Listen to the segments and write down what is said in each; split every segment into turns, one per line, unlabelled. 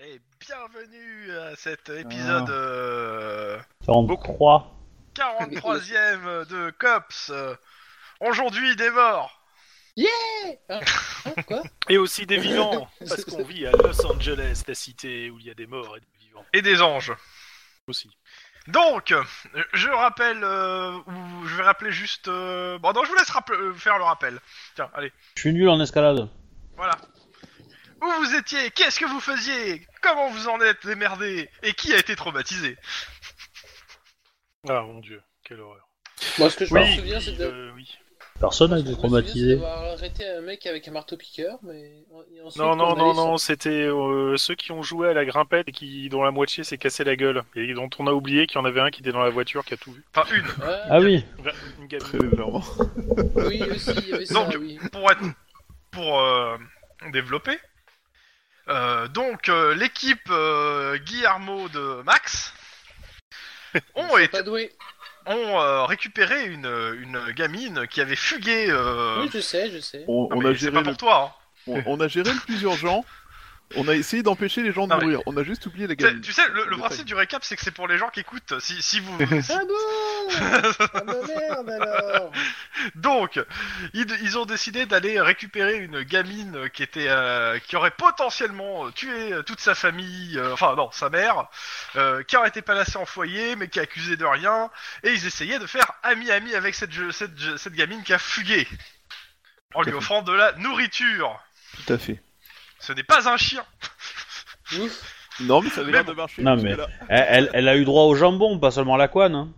Et eh, bienvenue à cet épisode euh,
43.
43ème de Cops. Euh, Aujourd'hui des morts.
Hein, Quoi
Et aussi des vivants, parce qu'on vit à Los Angeles, la cité où il y a des morts et des vivants
Et des anges.
aussi.
Donc, euh, je rappelle, euh, ou je vais rappeler juste... euh, Bon non, je vous laisse rappe- euh, faire le rappel. Tiens, allez,
Je suis nul en escalade.
voilà. Où vous étiez Qu'est-ce que vous faisiez Comment vous en êtes démerdé Et qui a été traumatisé
Ah mon dieu, quelle horreur.
Moi, ce que je me
oui,
souviens, c'est
oui,
de.
euh, oui.
Personne n'a
je me
été
souviens, c'est
traumatisé.
d'avoir arrêté un mec avec un marteau-piqueur, mais. et ensuite,
Non, non,
on
non,
allait sur-
non, c'était euh, ceux qui ont joué à la grimpette et qui, dont la moitié s'est cassée la gueule. Et dont on a oublié qu'il y en avait un qui était dans la voiture qui a tout vu.
Enfin, une.
Ah,
Ah oui,
Enfin, Une gamine.
Très légèrement.
oui, aussi, il y avait ça,
Donc-
oui.
pour être pour euh, développer. Euh, donc euh, l'équipe euh, Guillermo de Max ont, été-
Pas doué.
ont euh, récupéré une, une gamine qui avait fugué. euh,
Oui, je sais, je sais.
On,
non,
on
mais
a
c'est
géré
pas
le-
pour toi. hein.
on, on a géré le plus urgent. On a essayé d'empêcher les gens de
Non, mais-
mourir. On a juste oublié la
Tu sais-
gamine.
Tu sais, le, le
Détail.
principe du récap, c'est que c'est pour les gens qui écoutent. Si, si vous
Ah bon Ah bah merde alors
donc ils, ils ont décidé d'aller récupérer une gamine qui était euh, qui aurait potentiellement euh, tué euh, toute sa famille, euh, enfin non sa mère, euh, qui aurait été placée en foyer mais qui est accusée de rien et ils essayaient de faire ami ami avec cette je- cette, je- cette gamine qui a fugué en lui offrant de la nourriture.
Tout à fait.
Ce n'est pas un chien.
Ouf
Non, mais ça avait
Mais
l'air
bon.
de marcher.
Non,
parce
mais-
que là-
elle, elle- elle a eu droit au jambon, pas seulement à la couane. hein.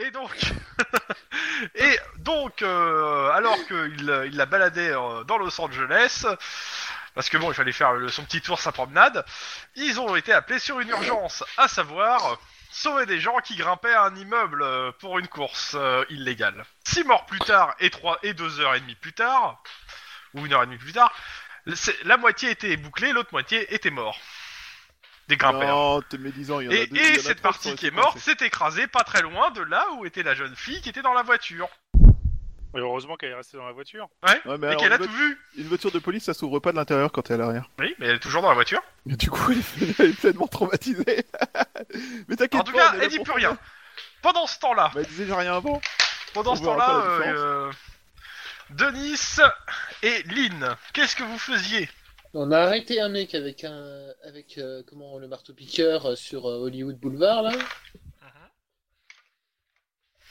Et donc, et donc, euh, alors qu'il euh, il la baladait euh, dans Los Angeles, parce que bon, il fallait faire le- son petit tour, sa promenade, ils ont été appelés sur une urgence, à savoir euh, sauver des gens qui grimpaient à un immeuble euh, pour une course euh, illégale. Six morts plus tard et trois et deux heures et demie plus tard, ou une heure et demie plus tard, c'est- la moitié était bouclée, l'autre moitié était mort. Des grimpeurs.
Non, te médisant, il y en a
Ah, Et,
deux.
et
il y en a
cette
trois qui
partie
sont
qui est
restés
morte
coincés.
s'est écrasée pas très loin de là où était la jeune fille qui était dans la voiture.
Et heureusement qu'elle est restée dans la voiture.
Ouais, mais
et
alors,
qu'elle
une,
a
vo-
tout vu.
une voiture de police, ça s'ouvre pas de l'intérieur quand elle est à l'arrière.
Oui, mais elle est toujours dans la voiture.
Mais du coup, elle est pleinement traumatisée. mais t'inquiète
En tout
pas,
cas,
on est là
elle dit
pour
plus
ça.
rien. Pendant ce temps-là,
Bah, elle disait j'ai rien avant.
pendant
on
ce
verra
temps-là,
pas la
euh,
différence.
euh, Denis et Lynn, qu'est-ce que vous faisiez
On a arrêté un mec avec un. avec euh, comment le marteau-piqueur euh, sur euh, Hollywood Boulevard là.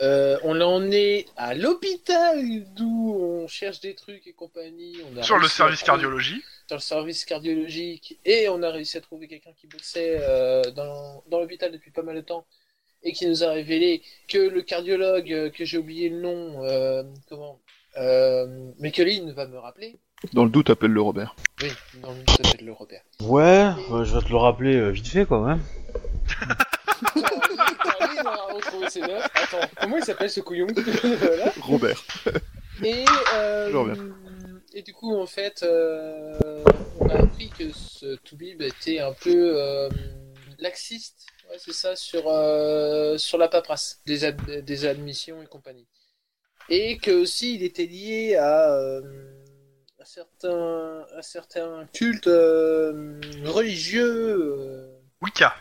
Euh, on l'a emmené à l'hôpital d'où on cherche des trucs et compagnie. On a
sur le
réussi à
service
trouver-
cardiologie
Sur le service cardiologique et on a réussi à trouver quelqu'un qui bossait euh, dans, dans l'hôpital depuis pas mal de temps et qui nous a révélé que le cardiologue, euh, que j'ai oublié le nom, euh, comment euh, mais que Lynn va me rappeler.
Dans le doute, appelle le Robert.
Oui, dans le ça s'appelle le Robert.
Ouais, bah, je vais te le rappeler euh, vite fait, quoi. hein.
Quand Lynn aura retrouvé ses notes, attends, comment il s'appelle ce couillon Voilà.
Robert.
Et, euh,
Toujours bien.
et du coup, en fait, euh, on a appris que ce Toubib était un peu euh, laxiste, ouais, c'est ça, sur, euh, sur la paperasse des, ad- des admissions et compagnie. Et que aussi, il était lié à, euh, à, certains, à certains cultes euh, religieux. euh, ah
Wicca.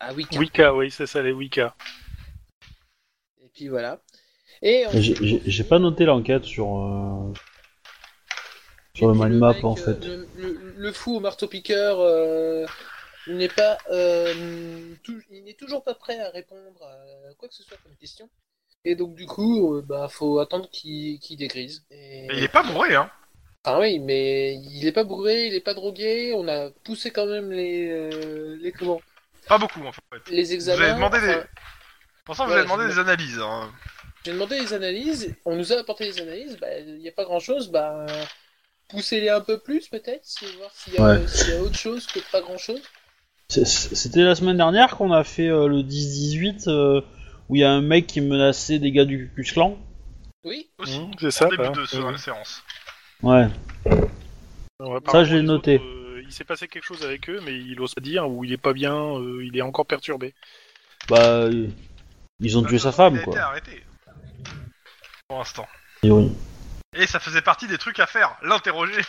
à Wicca.
Wicca, oui, c'est ça, les Wicca.
Et puis voilà. Et on
J'ai-
s'est
J'ai j'ai pas noté l'enquête sur, euh, sur le
Et puis
mind map,
mec,
en
euh,
fait.
Le, le- le fou au marteau piqueur euh, il n'est pas, euh, tou- il n'est toujours pas prêt à répondre à quoi que ce soit comme question. Et donc du coup, euh, bah faut attendre qu'il qu'il dégrise. Et...
Et il est pas bourré, hein.
Ah oui, mais il est pas bourré, il est pas drogué. On a poussé quand même les euh, les comment
Pas beaucoup, en fait.
les
Vous
examens.
avez demandé
enfin,
des... Pour ça, vous
Ouais,
avez demandé
je-
des analyses. hein.
J'ai demandé les analyses, on nous a apporté les analyses, bah, il n'y a pas grand chose, bah, poussez-les un peu plus peut-être, c'est voir s'il y, a-
Ouais.
s'il y a autre chose que pas grand chose.
C'est- C'était la semaine dernière qu'on a fait euh, le 10-18, euh, où il y a un mec qui menaçait des gars du Ku Klux Klan.
Oui,
Aussi,
Mmh, c'est
au
ça.
début
bah.
de ce-
Ouais.
séance.
Ouais,
On va
Ça,
parler
je l'ai
des
noté.
autres, euh, il s'est passé quelque chose avec eux, mais il ose pas dire, ou il est pas bien, euh, il est encore perturbé.
bah, euh, ils ont tué sa femme,
Il a été
quoi.
arrêté. Pour l'instant.
Et oui.
Et ça faisait partie des trucs à faire, l'interroger.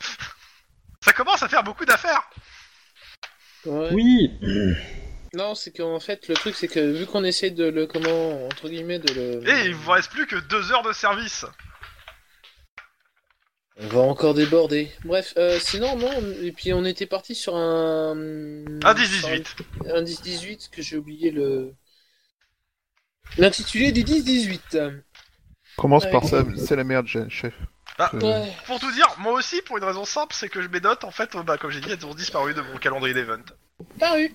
Ça commence à faire beaucoup d'affaires.
Ouais.
Oui
Non, c'est qu'en fait, le truc, c'est que vu qu'on essaie de le. Comment. Entre guillemets, de le.
Et il vous reste plus que deux heures de service.
On va encore déborder. Bref, euh, sinon, non. Et puis, on était parti sur un. Ah,
Un 10-18.
Un 10-18, que j'ai oublié le. L'intitulé du 10-18.
Commence
Ouais.
par ça, c'est la merde, je- chef.
Ah.
Euh,
Ouais.
Pour tout dire, moi aussi, pour une raison simple, c'est que je mes notes, en fait, euh, bah, comme j'ai dit, elles ont disparu de mon calendrier d'event.
Paru.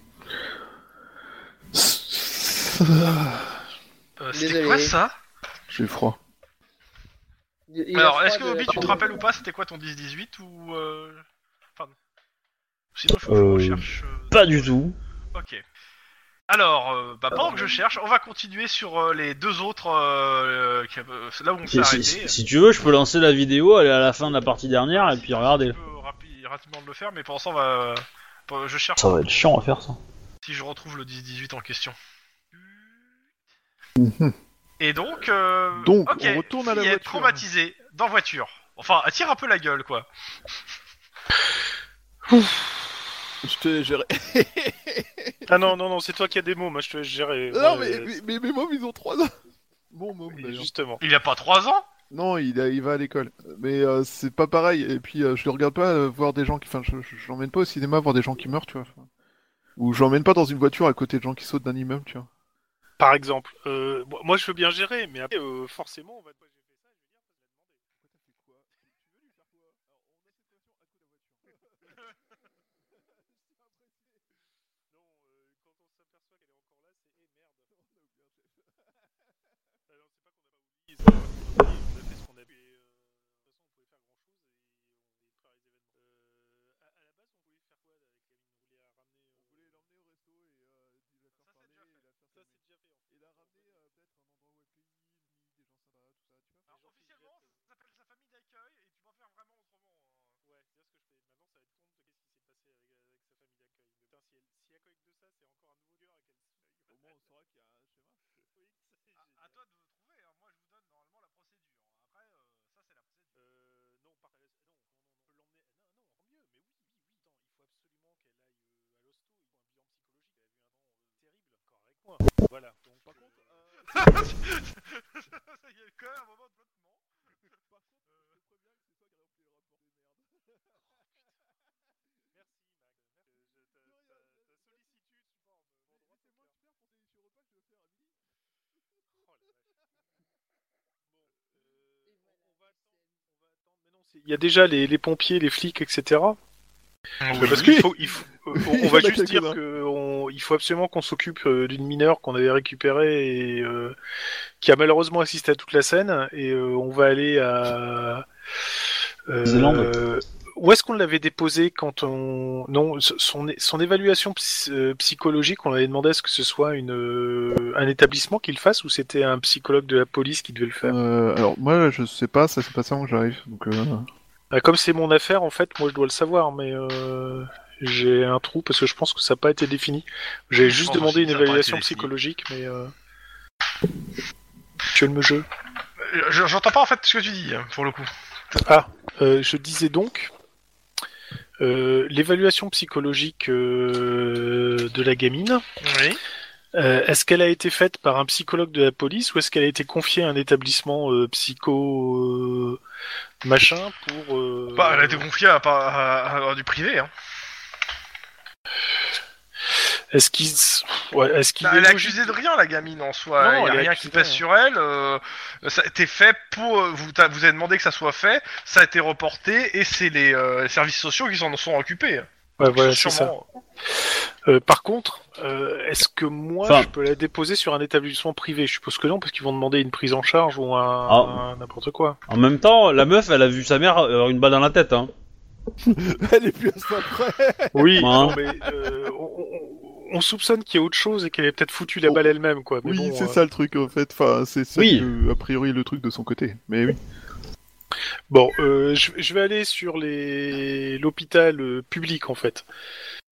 Euh, C'était
Désolé.
quoi ça
J'ai eu froid.
Il- il a
Alors,
froid
est-ce que
de-
Obi, tu te
pardon.
rappelles ou pas, c'était quoi ton 10-18 ou. Euh... Pardon. Sinon, faut que
Euh,
je recherche. euh,
Pas du tout.
Ok. Alors, euh, bah, pendant que je cherche, on va continuer sur euh, les deux autres. euh, euh, qui- euh, là où on s'est
Si,
arrêté.
si- si- si tu veux, je peux lancer la vidéo, elle est à la fin de la partie dernière, et puis regardez.
Je peux rapi- rapidement de le faire, mais pour l'instant, on va. euh, Je cherche
Ça va être chiant à faire ça.
si je retrouve le 10-18 en question. Et donc. euh,
Donc,
ok,
on retourne à la
fillette
voiture.
traumatisée dans voiture. Enfin, attire un peu la gueule, quoi.
Je te gère-
Ah non, non, non, c'est toi qui as des mots, moi je te laisse gérer. Moi,
Non, mais,
euh,
mais, mais mes mômes, ils ont 3 ans. Bon, môme,
et
d'ailleurs.
Justement.
Il a pas 3 ans
Non, il, a- il va à l'école. Mais euh, c'est pas pareil. Et puis, euh, je le regarde pas euh, voir des gens qui. Enfin, je, je, je l'emmène pas au cinéma voir des gens qui meurent, tu vois. Enfin, Ou je l'emmène pas dans une voiture à côté de gens qui sautent d'un immeuble, tu vois.
Par exemple, euh, moi- moi je veux bien gérer, mais après, euh, forcément, on va. Euh, Euh, Euh, euh, Voilà. Donc, euh, par contre, il y a déjà les, les pompiers, les flics, etc. Parce qu'il faut, il faut- euh, on- on va
Il y en a
juste dire
quelques-uns.
que on- il faut absolument qu'on s'occupe euh, d'une mineure qu'on avait récupérée et euh, qui a malheureusement assisté à toute la scène. Et euh, on va aller à. euh,
Zélande.
Où est-ce qu'on l'avait déposée quand on. Non, s- son, é- son évaluation psy- euh, psychologique, on avait demandé à ce que ce soit une, euh, un établissement qui le fasse ou c'était un psychologue de la police qui devait le faire
Euh, alors, moi, je sais pas, ça c'est pas ça que j'arrive. Donc, euh,
Ah, Comme c'est mon affaire, en fait, moi je dois le savoir, mais euh, j'ai un trou parce que je pense que ça n'a pas été défini. J'ai
Je
juste
pense
demandé
aussi
une
que ça a pas été
évaluation
défini.
psychologique, mais. Euh... Tu veux le jeu
Euh, je- J'entends pas en fait ce que tu dis, hein, pour le coup.
Ah, euh, je disais donc. euh, L'évaluation psychologique euh, de la gamine,
Oui.
euh, est-ce qu'elle a été faite par un psychologue de la police ou est-ce qu'elle a été confiée à un établissement euh, psycho euh, machin pour euh,
Bah, elle a été confiée à, par- à- à- à du privé. Hein.
Est-ce qu'il s- ouais, est-ce qu'il
Bah,
est
elle est
logique-
accusée de rien, la gamine en soi.
Non,
Il y a
elle est
rien qui
accusée,
pèse
hein.
sur elle. euh, ça a été fait pour. euh, Vous, t'as- vous avez demandé que ça soit fait, ça a été reporté et c'est les euh, services sociaux qui s'en sont occupés.
Ouais, voilà, c'est ça.
Sûrement.
Euh, par contre, euh, est-ce que moi
Enfin-
je peux la déposer sur un établissement privé Je suppose que non, parce qu'ils vont demander une prise en charge ou un
Ah.
un n'importe quoi.
En même temps, la meuf, elle a vu sa mère avoir une balle dans la tête, hein.
Elle est plus à ça près.
Oui,
Hein.
non, mais euh, on, on- on soupçonne qu'il y a autre chose et qu'elle est peut-être foutu la
Oh.
balle elle-même, quoi. Mais
Oui,
bon,
c'est
euh,
ça le truc en fait. Enfin, c'est ça,
Oui.
le- a priori le truc de son côté. Mais oui.
Bon, euh, je, je vais aller sur les l'hôpital euh, public en fait.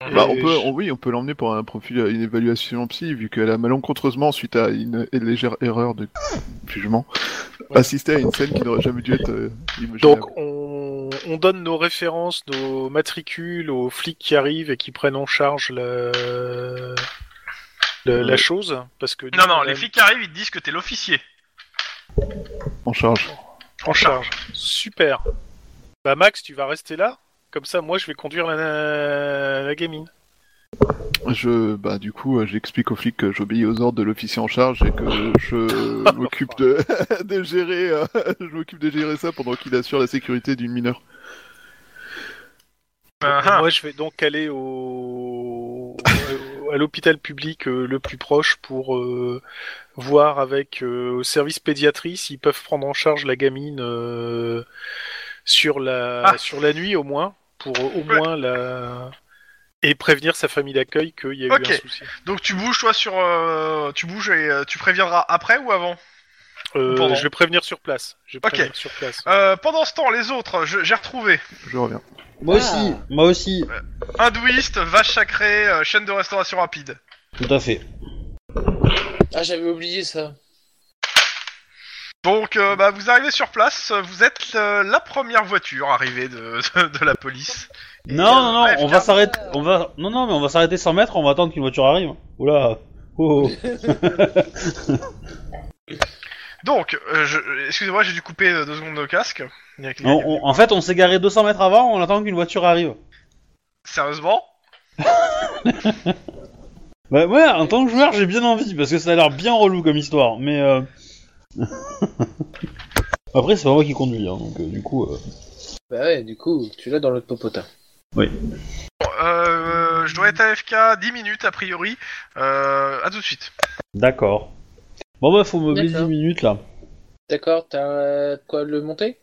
Bah,
Et
on peut,
je-
on- oui, on peut l'emmener pour un profil, une évaluation psy, vu qu'elle a malencontreusement, suite à une, une légère erreur de jugement, assisté à une scène qui n'aurait jamais dû être euh, imaginable.
Donc on, on donne nos références, nos matricules aux flics qui arrivent et qui prennent en charge la, la, la chose parce que
Euh, Non, non, les flics qui arrivent, ils te disent que t'es l'officier.
En charge.
en charge. Super. Bah Max, tu vas rester là comme ça, moi, je vais conduire la, la gamine.
Je, bah, du coup, euh, j'explique aux flics que j'obéis aux ordres de l'officier en charge et que je m'occupe de, de gérer, euh, je m'occupe de gérer ça pendant qu'il assure la sécurité d'une mineure.
Ah,
Et
ah.
Moi, je vais donc aller au... au- à l'hôpital public euh, le plus proche pour euh, voir avec euh, au service pédiatrie s'ils peuvent prendre en charge la gamine euh, sur la
Ah.
sur la nuit au moins pour euh, au
Ouais.
moins la et prévenir sa famille d'accueil qu'il y a
Ok.
eu un souci.
Donc tu bouges toi sur, euh, tu bouges et euh, tu préviendras après ou avant.
Euh,
Pendant.
je vais prévenir sur place. Je vais
Ok.
prévenir sur place.
Euh, pendant ce temps, les autres, je- j'ai retrouvé
Je reviens.
Moi
Ah.
aussi, moi aussi,
hindouiste, vache sacrée, euh, chaîne de restauration rapide.
tout à fait.
Ah, j'avais oublié ça.
Donc euh, bah, vous arrivez sur place, euh, vous êtes euh, la première voiture arrivée de, de la police. Et,
Non,
euh,
non, non,
bref, euh,
on va s'arrêter, on va, non, non, mais on va s'arrêter 100 mètres, on va attendre qu'une voiture arrive. Oula, oh, oh.
Donc, euh, je- excusez-moi, j'ai dû couper euh, deux secondes de casque. Il y a quelqu'un
On-
qui-
on- en fait, on s'est garé 200 mètres avant, on attend qu'une voiture arrive.
Sérieusement
Bah ouais, en tant que joueur, j'ai bien envie, parce que ça a l'air bien relou comme histoire, mais euh... Après, c'est pas moi qui conduis, hein, donc euh, du coup... euh,
Bah ouais, du coup, tu l'as dans l'autre popotin.
Bon, euh, Je dois être AFK 10 minutes a priori. Euh, à tout de suite.
D'accord. Bon bah, faut meubler 10
D'accord.
minutes, là.
D'accord, t'as euh, de quoi le monter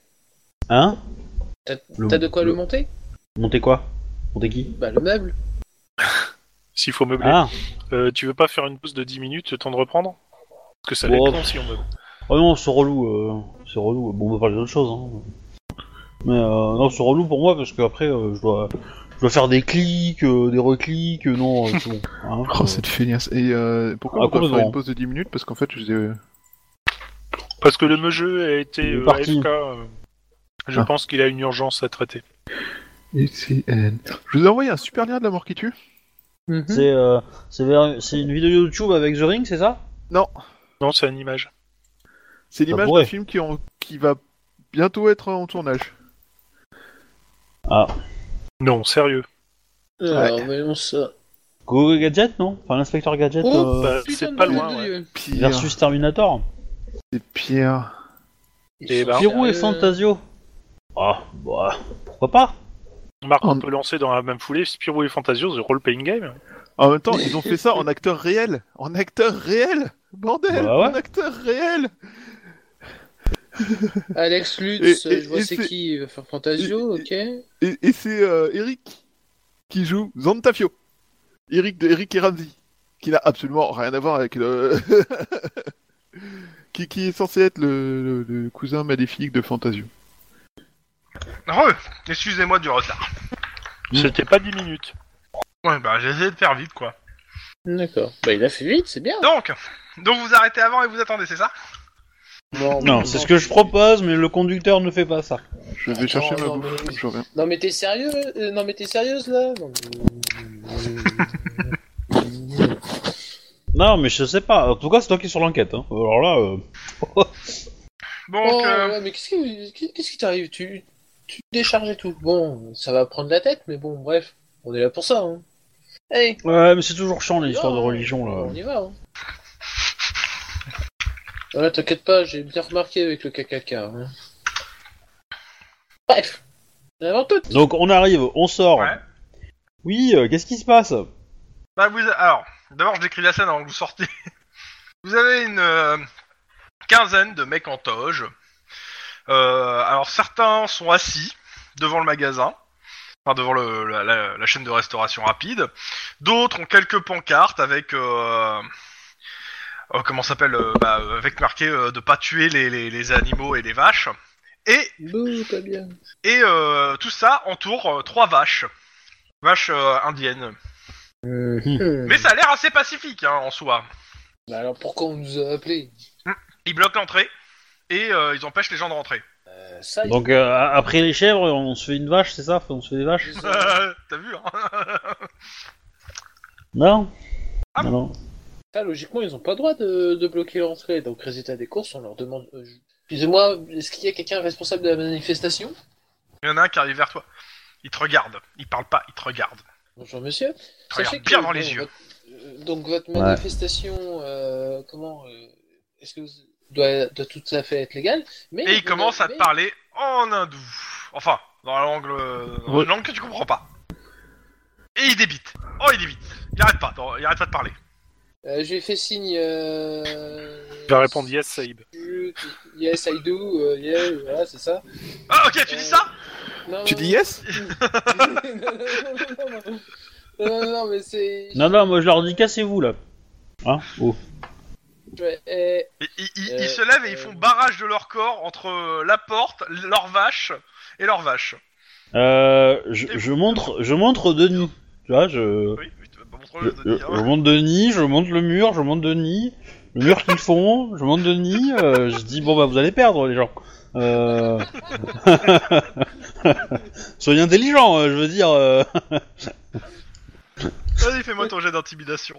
Hein Le-
T'as de quoi le monter
Monter quoi Monter qui
Bah, le meuble.
S'il faut meubler.
Ah
Euh, tu veux pas faire une pause de 10 minutes, le temps de reprendre Parce que ça
Bon.
dépend si on meuble.
Oh non, c'est relou, euh, c'est relou. Bon, on peut parler d'autre chose, hein. Mais euh, non, c'est relou pour moi, parce qu'après, euh, je dois... Je dois faire des clics, euh, des reclics, euh, non, euh, c'est bon. Hein,
Oh,
euh,
cette feignasse. Et euh, pourquoi
Ah,
on doit faire
complètement.
une pause de 10 minutes Parce qu'en fait, je les ai- euh,
Parce que le me jeu a été
Il est
euh,
parti.
AFK, euh, je
Ah.
pense qu'il a une urgence à traiter.
XCN. Je vous ai envoyé un super lien de la mort qui tue.
Mhm.
C'est euh, c'est vers- c'est une vidéo YouTube avec The Ring, c'est ça
Non, c'est une image.
C'est l'image
pourrait.
d'un film qui, en- qui va bientôt être en tournage.
Non, sérieux.
Alors, voyons ça.
Go Gadget, non Enfin, l'inspecteur Gadget
Oh,
euh,
bah,
putain
c'est
de
pas
nom
loin,
de
ouais.
Dieu.
Pire.
versus Terminator.
C'est pire.
Et bah,
Giroud
euh,
et
Sérieux
Fantasio. Ah, bah, pourquoi pas
Marc,
En-
Oh.
on peut lancer dans la même foulée Spirou et Fantasio, The Role Playing Game.
En même temps, ils ont fait ça en acteur réel. En acteur réel Bordel
Bah ouais.
En acteur réel
Alex Lutz,
Et- et-
je vois
et
c'est
c'est-
qui, il va faire Fantasio, ok.
Et, et c'est euh, Eric qui joue Zantafio. Eric de Eric et Ramsey. Qui n'a absolument rien à voir avec le. qui, qui est censé être le, le- le cousin maléfique de Fantasio.
Re, excusez-moi du retard.
Mm.
C'était pas 10 minutes.
Ouais, bah j'ai essayé de faire vite quoi.
D'accord. Bah, il a fait vite, c'est bien.
Donc, donc vous arrêtez avant et vous attendez, c'est ça
Non, c'est ce que je propose, mais le conducteur ne fait pas ça.
Je vais
Attends,
chercher ma
non,
bouffe.
mais-
Je reviens.
Non mais t'es sérieux euh, Non mais t'es sérieuse là Non,
Non, mais je sais pas. En tout cas, c'est toi qui es sur l'enquête. Hein. Alors là, euh,
Donc,
Oh,
euh,
ouais, mais qu'est-ce qui, qu'est- qu'est-ce qui t'arrive tu, tu te décharges et tout. Bon, ça va prendre la tête, mais bon, bref, on est là pour ça. Hein. Allez,
ouais, mais c'est toujours chiant les histoires de
Non,
religion
On
là.
y va. Hein. Voilà, t'inquiète pas, j'ai bien remarqué avec le KKK. hein. Bref, avant tout.
Donc on arrive, on sort.
Ouais.
Oui, euh, qu'est-ce qui se passe
Bah vous, alors, d'abord je décris la scène avant que vous sortiez. Vous avez une euh, quinzaine de mecs en toge. Euh, alors certains sont assis devant le magasin, enfin devant le- la, la- la chaîne de restauration rapide. D'autres ont quelques pancartes avec euh, euh, comment ça s'appelle, euh, bah, euh, avec marqué euh, de pas tuer les, les- les animaux et les vaches. Et,
Bouh, pas bien.
et euh, tout ça entoure euh, trois vaches, vaches euh, indiennes.
Hmm.
Mais ça a l'air assez pacifique hein, en soi.
Bah alors pourquoi on nous a appelés
Ils bloquent l'entrée et euh, ils empêchent les gens de rentrer.
Euh, euh, ça,
Donc euh, a- après les chèvres, on se fait une vache, c'est ça On se fait des vaches
ils- ils ont-
T'as vu hein
Non
Ah.
Non, non.
ça, logiquement, ils n'ont pas le droit de, de bloquer l'entrée. Donc, résultat des courses, on leur demande. euh, je- Excusez-moi, est-ce qu'il y a quelqu'un responsable de la manifestation
Il y en a un qui arrive vers toi. Il te regarde. Il parle pas, il te regarde.
Bonjour, monsieur.
te regarde bien dans les
bon,
yeux.
votre- euh, donc, votre
Ouais.
manifestation, euh, comment euh, Est-ce que vous, doit, doit tout à fait être légale mais
Et il
vous
commence à te
n'avez-
parler en hindou. Enfin, dans la langue, euh, dans
Ouais.
une langue que tu comprends pas. Et il débite. Oh, il débite. Il arrête pas, dans- il arrête pas de parler.
Euh, J'ai fait signe. Euh...
Il va répondre yes, Saïb.
Je- Yes, I do. euh, yeah, voilà, c'est ça.
Ah, ok, tu dis ça
Non,
Tu
non,
dis
non.
yes
non, non, non, non, non. Non, non, non, mais c'est.
Non, non, moi je leur dis cassez-vous là. Hein Oh.
Ouais, eh,
Et- ils- ils-
Euh,
Ils se lèvent et ils
euh,
font barrage de leur corps entre euh, la porte, leur vache et leur vache.
Euh, je, je montre, je montre Denis. Tu vois, je,
Oui, oui, tu vas pas
je,
montrer
je,
Denis, hein.
je monte Denis, je monte le mur, je monte Denis, le mur qu'ils font, je monte Denis. euh, je dis bon bah vous allez perdre les gens. Euh... Soyez intelligents, euh, je veux dire. euh.
Vas-y, fais-moi ton jet d'intimidation.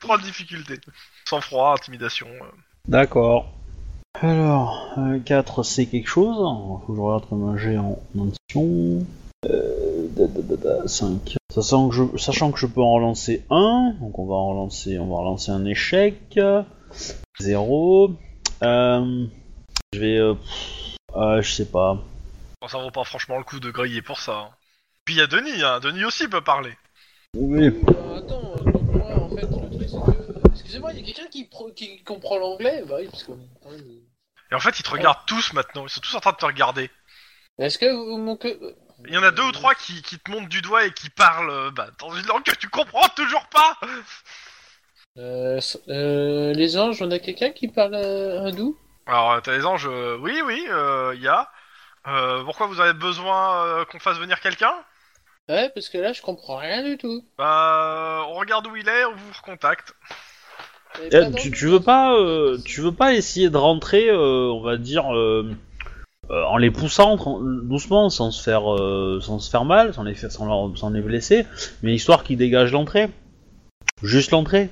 Trois difficultés. Sans froid, intimidation. euh.
D'accord. Alors, 4 c'est quelque chose. Alors, Faut que je regarde comme un jet en mention. Euh, 5. Sachant que, je, sachant que je peux en relancer un, donc on va en relancer, on va relancer un échec. 0. je vais. euh, pff, ah, je sais pas.
Bon, ça vaut pas franchement le coup de griller pour ça. hein. Puis il y a Denis, hein. Denis aussi peut parler.
Oui.
euh, attends, euh, donc moi, en fait, le truc, c'est que. Excusez-moi, il y a quelqu'un qui, pro- qui comprend l'anglais Bah oui, parce qu'on. hein, mais-
Et en fait, ils te regardent tous maintenant, ils sont tous en train de te regarder.
Est-ce que vous mon que-
Il y en a deux ou trois qui, qui te montent du doigt et qui parlent euh, bah, dans une langue que tu comprends toujours pas
Euh, s- euh, les anges, on a quelqu'un qui parle euh, hindou
Alors, euh, t'as les anges, euh, oui, oui, euh, il y a. Euh, pourquoi vous avez besoin euh, qu'on fasse venir quelqu'un
Ouais, parce que là, je comprends rien du tout.
Bah, on regarde où il est, on vous recontacte.
Vous avez
Eh,
pas
tu,
d'ange
tu veux pas, euh, tu veux pas essayer de rentrer, euh, on va dire, euh, euh, en les poussant tran- doucement, sans se faire, euh, sans se faire mal, sans les, faire- sans leur- sans les blesser, mais histoire qu'ils dégagent l'entrée, juste l'entrée.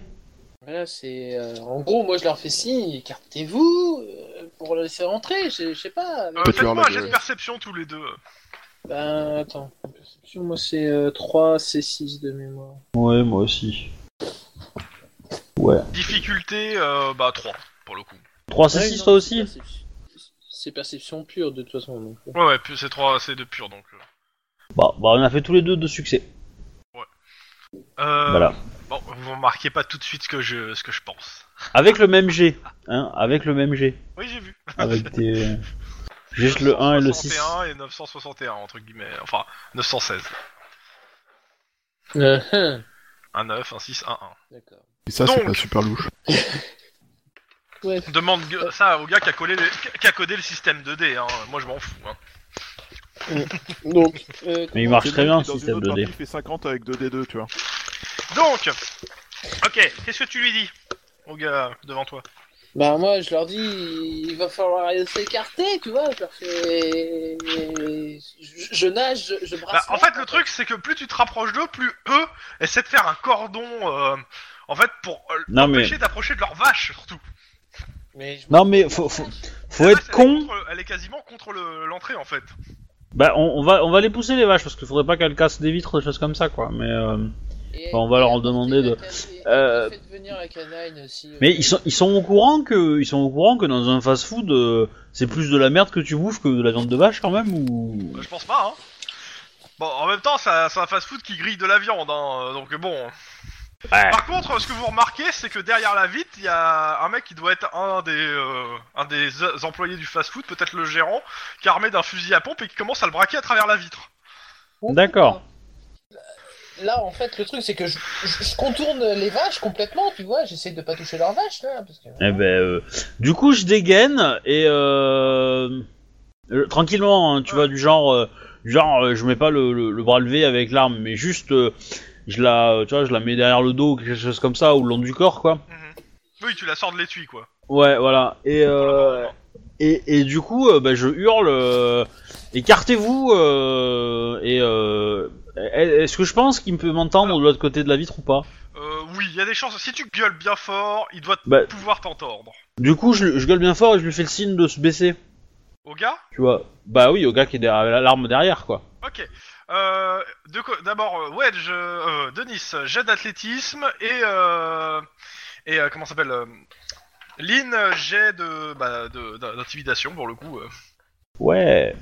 Voilà, c'est. euh, en gros, moi, je leur fais signe, écartez-vous euh, pour le laisser rentrer, je je sais pas.
Euh,
Peut-être
Faites-moi
leur
un
la
jet de
gueule.
perception tous les deux.
Ben, attends. Perception, moi, c'est euh, 3, c'est 6 de mémoire.
Ouais, moi aussi. Ouais.
Difficulté, euh, bah 3, pour le coup.
3 c'est 6 toi
non, c'est
aussi
perception- C'est perception pure, de toute façon. Donc.
Ouais, ouais, puis c'est 3, c'est de pur, donc. euh.
bah, bah, on a fait tous les deux de succès.
Euh,
Voilà.
Bon, vous remarquez pas tout de suite ce que je, ce que je pense.
Avec le même G. Hein, avec le même G.
Oui, j'ai vu.
Avec tes. Juste le 1 et le 6.
961 et 961, entre guillemets. Enfin, 916.
Euh, hein,
Un 9, un 6, un
D'accord.
Et ça, c'est
Donc.
pas super louche.
Ouais,
1. Demande gue- ça au gars qui a, collé le, qui a codé le système 2D. Hein. Moi, je m'en fous. Hein.
donc. euh,
Mais il marche
Le
très
mec
bien
est
le
dans une
système
autre
2D.
partie, Il fait 50 avec 2D2, tu vois.
Donc, ok, qu'est-ce que tu lui dis au gars devant toi
Bah, moi, je leur dis, il va falloir s'écarter, tu vois. Je leur fais. Je, je nage, je, je
Bah,
brasse.
en fait, le truc, c'est que plus tu te rapproches d'eux, plus eux essaient de faire un cordon, euh, en fait, pour euh,
Non mais.
empêcher d'approcher de leur vache, surtout.
Mais je-
Non mais faut, faut, faut
La
être
vache, elle est
con.
contre- Elle est quasiment contre le- l'entrée, en fait.
Bah, on, on va, on va les pousser les vaches parce qu'il faudrait pas qu'elles cassent des vitres, des choses comme ça, quoi. Mais, euh,
Et-
Bah, on va leur en demander de-
Et- et
Euh,
Faites venir la canine aussi.
mais ils sont, ils sont au courant que, ils sont au courant que dans un fast-food, euh, c'est plus de la merde que tu bouffes que de la viande de vache quand même ou.
Bah, je pense pas, hein. Bon, en même temps, ça- c'est un fast-food qui grille de la viande, hein, euh, donc bon. Par contre, ce que vous remarquez, c'est que derrière la vitre, il y a un mec qui doit être un des, euh, un des euh, employés du fast-food, peut-être le gérant, qui est armé d'un fusil à pompe et qui commence à le braquer à travers la vitre.
D'accord.
euh. Là, en fait, le truc, c'est que je, je- je contourne les vaches complètement, tu vois. J'essaie de pas toucher leurs vaches, là. Parce que...
Eh ben, euh, du coup, je dégaine et euh, euh, tranquillement, hein, tu vois, du genre, euh, du genre, euh, je mets pas le, le- le bras levé avec l'arme, mais juste, euh, je la, euh, tu vois, je la mets derrière le dos, ou quelque chose comme ça, ou le long du corps, quoi.
Oui, tu la sors de l'étui, quoi.
Ouais, voilà. Et euh, et, et du coup, euh, bah, je hurle euh, écartez-vous euh, et euh, est-ce que je pense qu'il peut m'entendre de l'autre côté de la vitre ou pas
Euh, oui, il y a des chances. Si tu gueules bien fort, il doit
Bah-
pouvoir t'entendre.
Du coup, je, je gueule bien fort et je lui fais le signe de se baisser,
Au gars
tu vois. Bah oui, au gars qui est derrière l'arme derrière quoi.
Ok. Euh, de co- D'abord, euh, Wedge, euh, euh, Denis, euh, jet d'athlétisme et. Euh, et euh, comment ça s'appelle euh, Lynn, euh, jet de- bah, de- d'in- d'intimidation pour le coup. euh.
Ouais.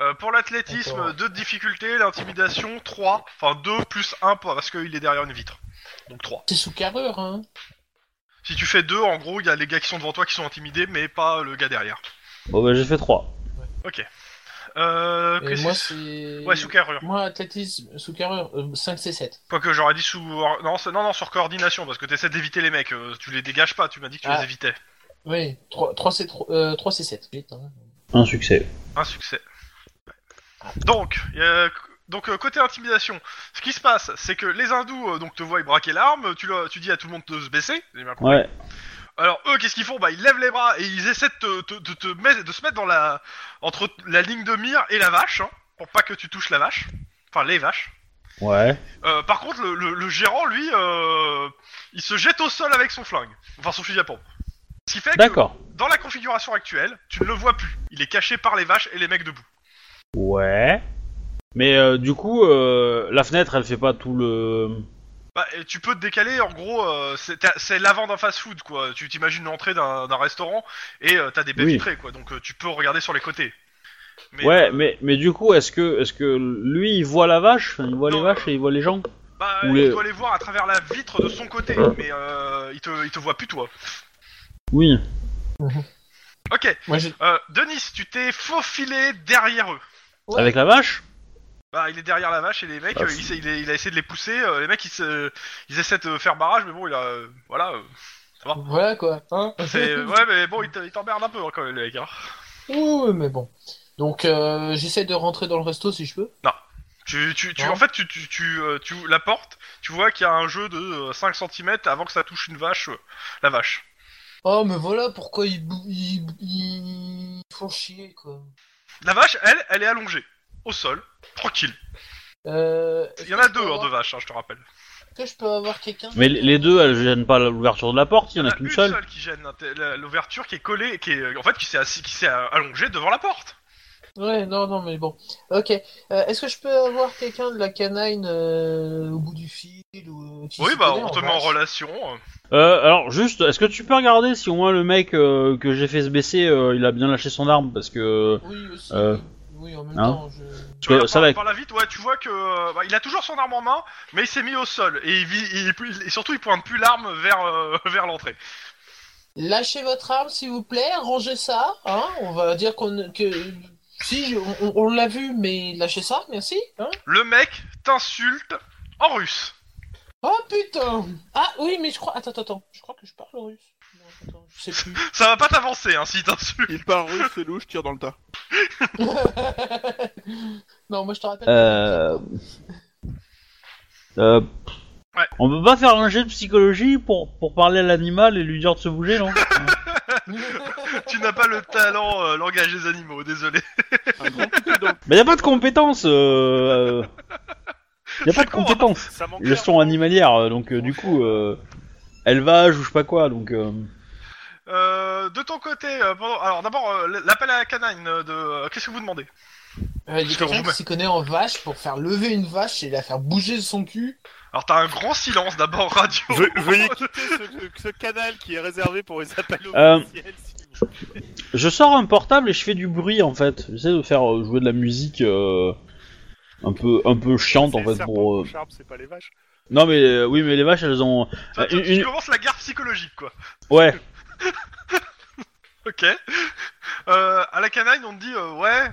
Euh, pour l'athlétisme,
D'accord.
2 de difficulté, l'intimidation 3, enfin 2 plus 1 parce qu'il est derrière une vitre. Donc 3.
C'est sous carrure, hein.
Si tu fais 2, en gros, il y a les gars qui sont devant toi qui sont intimidés, mais pas le gars derrière.
Bon bah j'ai fait 3.
Euh,
Et
qu'est-ce
moi,
que-
c'est.
Ouais, sous carrure.
Moi, athlétisme, sous euh, carrure, 5 C7.
Quoique j'aurais dit sous. Non, c'est- non, non, sur coordination, parce que t'essaies d'éviter les mecs. euh, Tu les dégages pas, tu m'as dit que tu
Ah.
les évitais.
Oui, 3, 3, c'est 3, euh, 3 c'est 7. Vite, hein.
Un succès.
Un succès. Donc, euh, donc euh, côté intimidation, ce qui se passe, c'est que les hindous euh, donc te voient braquer l'arme, tu, le- tu dis à tout le monde de se baisser. j'ai bien compris.
Ouais.
Alors eux, qu'est-ce qu'ils font Bah ils lèvent les bras et ils essaient de, te, te- te- te mettre- de se mettre dans la entre la ligne de mire et la vache, hein, pour pas que tu touches la vache, enfin les vaches.
Ouais.
Euh, par contre, le, le- le gérant, lui, euh, il se jette au sol avec son flingue, enfin son fusil à pompe. Ce qui fait que
D'accord.
dans la configuration actuelle, tu ne le vois plus. Il est caché par les vaches et les mecs debout.
Ouais. Mais euh, du coup, euh, la fenêtre, elle fait pas tout le.
Bah, et tu peux te décaler, en gros, euh, c'est t'as- c'est l'avant d'un fast-food, quoi. Tu t'imagines l'entrée d'un d'un restaurant et euh, t'as des baies
Oui.
vitrées, quoi. Donc euh, tu peux regarder sur les côtés. Mais,
ouais,
euh,
mais mais du coup, est-ce que est-ce que lui, il voit la vache, enfin, il voit les
Non,
vaches et il voit les gens
bah,
ou
il
les- Hein.
doit les voir à travers la vitre de son côté, mais euh, il, te, il te voit plus, toi.
Oui.
Ok,
Moi, je...
euh, Denis, tu t'es faufilé derrière eux.
Ouais.
Avec la vache
Bah, il est derrière la vache et les mecs,
Ah,
euh,
fou.
il, s'est- il est- il a essayé de les pousser. euh, les mecs, ils, se, ils essaient de faire barrage, mais bon, il a. euh, voilà. euh,
Voilà quoi, hein
Ah,
c'est- euh, ouais, mais bon, il te- il t'emmerde un peu hein, quand même, les mecs. hein.
Ouh, mais bon. Donc, euh, j'essaie de rentrer dans le resto si je peux.
Tu, tu, tu,
Non.
en fait, tu, tu, tu, euh, tu la portes, tu vois qu'il y a un jeu de euh, 5 cm avant que ça touche une vache, euh, la vache.
Oh, mais voilà pourquoi ils, bou- ils, ils font chier quoi.
La vache, elle, elle est allongée, au sol, tranquille.
Euh,
Il y en a deux, hein,
en
deux vaches, hein, je te rappelle.
Est-ce que je peux avoir quelqu'un
Mais les les deux, elles gênent pas l'ouverture de la porte, il y en a qu'une seule.
Ah, qui gêne, hein, t'es- la- l'ouverture qui est collée, qui est, en fait, qui s'est assis, qui s'est euh, allongée devant la porte.
Ouais, non, non, mais bon. Ok. Euh, Est-ce que je peux avoir quelqu'un de la canine euh, au bout du fil ou euh, qui
oui,
s'y
bah,
connaît
on te met en
vache
relation. euh.
Euh, alors juste, est-ce que tu peux regarder si au moins le mec euh, que j'ai fait se baisser, euh, il a bien lâché son arme parce que,
Oui, aussi.
Euh,
Oui, en même
hein.
temps, je.
parce que
Par-
ça
par,
va. être-
par la vite, ouais, tu vois que, euh, bah, il a toujours son arme en main, mais il s'est mis au sol, et, il vit- il- il- et surtout, il pointe plus l'arme vers, euh, vers l'entrée.
Lâchez votre arme, s'il vous plaît, rangez ça, hein, on va dire qu'on que si je- on, on l'a vu, mais lâchez ça, merci, hein.
Le mec t'insulte en russe.
Oh putain Ah oui, mais je crois, attends, attends, attends, je crois que je parle russe. Non, attends, je sais plus.
Ça va pas t'avancer hein, si t'insultes.
Il parle russe, c'est louche, tire dans le tas.
non, moi je te rappelle.
Euh... euh,
Ouais.
On peut pas faire un jet de psychologie pour pour parler à l'animal et lui dire de se bouger, non
tu n'as pas le talent euh, langage des animaux, désolé.
Un grand coup de pied dans le
Mais y a pas de compétence. Euh... euh, Y a pas de
con, hein.
compétence.
Ça manque
Gestion animalière, euh, donc euh, du coup, euh, élevage ou je sais pas quoi, donc. euh,
Euh, de ton côté, euh, pendant- alors d'abord euh, l'appel à la canine euh, de euh, qu'est-ce que vous demandez
Euh, il
je
y a
te
quelqu'un
remets.
qui s'y connaît en vache pour faire lever une vache et la faire bouger de son cul.
Alors t'as un grand silence d'abord radio.
Ve- veuillez quitter ce, ce canal qui est réservé pour les appels
Euh.
officiels. s'il vous plaît.
Je sors un portable et je fais du bruit en fait. J'essaie de faire euh, jouer de la musique euh, un peu un peu chiante en
C'est les
fait
serpents
pour.
qu'on
euh,
charme, c'est pas les vaches.
Non mais euh, oui mais les vaches elles ont.
Enfin, tu,
une-
tu
une-
commences la guerre psychologique quoi.
Ouais.
Ok. Euh, à la canine on te dit euh, ouais.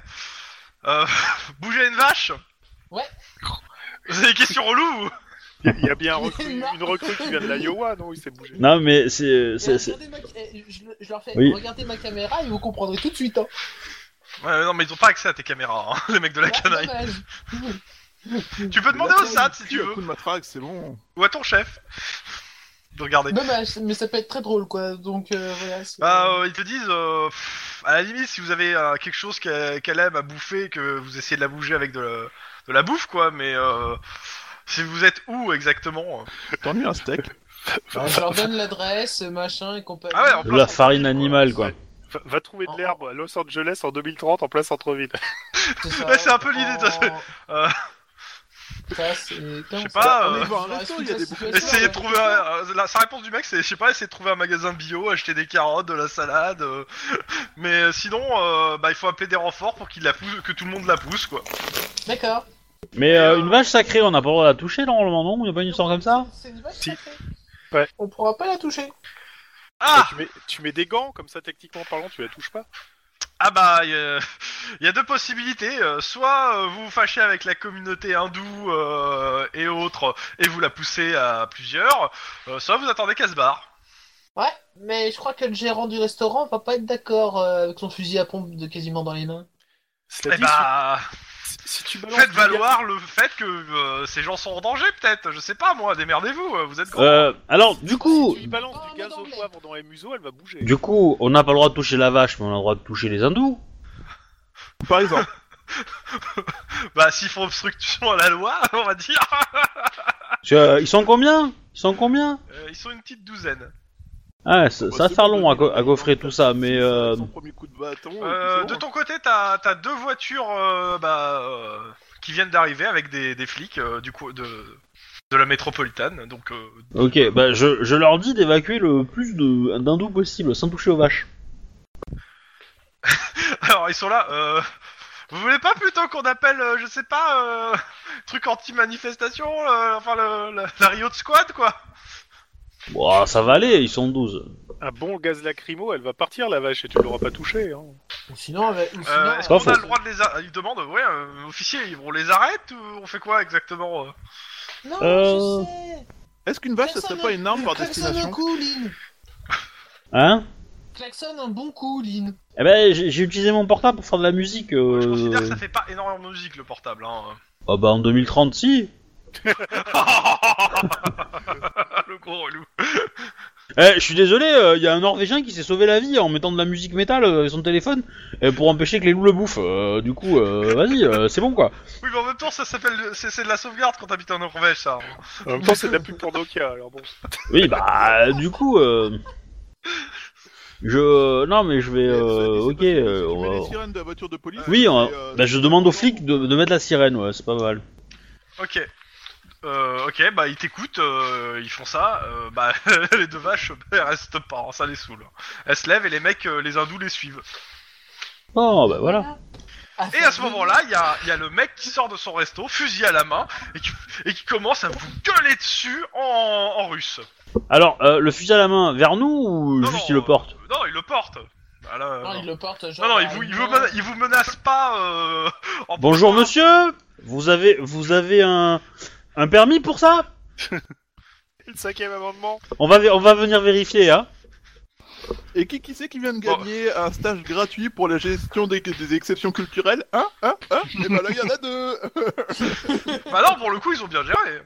Euh, bouger une vache.
Ouais.
Vous avez des questions reloues ou
Il y a bien un recrue-
Non.
une recrue qui vient de l'Iowa, non Il s'est bougé.
Non mais c'est c'est-
Et
c'est-
regardez ma- eh, Je, je leur fais,
Oui.
regardez ma caméra et vous comprendrez tout de suite, hein.
Ouais, non mais ils ont pas accès à tes caméras, hein, les mecs de la
Ah,
canine.
dommage.
Tu peux demander
tas.
au SAT si tu
Un
veux
coup de matraque, c'est bon.
ou à ton chef de regarder.
Dommage, mais ça peut être très drôle, quoi. Donc euh, voilà. c'est-
Bah, euh, ils te disent, euh, pff, à la limite, si vous avez euh, quelque chose qu'elle qu'elle aime à bouffer, que vous essayez de la bouger avec de la, de la bouffe, quoi, mais euh, si vous êtes où exactement euh.
T'ennuies un steak
Alors, je leur donne l'adresse, machin et compagnie.
Ah ouais, en
De
plein
la
centre-ville,
farine
quoi.
animale, quoi.
Va, va trouver de l'herbe à Los Angeles en 2030 en plein centre-ville.
ça,
Ouais, c'est un peu l'idée, de toute façon. Euh.
Ça, c'est.
Je sais pas,
On
euh,
est voir un resto, il y a des bouffées.
Essayez de trouver. un- euh, la, sa réponse du mec, c'est je sais pas, essayez de trouver un magasin bio, acheter des carottes, de la salade. euh. Mais euh, sinon, euh, bah, il faut appeler des renforts pour qu'il la pousse, que tout le monde la pousse, quoi.
D'accord.
Mais euh, une vache sacrée, on n'a pas le droit de la toucher normalement, non Il n'y a pas une histoire comme ça
C'est une vache
Si.
sacrée.
Ouais.
On pourra pas la toucher.
Ah
tu, mets, tu mets des gants, comme ça, techniquement parlant, tu la touches pas.
Ah bah, il y, a- il y a deux possibilités. euh, Soit euh, vous vous fâchez avec la communauté hindoue euh, et autres, et vous la poussez à plusieurs. euh, soit vous attendez qu'elle se barre.
Ouais, mais je crois que le gérant du restaurant va pas être d'accord euh, avec son fusil à pompe de quasiment dans les mains.
Cela
Eh
dit,
bah,
si, si tu balances
faites
des
valoir le fait que euh, ces gens sont en danger, peut-être. Je sais pas, moi. Démerdez-vous. euh, Vous êtes. grands.
euh, Alors,
gaz-
du coup,
si tu lui balances
Oh,
du gaz au
non, mais-
poivre dans les museaux, elle va bouger.
du coup, on n'a pas le droit de toucher la vache, mais on a le droit de toucher les hindous.
Par exemple.
Bah, s'ils font obstruction à la loi, on va dire.
Parce que, euh, ils sont combien Ils sont combien
Euh, ils sont une petite douzaine.
Ah, ça,
Bah,
ça va faire long à, go- à gaufrer tout ça, mais euh,
Son premier coup de bâton. et puis
Euh,
c'est
de
bon.
ton côté, t'as as deux voitures euh, bah, euh, qui viennent d'arriver avec des, des flics euh, du coup, de, de la métropolitaine. Donc, euh,
ok, bah je, je leur dis d'évacuer le plus de- d'hindous possible sans toucher aux vaches.
alors ils sont là. Euh, vous voulez pas plutôt qu'on appelle, euh, je sais pas, euh, truc anti-manifestation, euh, enfin le, la, la Rio de Squad quoi.
Bon, ah, ça va aller, ils sont 12.
Un bon gaz lacrymo, elle va partir la vache et tu l'auras pas touchée. Hein.
Ou sinon, avec... ou sinon
Euh, Est-ce
Pas
qu'on
faux.
a le droit de les, a- ils demandent, ouais, euh, officier, on les arrête ou on fait quoi exactement euh
Non,
Euh,
je sais.
Est-ce qu'une vache, ça
Personne
Bah, serait pas une arme par
Klaxonne un
destination
coup, Lynn.
Hein
Klaxonne un bon coup, Lynn.
Eh ben, j'ai j'ai utilisé mon portable pour faire de la musique. euh,
Je considère que ça fait pas énormément de musique le portable. Hein.
Ah bah en 2030, si.
le gros relou.
Eh, je suis désolé, il y a un Norvégien qui s'est sauvé la vie en mettant de la musique métal euh, avec son téléphone euh, pour empêcher que les loups le bouffent. Euh, du coup, euh, vas-y, euh, c'est bon quoi.
Oui, mais en même temps, ça s'appelle. C'est c'est de la sauvegarde quand t'habites en Norvège, ça. hein.
En même temps, c'est de la pub pour Nokia, alors bon.
Oui, bah, du coup, euh, je, non mais je vais, euh,
Eh, C'est
ok,
possible,
euh,
si tu
on
mets
va-
les sirènes de la voiture de police.
oui, on-
et, euh,
bah, je demande aux flics de, de mettre la sirène, ouais, c'est pas mal.
Ok. Euh, ok, bah ils t'écoutent, euh, ils font ça. euh, bah les deux vaches elles restent pas, hein, ça les saoule. Elles se lèvent et les mecs, euh, les hindous les suivent.
Oh, bah voilà.
Et à ce moment-là, il y a, il y a le mec qui sort de son resto, fusil à la main, et qui, et qui commence à vous gueuler dessus en, en russe.
Alors, euh, le fusil à la main vers nous ou
Non,
juste
non,
il le porte
euh, Non, il le porte. Ah là,
Non,
non.
il le porte genre.
Non, non, il
à
vous,
une
il vous,
main.
mena- il vous menace pas. Euh, en-
Bonjour monsieur, vous avez, vous avez un, un permis pour ça
Le cinquième amendement.
On va, on va venir vérifier, hein.
Et qui, qui c'est qui vient de gagner un stage gratuit pour la gestion des, des exceptions culturelles Hein Hein Hein Et bah là, il y en a deux
Bah non, pour le coup, ils ont bien géré.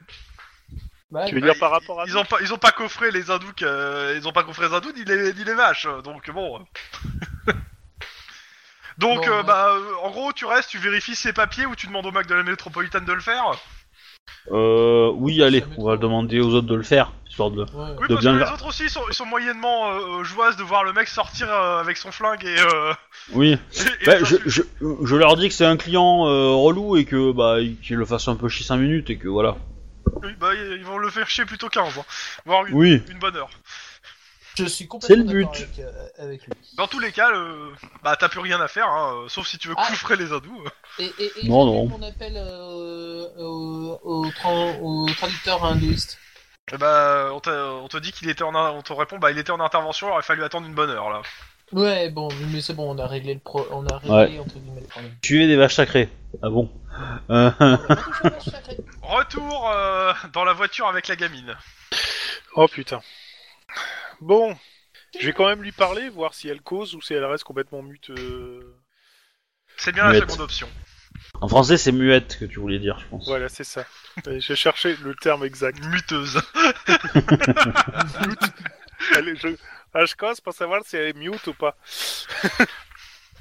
Bah,
Tu veux dire par rapport à
Ils ont pas, ils ont pas coffré les hindous, que- euh, ils ont pas coffré les hindous ni les, ni les vaches, hein, donc bon. donc
Bon,
euh,
ouais.
bah, euh, en gros, tu restes, tu vérifies ses papiers ou tu demandes au mec de la métropolitaine de le faire.
Euh, oui, allez,
Ça m'étonne.
on va demander aux autres de le faire, histoire de.
ouais.
Oui, parce que
De bien le
les
faire.
autres aussi ils sont, ils sont moyennement euh, joyeuses de voir le mec sortir euh, avec son flingue et. euh,
Oui.
et- et
Bah,
les
je,
insulter.
je, je leur dis que c'est un client euh, relou et que bah il- qu'il le fasse un peu chier 5 minutes et que voilà.
Oui, bah, ils vont le faire chier plutôt 15, hein, voire une,
Oui.
une bonne heure.
Je suis
C'est le
complètement d'accord
but.
avec, euh, avec lui.
Dans tous les cas, euh, bah t'as plus rien à faire, hein, euh, sauf si tu veux
Ah.
coffrer les hindous.
Et, et, et
Non,
j'ai
non.
fait Mon appel euh, au, au, tra- au traducteur hindouiste.
Et bah, on, t'a- on te dit qu'il était en, in- on te répond, bah il était en intervention, alors il a fallu attendre une bonne heure là.
Ouais, bon, mais c'est bon, on a réglé le pro, on a réglé
Ouais.
entre guillemets le problème.
Tuer des vaches sacrées. Ah bon. Euh,
Retour euh, dans la voiture avec la gamine.
Oh putain. Bon, je vais quand même lui parler, voir si elle cause ou si elle reste complètement mute. euh.
C'est bien la
Muette.
seconde option.
en français, c'est muette que tu voulais dire, je pense.
Voilà, c'est ça. Euh, J'ai cherché le terme exact.
Muteuse.
Mute. Elle est- je... Ah, je cause pour savoir si elle est mute ou pas.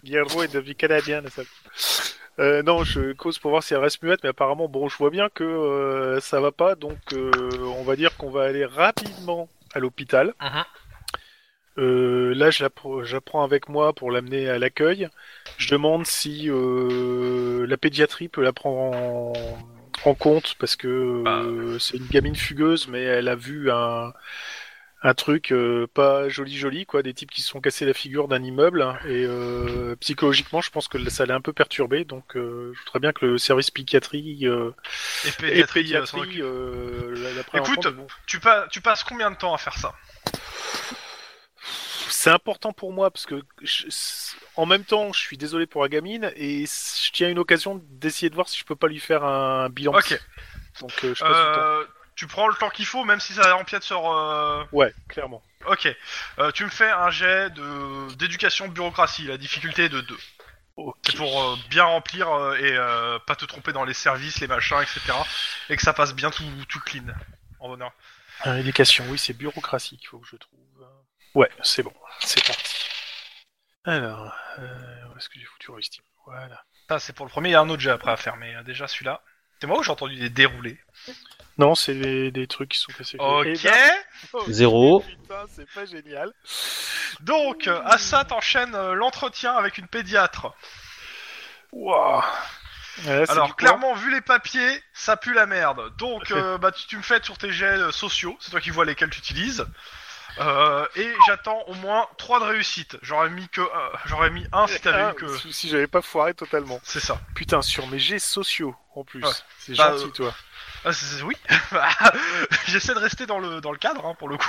Guillermo est devenu canadien, la salle. Euh, non, je cause pour voir si elle reste muette, mais apparemment, bon, je vois bien que euh, ça va pas, donc euh, on va dire qu'on va aller rapidement à l'hôpital.
Mhm.
Euh, là, je l'appre- j'apprends avec moi pour l'amener à l'accueil. Je demande si euh, la pédiatrie peut la prendre en, en compte parce que
Bah.
euh, c'est une gamine fugueuse, mais elle a vu un, un truc euh, pas joli joli quoi, des types qui se sont cassés la figure d'un immeuble et euh, psychologiquement, je pense que ça l'a un peu perturbé. Donc, euh, je voudrais bien que le service psychiatrie euh,
Et
et
pédiatrie, euh, s'en occupe.
pédiatrie euh, la, la prenne en
Écoute,
compte. Bon,
Tu, pas- tu passes combien de temps à faire ça
c'est important pour moi parce que je- c'est- en même temps, je suis désolé pour la gamine et je tiens une occasion d'essayer de voir si je peux pas lui faire un bilan.
Ok.
psy. Donc euh, je passe du temps.
Euh, Tu prends le temps qu'il faut, même si ça empiète sur... euh,
Ouais, clairement.
Ok. Euh, tu me fais un jet de d'éducation bureaucratie, la difficulté est de 2. C'est pour euh, bien remplir euh, et euh, pas te tromper dans les services, les machins, etc. Et que ça passe bien tout, tout clean, en bonheur.
Euh, éducation, oui, c'est bureaucratie qu'il faut que je trouve. Ouais, c'est bon, c'est parti. Alors, euh, où est-ce que j'ai foutu Rusty Voilà.
Ça, c'est pour le premier, il y a un autre jet après à faire, mais euh, déjà celui-là... C'est moi où j'ai entendu des déroulés
Non, c'est des, des trucs qui sont cassés. Eh
Ok
ben,
Zéro.
Putain, c'est pas génial.
Donc, euh, à ça t'enchaînes euh, l'entretien avec une pédiatre.
Waouh Ouais, c'est du
Alors,
quoi
clairement, vu les papiers, ça pue la merde. Donc, euh, bah, tu, tu me fais sur tes jets euh, sociaux, c'est toi qui vois lesquels tu utilises. Euh, et j'attends au moins 3 de réussite. J'aurais mis que euh, j'aurais mis 1 si t'avais
Ah,
eu que.
si- Si j'avais pas foiré totalement.
C'est ça.
Putain, sur mes jets sociaux en plus.
Ouais.
C'est
Bah,
gentil,
euh,
toi.
Ah, c'est- c'est- oui. J'essaie de rester dans le dans le cadre hein, pour le coup.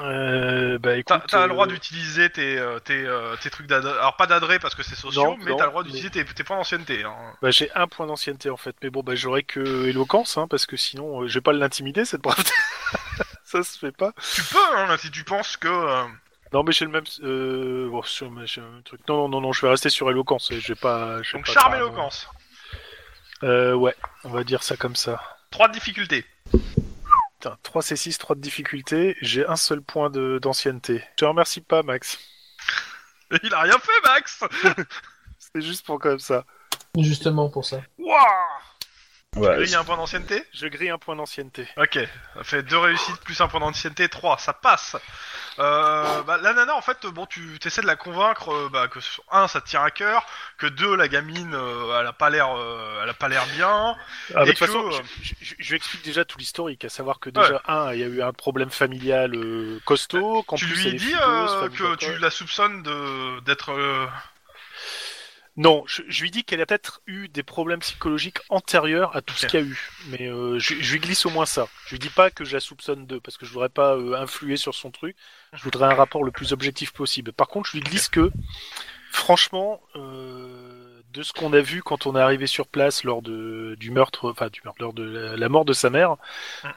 Euh, bah écoute.
T'as t'as le droit
euh, d'utiliser
d'utiliser tes euh, tes, euh, tes trucs d'adresse. Alors pas d'adresse parce que c'est sociaux,
Non,
mais
non,
t'as le droit
mais-
d'utiliser tes, tes points d'ancienneté. hein.
Bah j'ai un point d'ancienneté en fait, mais bon bah j'aurais que éloquence hein, parce que sinon euh, je vais pas l'intimider cette brave. Ça se fait pas.
Tu peux hein, si tu penses que. euh,
Non mais j'ai le même euh, bon, sur mais j'ai le même truc. Non non non je vais rester sur éloquence. Je vais pas. je vais
Donc
pas
charme
faire un-
éloquence.
Euh, ouais, on va dire ça comme ça.
3 de difficulté.
Putain, 3 C6, 3 de difficulté. J'ai un seul point de d'ancienneté. Je te remercie pas Max.
Il a rien fait, Max.
C'est juste pour comme ça.
Justement pour ça.
Wouah
Ouais,
Il y a un point d'ancienneté
Je grille un point d'ancienneté.
Ok, ça fait deux réussites plus un point d'ancienneté, 3, ça passe. Euh, bah, la nana, en fait, bon, tu essaies de la convaincre euh, bah, que un, ça te tient à cœur, que deux, la gamine, euh, elle a pas l'air, euh, elle a pas l'air bien.
Ah, bah,
Et
de toute façon,
que, euh,
je, je- je lui explique déjà tout l'historique, à savoir que déjà, un, il y a eu un problème familial euh, costaud, qu'en
tu
plus,
lui
elle est
dis
fugueuse,
euh,
famille
que
d'alcool.
tu la soupçonnes de d'être. euh,
Non, je, je lui dis qu'elle a peut-être eu des problèmes psychologiques antérieurs à tout ce
Ok.
qu'il y a eu, mais euh, je, je lui glisse au moins ça. Je lui dis pas que je la soupçonne d'eux, parce que je voudrais pas euh, influer sur son truc, je voudrais un rapport le plus objectif possible. Par contre, je lui glisse que, franchement, euh, de ce qu'on a vu quand on est arrivé sur place lors de, du meurtre, enfin du meurtre, lors de la, la mort de sa mère,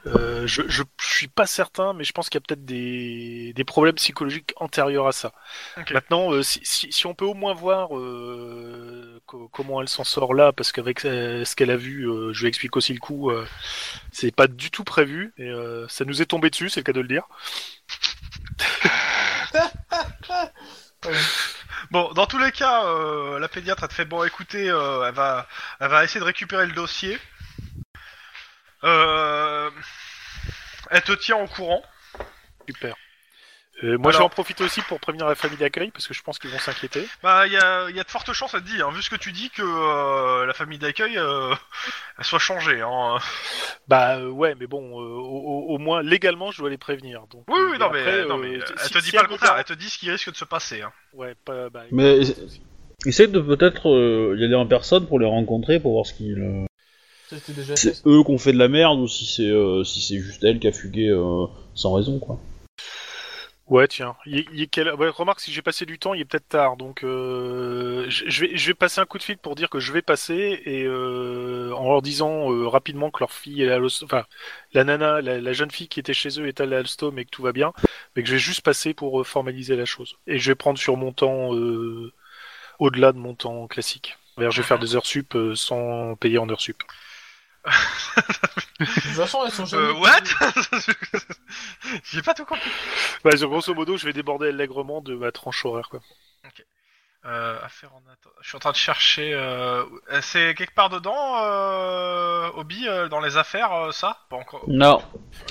euh, je, je, je suis pas certain, mais je pense qu'il y a peut-être des, des problèmes psychologiques antérieurs à ça.
Ok.
Maintenant, euh, si, si, si on peut au moins voir euh, co- comment elle s'en sort là, parce qu'avec euh, ce qu'elle a vu, euh, je lui explique aussi le coup, euh, c'est pas du tout prévu, et euh, ça nous est tombé dessus, c'est le cas de le dire.
Bon, dans tous les cas, euh, la pédiatre, elle te fait bon, écoutez, euh, elle va, elle va essayer de récupérer le dossier. Euh, elle te tient au courant.
Super. Euh, moi,
Alors-
je vais en profiter aussi pour prévenir la famille d'accueil, parce que je pense qu'ils vont s'inquiéter.
Bah, il y a, y a de fortes chances, elle te dit, hein, vu ce que tu dis, que euh, la famille d'accueil euh, elle soit changée. Hein.
Bah euh, ouais, mais bon, euh, au, au- au moins légalement, je dois les prévenir. Donc,
Oui, oui,
euh,
non,
après,
mais, non, mais
euh,
elle
si-
te
si
dit pas
elle
le
me
contraire,
garde-
elle te dit ce qui risque de se passer. Hein.
Ouais, pas, bah,
Mais-
écoute, pas de souci.
Essaye de peut-être euh, y aller en personne pour les rencontrer, pour voir ce qu'ils. euh,
C'était déjà
si
fait.
C'est eux qui ont fait de la merde ou si c'est euh, si c'est juste elle qui a fugué euh, sans raison quoi.
Ouais, tiens. Il est- il est quelle- ouais, remarque, si j'ai passé du temps, il est peut-être tard. Donc, euh, je je vais, je vais passer un coup de fil pour dire que je vais passer et euh, en leur disant euh, rapidement que leur fille est à l'hosto- enfin, la nana, la, la jeune fille qui était chez eux est à l'Alstom et que tout va bien, mais que je vais juste passer pour euh, formaliser la chose. Et je vais prendre sur mon temps euh, au-delà de mon temps classique. C'est-à-dire, Je vais faire des heures sup euh, sans payer en heures sup.
De toute façon, elles sont jamais.
Euh, what J'ai pas tout compris.
Bah, grosso modo, je vais déborder allègrement de ma tranche horaire. Quoi.
Euh, affaire en attente. Je suis en train de chercher. euh, C'est quelque part dedans, euh, Obi, euh, dans les affaires, euh, ça Pas encore.
Non.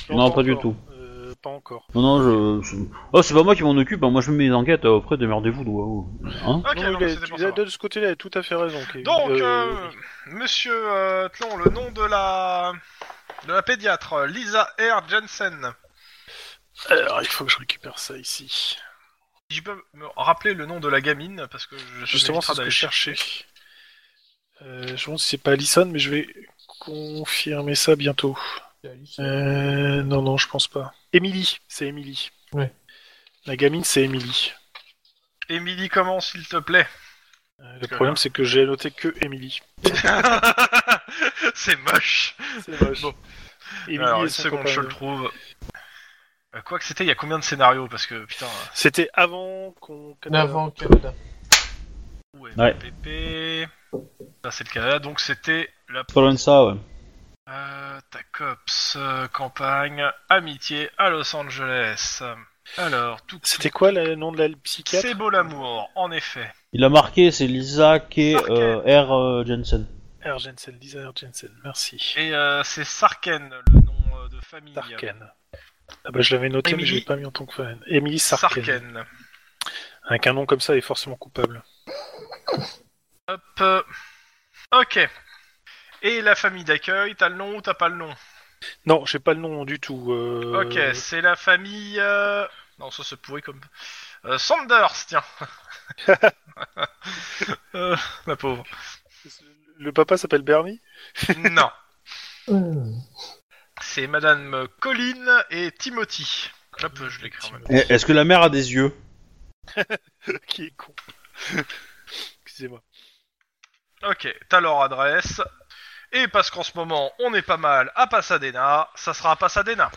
Non, pas du
encore.
tout.
Euh, pas encore.
Non, non, je. je- Oh, c'est pas moi qui m'en occupe, hein. moi je mets mes enquêtes euh, auprès des merdez-vous, doigts. Hein
Ok,
Non,
non, bah,
il a-
c'était pour
il a-
savoir.
de ce côté-là, il a tout à fait raison. Kevin.
Donc,
Euh,
euh, monsieur euh, Tlon, le nom de la de la pédiatre, euh, Lisa R. Jensen. euh,
Alors, il faut que je récupère ça ici.
Si je peux me rappeler le nom de la gamine, parce que je
Justement, c'est ce que je cherchais. Euh, je me demande si c'est pas Allison, mais je vais confirmer ça bientôt. Euh, non, non, je pense pas. Emily, c'est Emily.
Ouais.
La gamine, c'est Emily.
Émilie, comment, s'il te plaît
Euh, le problème, c'est que j'ai noté que Emily.
C'est moche.
C'est moche. Emily
Alors,
et
une
son
seconde,
copain.
je le trouve. Euh, Quoi que c'était, il y a combien de scénarios Parce que putain, euh,
C'était avant qu'on.
euh, Avant Canada.
où est
Ouais.
PPP Ça, c'est le Canada, donc c'était la
Pas loin de ça, ouais.
Euh, Tacops, euh, campagne, amitié à Los Angeles. Alors, tout.
C'était quoi le nom de la psychiatre
C'est beau l'amour, en effet.
Il a marqué, c'est Lisa K.
Marqué.
euh, R. euh, Jensen.
R. Jensen, Lisa R. Jensen, merci.
Et euh, c'est Sarken, le nom euh, de famille.
Sarken. Ah bah je l'avais noté, mais je l'ai
Emily-
pas mis en tant que fan. Emily Sarken.
Sarken.
Avec un nom comme ça, elle est forcément coupable.
Hop. euh, Ok. Et la famille d'accueil, t'as le nom ou t'as pas le nom
Non, j'ai pas le nom du tout. euh,
Ok, c'est la famille. euh, Non, ça se pourrit comme. Euh, Sanders, tiens. Euh, la pauvre.
Le papa s'appelle Bernie
Non.
Hmm.
C'est Madame Colline et Timothy. Hop, je l'écris en même temps.
Eh, Est-ce que la mère a des yeux
Qui est con. Excusez-moi.
Ok, t'as leur adresse. Et parce qu'en ce moment, on est pas mal à Pasadena, ça sera à Pasadena.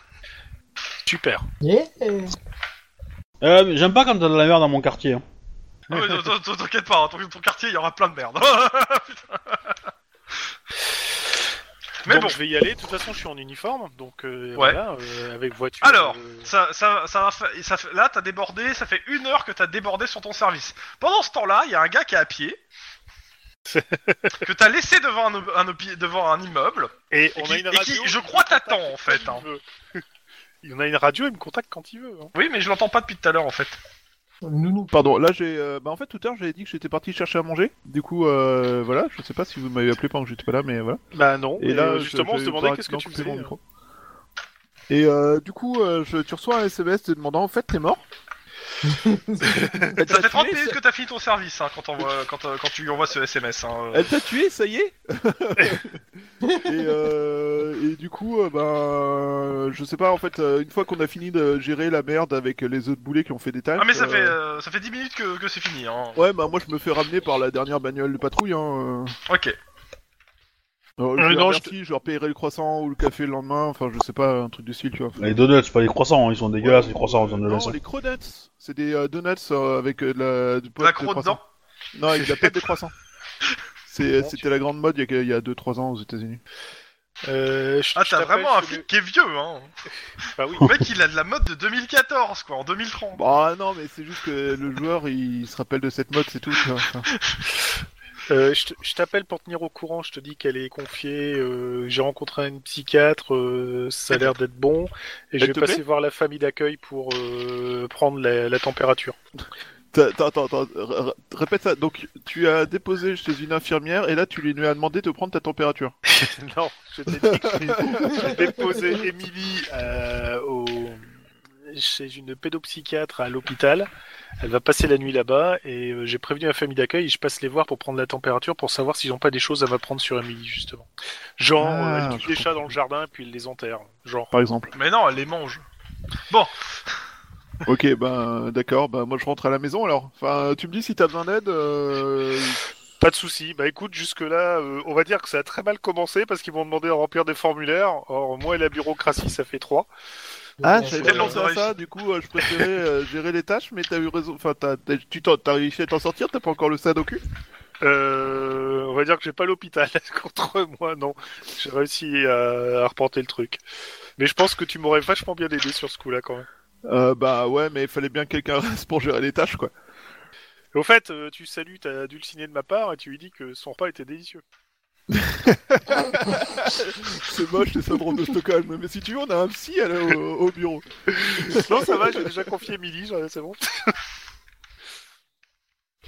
Super.
Yeah.
euh, mais J'aime pas quand t'as de la merde dans mon quartier. hein.
Ah ouais, non, t'in- t'in- T'inquiète pas, hein, ton, ton quartier, il y aura plein de merde. Putain. Mais
donc,
bon,
je vais y aller. De toute façon, je suis en uniforme, donc euh, voilà, euh, avec voiture.
Alors,
euh,
ça, ça, ça va fa- ça fait- là, t'as débordé, ça fait une heure que t'as débordé sur ton service. Pendant ce temps-là, il y a un gars qui est à pied, que t'as laissé devant un, ob- un opi- devant un immeuble,
et
et
on
qui,
a une
et
radio.
qui,
il
je
me
crois,
contacte
t'attend en
quand
fait.
il
hein.
veut. Il y en a une radio, il me contacte quand il veut. hein.
Oui, mais je l'entends pas depuis tout à l'heure en fait.
Nounou.
Pardon, là j'ai. euh, Bah en fait tout à l'heure j'avais dit que j'étais parti chercher à manger. Du coup, euh, voilà, je sais pas si vous m'avez appelé pendant que j'étais pas là, mais voilà.
Bah non.
Et là,
justement,
je-
on se
je-
demandait
j'ai
qu'est-ce que tu
coupé
faisais.
mon
euh.
micro. Et euh, du coup, euh, je, tu reçois un SMS te demandant en fait t'es mort. Elle
Ça
t'a
fait 30
tué,
minutes
ça-
que t'as fini ton service hein, quand, on voit- quand, euh, quand tu lui envoies ce SMS. hein.
Elle t'a tué, ça y est. et, euh, et du coup, euh, ben, je sais pas. En fait, euh, une fois qu'on a fini de gérer la merde avec les œufs de boulet qui ont fait des tâches.
Ah, mais ça
euh,
fait, euh, ça fait 10 minutes que, que c'est fini. Hein.
Ouais, bah moi je me fais ramener par la dernière bagnole de patrouille. Hein. euh.
Ok.
Alors,
Euh,
je,
non,
non, je leur paierai le croissant ou le café le lendemain. Enfin, je sais pas, un truc du style, tu vois.
Les donuts, pas les croissants, hein, ils sont dégueulasses, les croissants,
Euh,
ils sont
non,
dégueulasses.
les cronuts, c'est des euh, donuts euh, avec euh, de la du
La
pâte de
crotte
croissant.
dedans.
Non, avec de la pâte de croissant. C'est- euh, C'était la grande mode il y a- il y a 2-3 ans aux États-Unis.
Euh, je-
Ah,
je
t'as
t'appelle,
vraiment un
je te-
flic qui est vieux. Hein.
Bah oui.
Le mec, il a de la mode de 2014, quoi, en 2030.
Bah non, mais c'est juste que le joueur il se rappelle de cette mode, c'est tout. tu vois. Enfin,
Euh, je te- je t'appelle pour tenir au courant, je te dis qu'elle est confiée, euh, j'ai rencontré une psychiatre, euh, ça a l'air d'être bon, et je
Elle
vais
te
passer
plaît
voir la famille d'accueil pour euh, prendre la, la température.
t'as- t'as- Attends, attends, r- r- répète ça. Donc tu as déposé chez une infirmière et là tu lui as demandé de prendre ta température.
non, je t'ai dit que j'ai déposé Émilie euh, au- chez une pédopsychiatre à l'hôpital, elle va passer la nuit là-bas, et euh, j'ai prévenu la famille d'accueil, et je passe les voir pour prendre la température, pour savoir s'ils n'ont pas des choses à m'apprendre sur Émilie, justement. Genre, euh,
Ah,
elle
je
tue des chats
comprends.
dans le jardin, puis elle les enterre, genre.
Par exemple.
Mais non, elle les mange.
Ok, ben d'accord, ben moi je rentre à la maison alors. Enfin, tu me dis si t'as besoin d'aide. euh,
Pas de souci. Bah écoute, jusque-là, euh, on va dire que ça a très mal commencé parce qu'ils m'ont demandé de remplir des formulaires. Or, moi et la bureaucratie, ça fait trois.
Ah,
Donc,
j'avais
c'est
pas
le
pensé
lendemain.
à ça, du coup euh, je préférais euh, gérer les tâches, mais t'as eu raison. Enfin, t'as, t'as- tu t'en- t'as réussi à t'en sortir, t'as pas encore le SAD au cul
Euh, on va dire que j'ai pas l'hôpital contre moi, non. J'ai réussi à, à reporter le truc. Mais je pense que tu m'aurais vachement bien aidé sur ce coup-là quand même.
euh, Bah ouais, mais il fallait bien que quelqu'un reste pour gérer les tâches quoi.
Et au fait, euh, tu salues ta dulcinée de ma part et tu lui dis que son repas était délicieux.
C'est moche, les syndromes de Stockholm. Mais si tu veux, on a un psy à la- au, au bureau.
non, ça va, j'ai déjà confié Milly, c'est bon.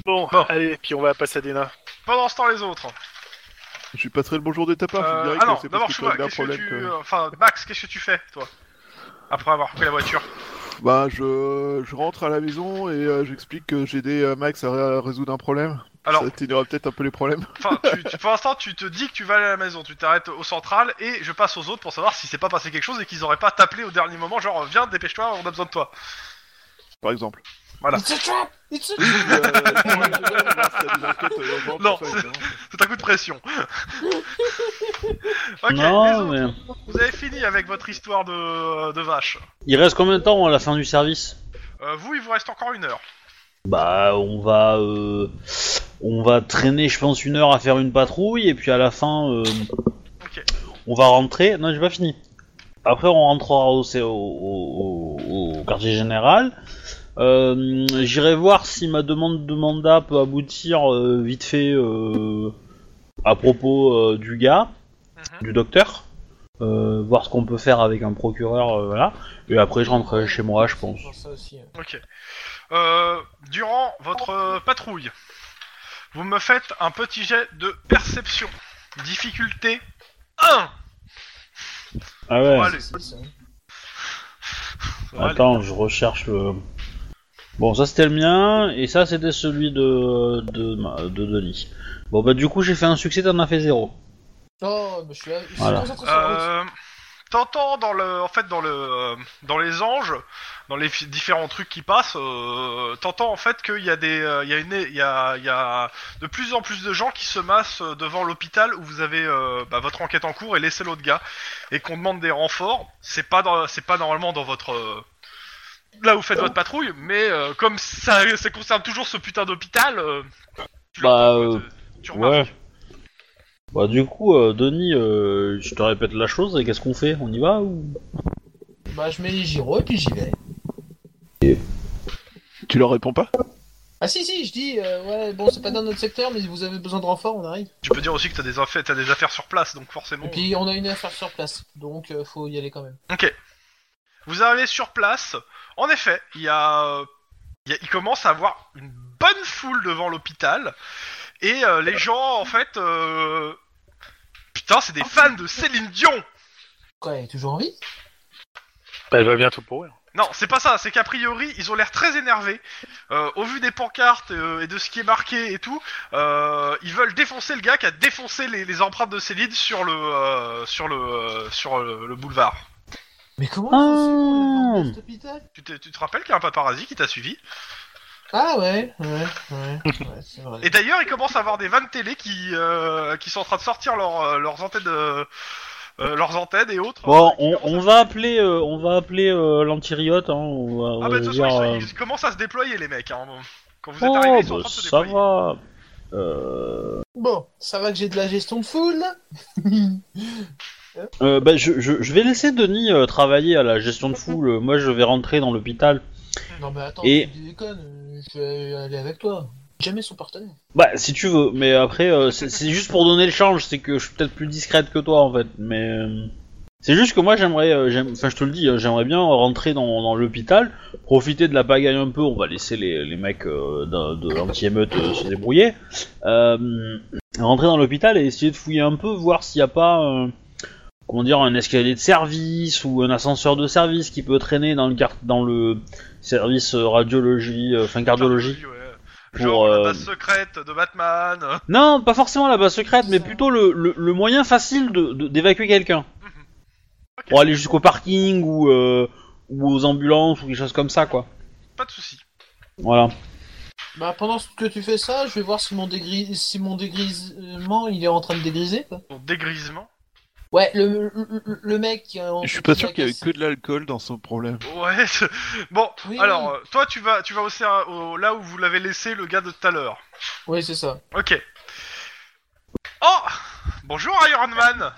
bon.
Bon.
allez, puis on va passer à Dena.
Pendant ce temps, les autres.
Je passerai le bonjour de ta part.
Euh,
je dirais
ah
que
non,
c'est parce
d'abord,
que
je
t'as eu un
qu'est-ce que
problème
tu.
que-
euh, Enfin, Max, qu'est-ce que tu fais, toi Après avoir pris la voiture. euh,
Bah, je, je rentre à la maison et euh, j'explique que j'ai aidé euh, Max à ré- résoudre un problème.
Alors,
Ça t'éloignera peut-être un peu les problèmes.
enfin, tu- tu- pour l'instant, tu te dis que tu vas aller à la maison, tu t'arrêtes au central et je passe aux autres pour savoir si s'est pas passé quelque chose et qu'ils auraient pas t'appelé au dernier moment, genre viens, dépêche-toi, on a besoin de toi.
par exemple.
Voilà.
It's a trap It's a
Oui,
trap
euh, je-
Non,
hein.
C'est un coup de pression. ok, les
non,
autres,
mais...
vous avez fini avec votre histoire de, de vache.
Il reste combien de temps à la fin du service
Euh, vous, il vous reste encore une heure.
Bah, on va... euh, On va traîner, je pense, une heure à faire une patrouille, et puis à la fin, euh,
Ok.
on va rentrer... Non, j'ai pas fini. Après, on rentrera au, au, au- au- au quartier général. Euh, J'irai voir si ma demande de mandat peut aboutir euh, vite fait euh, à propos euh, du gars.
Mhm.
du docteur, euh, voir ce qu'on peut faire avec un procureur, euh, voilà. Et après, je rentrerai chez moi, je pense.
ça aussi. hein.
Ok. Euh, durant votre euh, patrouille, vous me faites un petit jet de perception. Difficulté 1.
Ah ouais.
Allez.
C'est ça. hein.
Attends, je recherche le. Bon, ça c'était le mien, et ça c'était celui de, de, de Denis. Bon, bah, du coup, j'ai fait un succès, t'en as fait zéro.
Non, mais je suis là. Je suis
Voilà.
concentré sur la route.
Euh, T'entends dans le, en fait dans le, euh, dans les anges, dans les fi- différents trucs qui passent, euh, t'entends en fait qu'il y a des, euh, il y a une, il y a, il y a de plus en plus de gens qui se massent euh, devant l'hôpital où vous avez euh, bah, votre enquête en cours et laissez l'autre gars et qu'on demande des renforts. C'est pas, dans- c'est pas normalement dans votre, euh, là où vous faites votre patrouille, mais euh, comme ça, ça concerne toujours ce putain d'hôpital, euh, tu
Bah,
l'entends, quoi,
euh,
tu- tu remarques.
Bah, du coup, euh, Denis, euh, je te répète la chose, et qu'est-ce qu'on fait On y va ou
Bah, je mets les gyros et puis j'y vais.
Tu leur réponds pas
Ah si, si, je dis, euh, ouais, bon, c'est pas dans notre secteur, mais vous avez besoin de renfort, on arrive.
Tu peux dire aussi que t'as des, affaires- t'as des affaires sur place, donc forcément.
Et puis, on a une affaire sur place, donc euh, faut y aller quand même.
Vous arrivez sur place. En effet, il y a, euh, il y a- il commence à avoir une bonne foule devant l'hôpital et euh, les gens en fait, euh, putain, c'est des fans de Céline Dion.
Quoi, elle est toujours en vie
Bah, elle va bientôt pourrir.
Non, c'est pas ça. C'est qu'a priori, ils ont l'air très énervés. Euh, au vu des pancartes euh, et de ce qui est marqué et tout, euh, ils veulent défoncer le gars qui a défoncé les, les empreintes de Céline sur le, euh, sur le, euh, sur le, le boulevard.
Mais comment
Ah.
ils sont sûrs qu'on est dans cet hôpital
Tu te, tu te rappelles qu'il y a un paparazzi qui t'a suivi
Ah ouais, ouais, ouais, ouais c'est vrai.
Et d'ailleurs, ils commencent à avoir des vannes télé qui, euh, qui sont en train de sortir leurs euh, leurs antennes, euh, euh, leurs antennes et autres.
Bon,
euh, qui
on,
commencent
on va appeler, euh, on va appeler euh, l'antiriote, hein. On va, on
à- Ah bah
va
de toute
dire,
façon,
euh,
ils, ils commencent à se déployer les mecs. Hein. Quand vous êtes
Oh,
arrivés, ils sont en
bah,
train de se
ça
déployer.
va. Euh,
Bon, ça va que j'ai de la gestion de foule
euh, bah, je, je, je vais laisser Denis euh, travailler à la gestion de foule. Euh, Moi, je vais rentrer dans l'hôpital.
Non mais attends,
Et-
tu déconnes, euh, je vais aller avec toi. Jamais son partenaire.
Bah, si tu veux, mais après, euh, c'est c'est juste pour donner le change. C'est que je suis peut-être plus discrète que toi, en fait. Mais euh, c'est juste que moi, j'aimerais, euh, j'aime- enfin, je te le dis, euh, j'aimerais bien rentrer dans, dans l'hôpital, profiter de la pagaille un peu. On va laisser les, les mecs euh, d'un- de l'anti-émeute euh, se débrouiller. Euh, rentrer dans l'hôpital et essayer de fouiller un peu, voir s'il n'y a pas. euh, Comment dire, un escalier de service ou un ascenseur de service qui peut traîner dans le, quart- dans le service euh, radiologie, euh, enfin cardiologie.
ouais.
Pour,
Genre
euh,
la base secrète de Batman. euh,
Non, pas forcément la base secrète, mais
Ça.
plutôt le, le- le moyen facile de- de- d'évacuer quelqu'un.
Mhm. Ok.
Pour aller jusqu'au parking ou, euh, ou aux ambulances ou quelque chose comme ça, quoi.
Pas de soucis.
Voilà.
Bah pendant que tu fais ça, je vais voir si mon, dégris... si mon dégrisement il est en train de dégriser quoi.
Bon, dégrisement.
Ouais, le, le, le- le mec qui a...
Je suis pas
qui
sûr
a
qu'il y avait
cassé-
que de l'alcool dans son problème.
Ouais. je- Bon,
Oui,
alors,
oui.
euh, toi, tu vas, tu vas aussi à- au- là où vous l'avez laissé le gars de tout à l'heure.
Ouais c'est ça.
Ok. Oh Bonjour Iron Man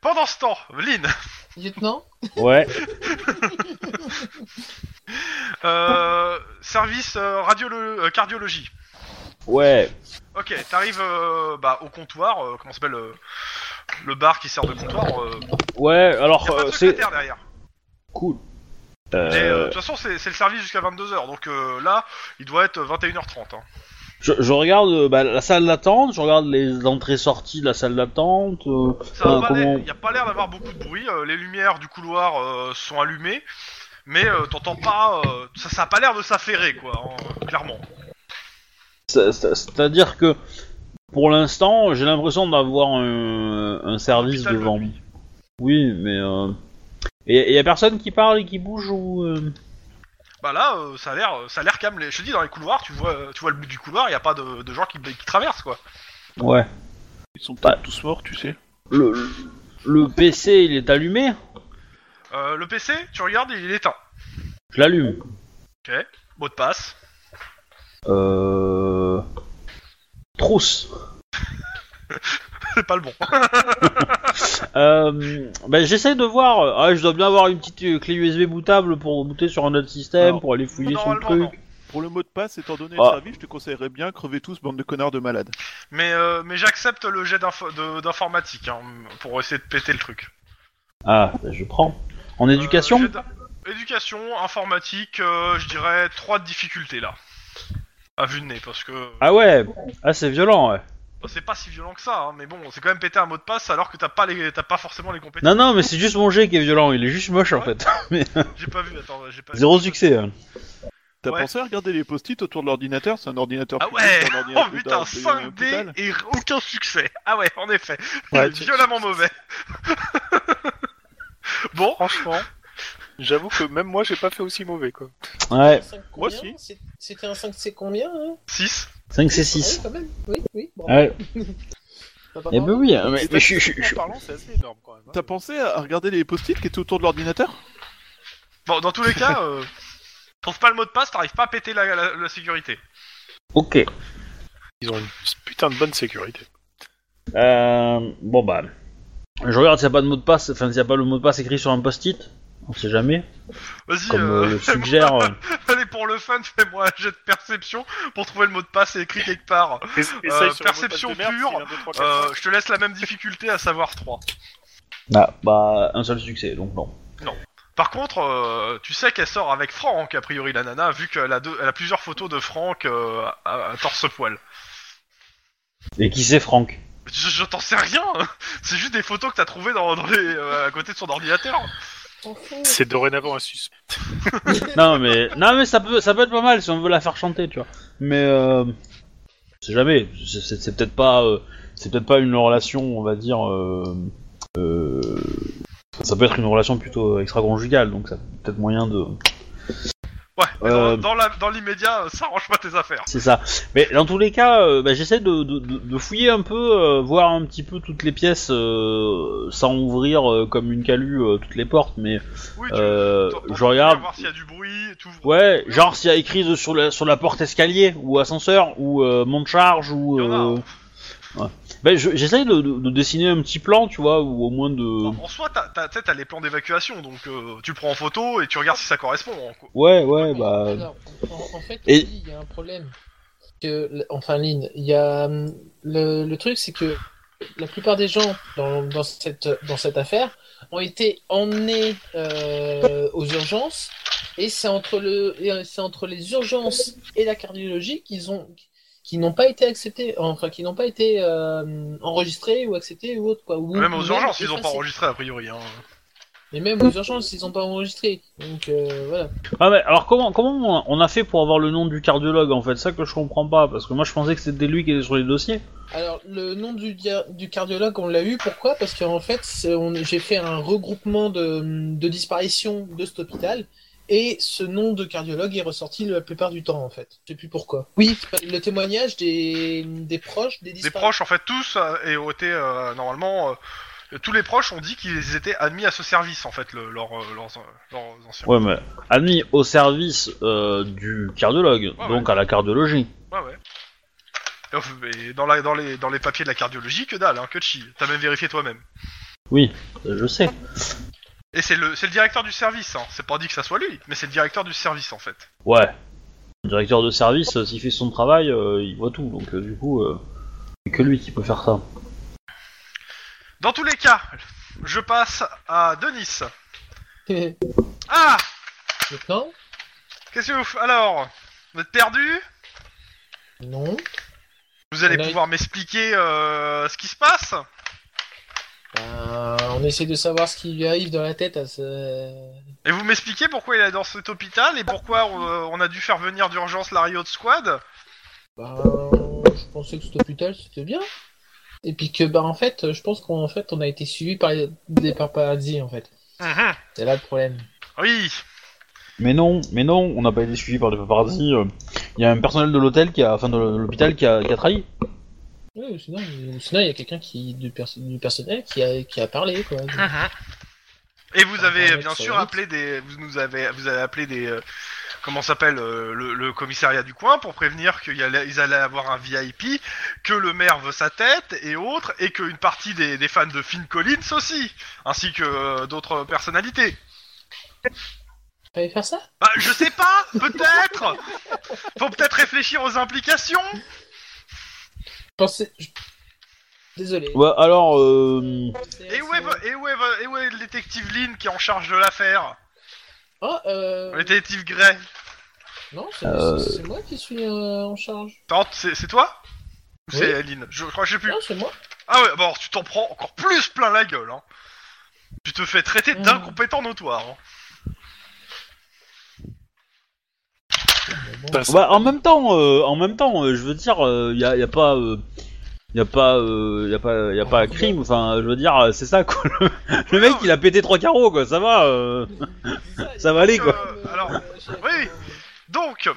Pendant ce temps, Lynn
Lieutenant
Ouais.
Euh, service euh, radiolo- euh, cardiologie.
Ouais.
Ok, t'arrives euh, bah, au comptoir, euh, comment s'appelle euh, le bar qui sert de comptoir. Euh,
Ouais, alors,
y a pas
euh,
de
c'est
secrétaire derrière.
cool.
Mais, euh, De
Euh,
toute façon, c'est c'est le service jusqu'à 22h, donc euh, là, il doit être 21h30. Hein.
je, je regarde euh, bah, la salle d'attente, je regarde les entrées-sorties de la salle d'attente. euh,
Ça
Ah,
a pas l'air-
comment-
y a pas l'air d'avoir beaucoup de bruit. euh, les lumières du couloir euh, sont allumées, mais euh, t'entends pas. euh, ça, ça a pas l'air de s'affairer, quoi, hein, clairement.
C'est- c'est- C'est-à-dire que pour l'instant, j'ai l'impression d'avoir un, un service
Hôpital
devant moi. Oui, mais. Euh... Et il y a personne qui parle et qui bouge ou. euh,
Bah là, euh, ça a l'air, ça a l'air calme. Les- Je te dis, dans les couloirs, tu vois, tu vois le bout du couloir, y a pas de, de gens qui, qui traversent, quoi.
Ouais.
Ils sont
Bah.
peut-être tous morts, tu sais.
Le, le- le PC, il est allumé
Euh, le PC, tu regardes, il est éteint.
Je l'allume.
Mot de passe.
Euh. Trousse.
C'est pas le bon.
Euh, ben, j'essaie de voir. euh, Ah, je dois bien avoir une petite euh, clé USB bootable pour booter sur un autre système,
Alors,
pour aller fouiller son
Normalement,
truc.
non.
Pour le mot de passe, étant donné
Ah.
le service, je te conseillerais bien crever tous, bande de connards de malades.
Mais, euh, mais j'accepte le jet d'info- de- d'informatique hein, pour essayer de péter le truc.
Ah, ben, je prends. En éducation
Euh, jet d'in- Éducation, informatique, euh, je dirais trois de difficulté là. À vue de nez, parce que
Ah ouais, ah, c'est violent, ouais.
bah, c'est pas si violent que ça, hein, mais bon, c'est quand même péter un mot de passe alors que t'as pas, les... t'as pas forcément les compétences.
Non, non, mais c'est juste mon jet qui est violent, il est juste moche en fait.
J'ai pas vu, attends, j'ai pas
Zéro
vu.
succès. hein.
T'as
Ouais.
pensé à regarder les post-it autour de l'ordinateur C'est un ordinateur
Ah
public,
ouais
c'est un
Oh
ordinateur
putain,
d'un- d'un
5D
hôpital.
et aucun succès Ah ouais, en effet,
Ouais, tu-
violemment mauvais Bon,
Franchement, j'avoue que même moi, j'ai pas fait aussi mauvais, quoi.
Ouais,
Un cinq
Moi
combien C'est- C'était un 5 c'est combien hein
6
5 c'est
Ah oui,
6.
quand même. Oui, oui. Bon.
Ah Ouais.
Bah, bah,
Eh ben oui, hein, mais,
Et
mais je- je-
statistiquement
je-
parlant, c'est assez énorme, quand même. hein.
T'as pensé à à regarder les post-it qui étaient autour de l'ordinateur
Bon, dans tous les cas, euh, trouve pas le mot de passe, t'arrives pas à péter la, la- la sécurité.
Ok.
Ils ont une putain de bonne sécurité.
Euh, bon bah. Je regarde s'il n'y a pas de mot de passe, enfin s'il n'y a pas le mot de passe écrit sur un post-it. On sait jamais.
Vas-y,
Comme euh,
euh,
le suggère. euh,
allez pour le fun, fais-moi un jet de perception pour trouver le mot de passe écrit quelque part.
Essaye sur le
perception
mot de passe de
pure,
merde, s'il y en a deux, trois, quatre,
Euh, je te laisse la même difficulté, à savoir 3.
Ah, bah, un seul succès, donc non.
Par contre, euh, tu sais qu'elle sort avec Franck, a priori, la nana, vu qu'elle a, deux- elle a plusieurs photos de Franck euh, à, à torse-poil.
Et qui c'est Franck
Je, je t'en sais rien hein. C'est juste des photos que t'as trouvées dans, dans les, euh, à côté de son ordinateur.
t'en fous.
C'est dorénavant un suspect.
Non mais, non, mais ça, peut, ça peut être pas mal si on veut la faire chanter, tu vois. Mais, euh, c'est jamais. C'est- C'est c'est peut-être pas, euh, c'est peut-être pas une relation, on va dire. euh, euh, ça peut être une relation plutôt extra-conjugale, donc ça peut-être moyen de.
Ouais, mais
Euh.
dans, dans la- dans l'immédiat, ça arrange pas tes affaires.
C'est ça. Mais dans tous les cas, euh, bah, j'essaie de, de- de- de fouiller un peu, euh, voir un petit peu toutes les pièces euh, sans ouvrir euh, comme une calue euh, toutes les portes, mais
Oui, tu,
euh,
t'en- t'en-
je regarde.
voir s'il y a du bruit, t'ouvres-
Ouais, genre s'il y a écrit de- sur, la, sur la porte escalier, ou ascenseur, ou euh, monte charge, ou...
Il y en a, hein.
euh, ouais. Ben, je- j'essaye de, de- de dessiner un petit plan, tu vois, ou au moins de...
Bon, Bah, en soi, t'as, t'as, t'sais, t'as les plans d'évacuation, donc euh, tu prends en photo et tu regardes si ça correspond. en quoi.
Ouais, ouais, bah...
Alors, en, en fait,
Et-
oui, il y a un problème. Que, l- enfin, Lynn, il y a hum, le, le truc, c'est que la plupart des gens dans, dans cette, dans cette affaire ont été emmenés euh, aux urgences, et c'est entre, le, et, euh, c'est entre les urgences et la cardiologie qu'ils ont qui n'ont pas été acceptés, enfin qui n'ont pas été euh, enregistrés ou acceptés ou autre quoi. ou-
Même
ou
aux urgences, ils ont pas
effacés.
enregistré a priori. Hein.
Et même aux urgences, ils n'ont pas enregistré. Donc euh, voilà.
Ah ouais, alors comment, comment on a fait pour avoir le nom du cardiologue, en fait Ça que je comprends pas, parce que moi je pensais que c'était lui qui était sur les dossiers.
Alors, le nom du, dia- du cardiologue, on l'a eu. Pourquoi Parce qu'en fait, c'est- on- j'ai fait un regroupement de, de disparitions de cet hôpital. Et ce nom de cardiologue est ressorti la plupart du temps, en fait. Je sais plus pourquoi. Oui, le témoignage des, des proches, des
Les
disparus.
proches, en fait, tous euh, et ont été euh, normalement. euh, tous les proches ont dit qu'ils étaient admis à ce service, en fait, le- leur, euh, leurs, euh, leurs anciens.
Ouais, mais admis au service euh, du cardiologue,
Ouais,
donc à la cardiologie.
Ouais, ouais. Et enfin, mais dans, la, dans, les, dans les papiers de la cardiologie, que dalle, hein, que chi. T'as même vérifié toi-même.
Je sais.
Et c'est le, c'est le directeur du service, hein. c'est pas dit que ça soit lui, mais c'est le directeur du service en fait.
Ouais. Le directeur de service, euh, s'il fait son travail, euh, il voit tout. Donc euh, du coup, euh, c'est que lui qui peut faire ça.
Dans tous les cas, je passe à Denis. Ah
Lieutenant
Qu'est-ce que vous f- Alors, vous êtes perdu
Non.
Vous allez
On a-
pouvoir m'expliquer euh, ce qui se passe
Euh, on essaie de savoir ce qui lui arrive dans la tête à ce.
Et vous m'expliquez pourquoi il est dans cet hôpital et pourquoi euh, on a dû faire venir d'urgence la Riot Squad
Bah, je pensais que cet hôpital c'était bien. Et puis que, bah, en fait, je pense qu'en fait, on a été suivi par les- des paparazzi, en fait.
Mhm.
C'est là le problème.
Oui,
Mais non, mais non, on n'a pas été suivi par des paparazzi. euh. Il y a un personnel de l'hôtel qui a, enfin de l'hôpital qui a, qui a trahi.
Oui, ou sinon, ou sinon, il y a quelqu'un qui du, perso- du personnel qui a, qui a parlé, quoi.
Et vous
Ah, bah,
avez
mec,
bien
ça
sûr
va.
appelé des, vous nous avez, vous avez appelé des, euh, comment ça s'appelle, euh, le, le commissariat du coin pour prévenir qu'ils allaient avoir un VIP, que le maire veut sa tête et autres, et qu'une partie des, des fans de Finn Collins aussi, ainsi que euh, d'autres personnalités.
Fallait faire ça
Bah, je sais pas, peut-être. Faut peut-être réfléchir aux implications.
Je pensais. je- Désolé.
Ouais, alors, euh,
Et où est, vo- et où est, vo- et où est le détective Lynn qui est en charge de l'affaire
Oh,
Le
euh.
détective Gray.
Non, c'est
Euh.
c'est- c'est moi qui suis euh, en charge.
Attends, C'est c'est toi Ou
Oui.
C'est Lynn Je crois, je sais plus.
Non, c'est moi.
Ah ouais, bah alors tu t'en prends encore plus plein la gueule, hein. Tu te fais traiter
Mm.
d'incompétent notoire. hein.
Mais bon,
Putain, ça-
bah, en même temps, euh, en même temps, euh, je veux dire, il y, a, y a pas, il y a pas, il y a pas, y a pas crime. Enfin, je veux dire, euh, c'est ça quoi. Le, le mec, il a pété trois carreaux quoi. Ça va. euh.
c'est ça,
ça
il y
va
a
aller,
quoi.
comme, euh,
Alors,
euh, chef,
oui. Donc,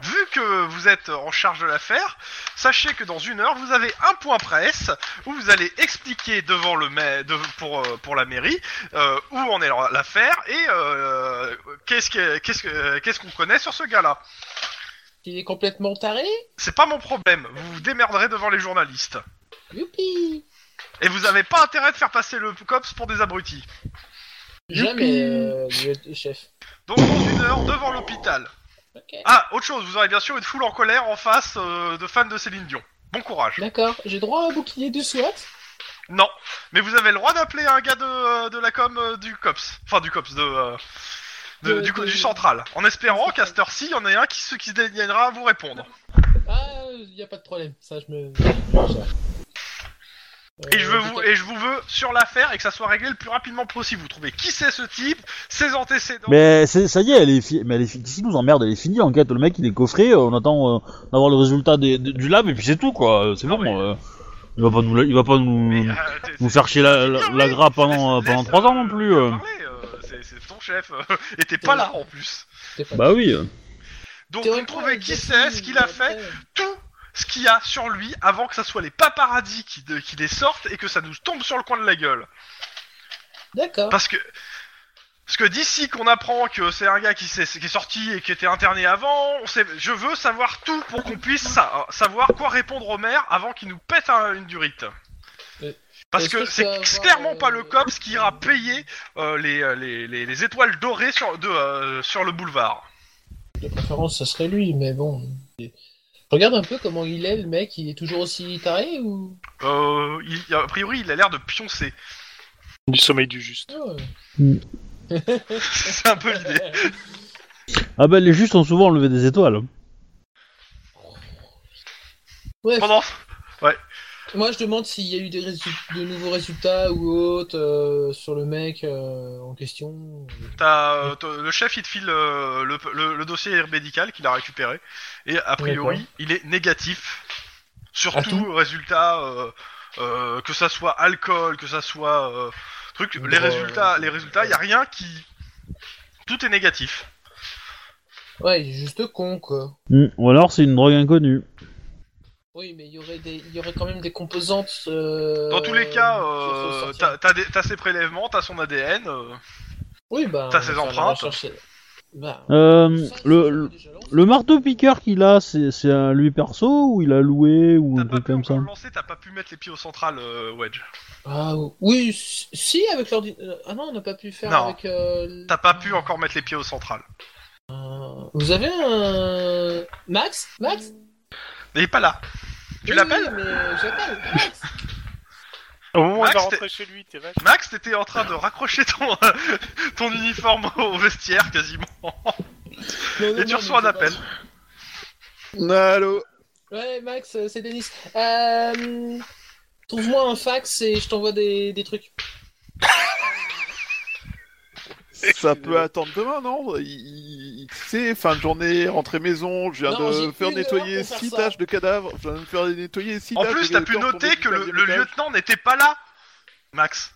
vu que vous êtes en charge de l'affaire, sachez que dans une heure, vous avez un point presse où vous allez expliquer devant le ma- de- pour, euh, pour la mairie euh, où en est leur- l'affaire et euh, qu'est-ce que- qu'est-ce que- qu'est-ce qu'on connaît sur ce gars-là.
Il est complètement taré
C'est pas mon problème, vous vous démerderez devant les journalistes.
Youpi
Et vous avez pas intérêt de faire passer le COPS pour des abrutis.
Jamais, euh, le chef.
Donc dans une heure devant l'hôpital.
Ok.
Ah, autre chose, vous aurez bien sûr une foule en colère en face euh, de fans de Céline Dion. Bon courage.
D'accord, j'ai droit à un bouclier de SWAT
Non, mais vous avez le droit d'appeler un gars de, euh, de la com euh, du COPS. Enfin du COPS, de, euh, de-
De-
du, co-
de-
du central. En espérant qu'à cette heure-ci, il y en ait un qui, se- qui se dédaignera à vous répondre.
Ah, y a pas de problème, ça je me. je me gère.
Et je,
Euh,
veux vous, et je vous veux sur l'affaire et que ça soit réglé le plus rapidement possible. Vous trouvez qui c'est ce type, ses antécédents.
Mais c'est- ça y est, elle est, fi- mais elle est fi- qui nous emmerde, elle est finie l'enquête. Le mec, il est coffré. euh, on attend euh, d'avoir le résultat des- de- du lab et puis c'est tout quoi. euh, C'est
Non,
bon.
mais-
euh, il va pas nous, la- il va pas nous,
Mais, euh, t'es-
nous faire chier la, la, la grappe pendant
Laisse-
pendant
laisse,
trois ans
euh,
non plus. euh.
parler, euh, c'est- C'est ton chef. euh, et t'es pas là en plus.
t'es pas-
Bah oui. euh.
Donc vous
Théoriquement,
trouvez qui
il y a
c'est,
qui,
ce qu'il a
mais
fait,
après,
tout ce qu'il y a sur lui avant que ça soit les paparazzis qui, de- qui les sortent et que ça nous tombe sur le coin de la gueule.
D'accord.
Parce que parce que d'ici qu'on apprend que c'est un gars qui, s'est- qui est sorti et qui était interné avant, on sait- je veux savoir tout pour qu'on puisse sa- savoir quoi répondre au maire avant qu'il nous pète un- une durite.
Euh,
Parce
est-ce
que
que je
c'est
peux avoir,
clairement pas
euh,
le COPS qui ira payer euh, les, euh, les, les- les étoiles dorées sur, de, euh, sur le boulevard.
De préférence, ce serait lui, mais bon. Regarde un peu comment il est, le mec, il est toujours aussi taré ou.
Euh, il- a priori, il a l'air de pioncer.
Du sommeil du juste.
Oh.
C'est un peu l'idée.
Ah bah les justes ont souvent levé des étoiles.
Ouais,
Pendant...
moi je demande s'il y a eu des résu- de nouveaux résultats ou autres euh, sur le mec euh, en question.
t'as, euh, t- le chef, il te file euh, le, le- le dossier médical qu'il a récupéré. Et a priori, il est négatif. Sur
À
tout résultat, euh, euh, que ça soit alcool, que ça soit euh, truc, les
Drogue.
résultats, les résultats, y a rien qui, tout est négatif.
Ouais, il est juste con quoi.
Hmm, Ou alors c'est une drogue inconnue.
Oui, mais il y aurait des, il y aurait quand même des composantes. euh,
Dans tous les cas,
qui
euh,
ressortiraient.
t'as, t'as des- t'as ses prélèvements, t'as son ADN. euh,
oui, bah,
t'as
on va
ses
faire la
empreintes.
recherche- Bah,
Euh,
ça,
le,
ça,
le-
déjà lancé.
le marteau-piqueur qu'il a, c'est c'est à lui perso ou il a loué ou
T'as
un
pas
truc
pu
comme ça
encore le lancer, t'as pas pu mettre les pieds au central, euh, Wedge.
Ah, oui, si, avec l'ordi. Ah non, on n'a pas pu faire
Non.
avec. euh,
T'as pas pu encore mettre les pieds au central.
Euh, Vous avez un. Max Max
Il est pas là. Tu
Oui,
l'appelles
oui, mais J'appelle Max
Au moment où il
Max,
va
t'es-
rentrer chez lui, t'es vache.
Max, t'étais en train de raccrocher ton, euh, ton uniforme au vestiaire quasiment.
Non, non,
Et tu
non,
reçois un
mais
appel.
Allô
Ouais, Max, euh, c'est Denis. Euh, Trouve-moi un fax et je t'envoie des, des trucs.
Ça peut attendre demain, non Il- il- il- Tu sais, fin de journée, rentrée maison, je viens
Non,
de
j'ai
faire
une heure
nettoyer
pour faire
6
ça.
tâches de cadavres, je viens de me faire nettoyer 6
En
tâches
plus,
de
t'as pu
corps tombés
noter
du
que le,
quatrième
le
étage.
lieutenant n'était pas là, Max.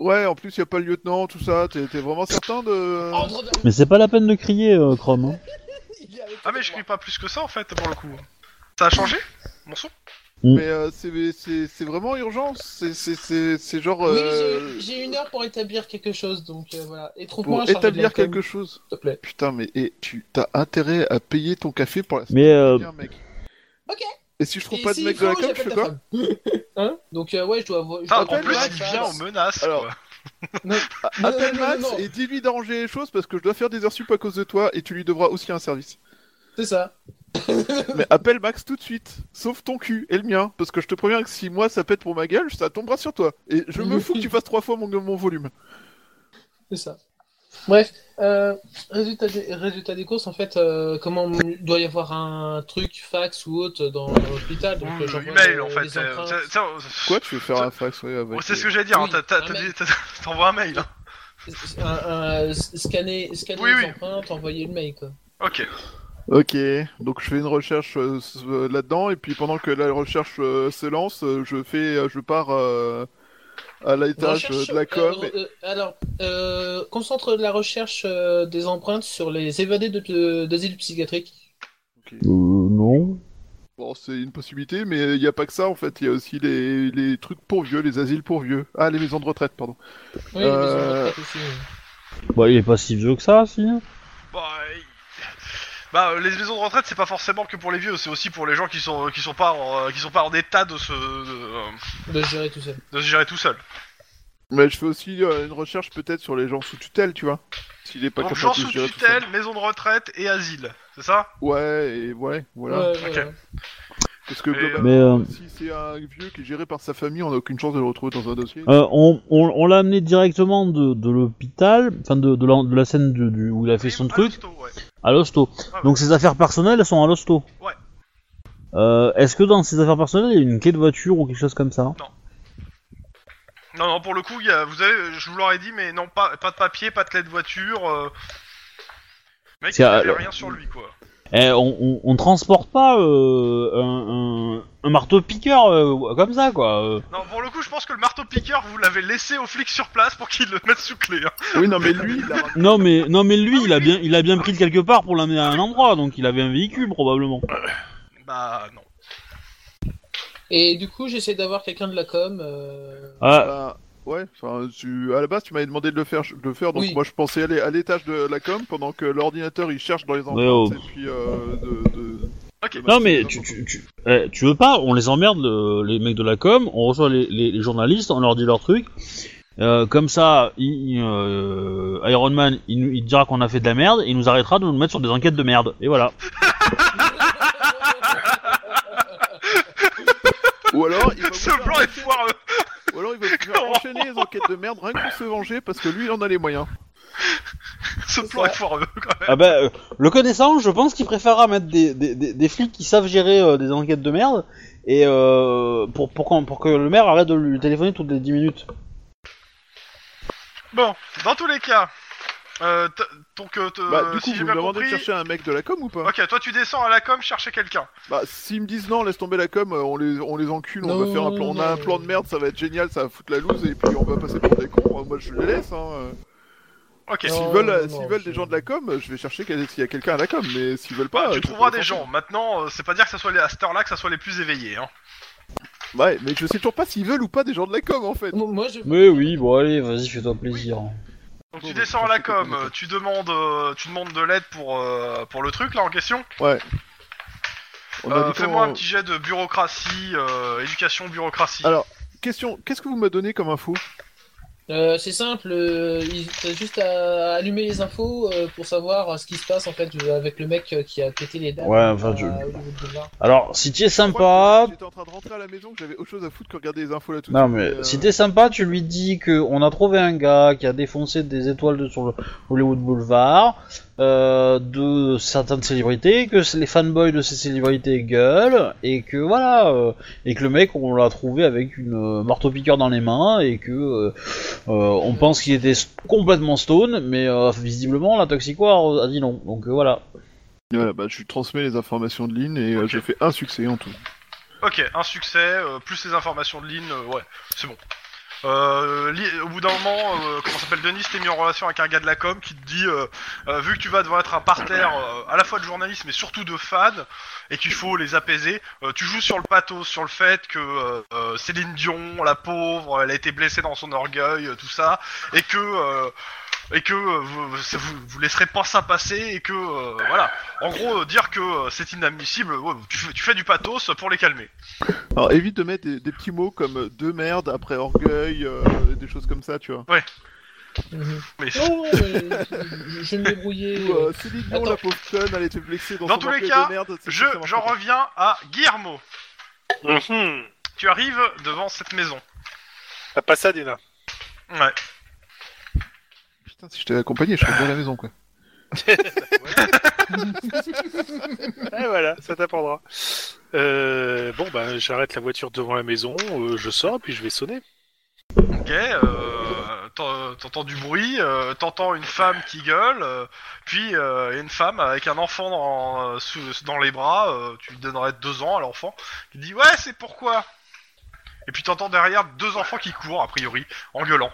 Ouais, en plus, y a pas le lieutenant, tout ça, t'es t'es vraiment certain
Euh.
de...
Ordre de...
Mais c'est pas la peine de crier, euh, Chrome. hein.
Oh, Il est avec
Ah, mais je crie pas plus que ça en fait, pour le coup. Ça a changé Mon son
Mm.
Mais euh, c'est- c'est c'est vraiment urgent, c'est- c'est c'est- c'est genre...
Oui,
euh,
j'ai- j'ai une heure pour établir quelque chose, donc euh, voilà. Et trouve-moi
pour
un chargé de
établir
la com,
quelque chose.
s'il te plaît.
Putain, mais et, tu t'as intérêt à payer ton café pour la
Mais euh,
Bien, mec.
Ok.
Et si je trouve
Et
pas de
s'il
mec
faut,
de la com, je
j'appelle
fais
ta
quoi
femme. Hein Donc, euh, ouais, je dois avoir.
Putain, en
rappelle,
plus,
Max,
il vient aux menaces.
Alors,
quoi.
Non, non,
Appelle
non, non,
Max
non.
et dis-lui d'arranger les choses parce que je dois faire des heures sup à cause de toi et tu lui devras aussi un service.
C'est ça.
Mais appelle Max tout de suite, sauf ton cul et le mien, parce que je te préviens que si moi ça pète pour ma gueule, ça tombera sur toi. Et je me fous que tu fasses trois fois mon, mon volume.
C'est ça. Bref, euh, résultat, des, résultat des courses, en fait, euh, comment il doit y avoir un truc, fax ou autre dans l'hôpital. donc,
Ou
euh,
le
j'envoie
email
des-
Mmh, en
des
fait. euh,
empreintes.
ça- ça-
Hum. Quoi, tu veux faire un fax ouais, avec,
Ouais, C'est ce
euh,
que j'allais dire, hein,
Oui,
t'as- t'as-
un
t'as
mail.
dit- t'as- t'envoies un mail. hein.
Un- un- euh, scanner, scanner
Oui,
les
oui.
empreintes, envoyer le mail, quoi.
Ok.
Ok, donc je fais une recherche euh, s- euh, là-dedans et puis pendant que la recherche euh, se lance, euh, je fais, euh, je pars euh, à l'étage
Recherche-
euh, de la com.
euh, euh, alors, euh, concentre la recherche euh, des empreintes sur les évadés de, de- d'asile psychiatrique.
euh, non.
Bon, c'est une possibilité, mais il n'y a pas que ça en fait. Il y a aussi les, les trucs pour vieux, les asiles pour vieux. Ah, les maisons de retraite, pardon.
Oui, les maisons de
Euh,
retraite aussi.
Bah, il est pas si vieux que ça, si.
Bah, euh, bah, euh, les maisons de retraite, c'est pas forcément que pour les vieux, c'est aussi pour les gens qui sont qui sont pas en, euh, qui sont pas en état de se de,
de gérer tout ça.
de se gérer tout seul.
Mais je fais aussi euh, une recherche peut-être sur les gens sous tutelle, tu vois. S'il est pas
Donc
capable
gens
de se
sous
gérer tout seul.
tutelle, maison de retraite et asile, c'est ça
Ouais, et ouais,
Ouais,
voilà.
voilà.
Parce que
Et,
globalement,
Mais euh,
si c'est un vieux qui est géré par sa famille, on n'a aucune chance de le retrouver dans un dossier.
Ah.
euh, on, on, on l'a amené directement de, de l'hôpital, enfin de, de, la, de la scène du, du- où il a fait son
Ah,
truc,
l'hosto, ouais.
à l'hosto.
Ah ouais.
Donc ses affaires personnelles, elles sont à l'hosto.
Ouais.
Euh, Est-ce que dans ses affaires personnelles, il y a une clé de voiture ou quelque chose comme ça
Non, non, pour le coup, il y a- vous avez, je vous l'aurais dit, mais non, pas, pas de papier, pas de clé de voiture. euh, Mec,
C'est
il
à-
avait rien sur lui, quoi.
Eh, on, on, on transporte pas euh, un, un, un marteau-piqueur euh, comme ça, quoi. euh.
Non, pour le coup, je pense que le marteau-piqueur, vous l'avez laissé aux flics sur place pour qu'ils le mettent sous clé. hein.
Oui, non, mais lui, il a ramené-
Non mais non mais lui, il a bien il a bien pris de quelque part pour l'amener à un endroit, donc il avait un véhicule probablement.
Bah, non.
Et du coup, j'essaie d'avoir quelqu'un de la com. euh,
Ah,
Ah, ouais, enfin, tu... à la base, tu m'avais demandé de le faire, je- de le faire donc
Oui.
moi je pensais aller à l'étage de la com pendant que l'ordinateur il cherche dans les empreintes
oh.
et puis euh, de. de-
Ok.
de
Non
masser
mais
les
tu,
empreintes.
tu, tu, eh, tu veux pas, on les emmerde le- les mecs de la com, on reçoit les, les, les journalistes, on leur dit leur truc. Euh, comme ça, il- il, euh, Iron Man, il, nous- il dira qu'on a fait de la merde et il nous arrêtera de nous mettre sur des enquêtes de merde. Et voilà.
Ou alors, il va vous
Ce
faire-
plan est foireux.
Ou alors il va vous faire enchaîner les enquêtes de merde rien que pour se venger parce que lui il en a les moyens.
Ce
C'est
plan
ça.
est foireux, quand même.
Ah bah, euh, le connaissant, je pense qu'il préférera mettre des, des, des, des flics qui savent gérer euh, des enquêtes de merde et euh, pour, pour, qu'on- pour que le maire arrête de lui téléphoner toutes les 10 minutes.
Bon, dans tous les cas, euh, t- donc, euh, t-
bah, du coup,
si j'ai
vous me
bien
demandez
compris.
de chercher un mec de la com ou pas
Ok, toi tu descends à la com chercher quelqu'un.
Bah, s'ils me disent non, laisse tomber la com, euh, on les, on les encule, on
Non,
va faire un plan, on a
non.
un plan de merde, ça va être génial, ça va foutre la loose et puis on va passer pour des cons. euh, Moi je les laisse. Hein. euh.
Ok.
Non,
S'ils veulent, euh,
non,
s'ils
non,
veulent
je-
des gens de la com, euh, je vais chercher quel- s'il y a quelqu'un à la com, mais s'ils veulent pas.
Bah, tu
euh,
trouveras
je vais
des
les
gens. Maintenant, euh, c'est pas dire que ça soit les- à cette heure-là que ça soit les plus éveillés. Hein.
chercher. Ouais, mais
Euh,
je sais toujours pas s'ils veulent ou pas des gens de la com en fait.
Moi, je.
Mais oui, bon allez, vas-y, fais-toi plaisir.
Donc
Oh,
tu descends à la com, euh, tu demandes, euh, tu demandes de l'aide pour, euh, pour le truc là en question.
Bah, On a
Euh,
dit
Fais-moi un
comment-
petit jet de bureaucratie, euh, éducation, bureaucratie.
Alors, question, qu'est-ce que vous m'avez donné comme info
Euh, c'est simple, euh, il- t'as juste à allumer les infos euh, pour savoir euh, ce qui se passe en fait euh, avec le mec euh, qui a pété les dames.
Ouais, enfin, je-
à Hollywood Boulevard.
Alors, si tu es
Je crois
sympa,
que J'étais en train de rentrer à la maison, que j'avais autre chose à foutre que regarder les infos là tout de
Non
suite,
mais
et, euh,
si t'es sympa, tu lui dis que on a trouvé un gars qui a défoncé des étoiles de, sur le Hollywood Boulevard, euh, de certaines célébrités, que c'est- les fanboys de ces célébrités gueulent et que voilà, euh, et que le mec on l'a trouvé avec une euh, marteau piqueur dans les mains et que euh, euh, on pense qu'il était s- complètement stone, mais euh, visiblement la toxicoire a dit non. Donc euh, voilà.
Voilà, bah, je lui transmets les informations de Lynn et euh,
Ok.
j'ai fait un succès en tout.
Ok, un succès, euh, plus les informations de Lynn, euh, ouais, c'est bon. Euh, Li- au bout d'un moment, euh, comment s'appelle Denis t'es mis en relation avec un gars de la com qui te dit, euh, euh, vu que tu vas devoir être un parterre euh, à la fois de journalistes mais surtout de fans et qu'il faut les apaiser, euh, tu joues sur le pathos, sur le fait que euh, euh, Céline Dion, la pauvre, elle a été blessée dans son orgueil, euh, tout ça, et que euh, et que euh, vous, vous, vous laisserez pas ça passer et que euh, voilà, en gros euh, dire que euh, c'est inadmissible, ouais, tu, fais- tu fais du pathos pour les calmer.
Alors évite de mettre des, des petits mots comme euh, de merde après orgueil, euh, des choses comme ça, tu vois.
Mhm.
Mais c'est-
Non, euh, je, je vais me débrouiller.
Ou, euh, Céline Dion,
Attends.
la pauvre conne, elle était blessée dans,
Dans
son
tous les
orgueil
cas,
de merde. c'est-
je,
ça marche
j'en
pas.
reviens à Guillermo.
Mhm.
Tu arrives devant cette maison.
La Pasadena.
Ouais.
Putain, si je t'avais accompagné, je serais bien à la maison, quoi.
Et voilà, ça t'apprendra. Euh, bon, bah, j'arrête la voiture devant la maison, euh, je sors, puis je vais sonner.
Ok. euh, t'en- t'entends du bruit, euh, t'entends une femme qui gueule, euh, puis euh, une femme avec un enfant dans, euh, sous- dans les bras. euh, tu lui donnerais deux ans à l'enfant. Qui dit ouais, c'est pourquoi. Et puis t'entends derrière deux enfants qui courent a priori en gueulant.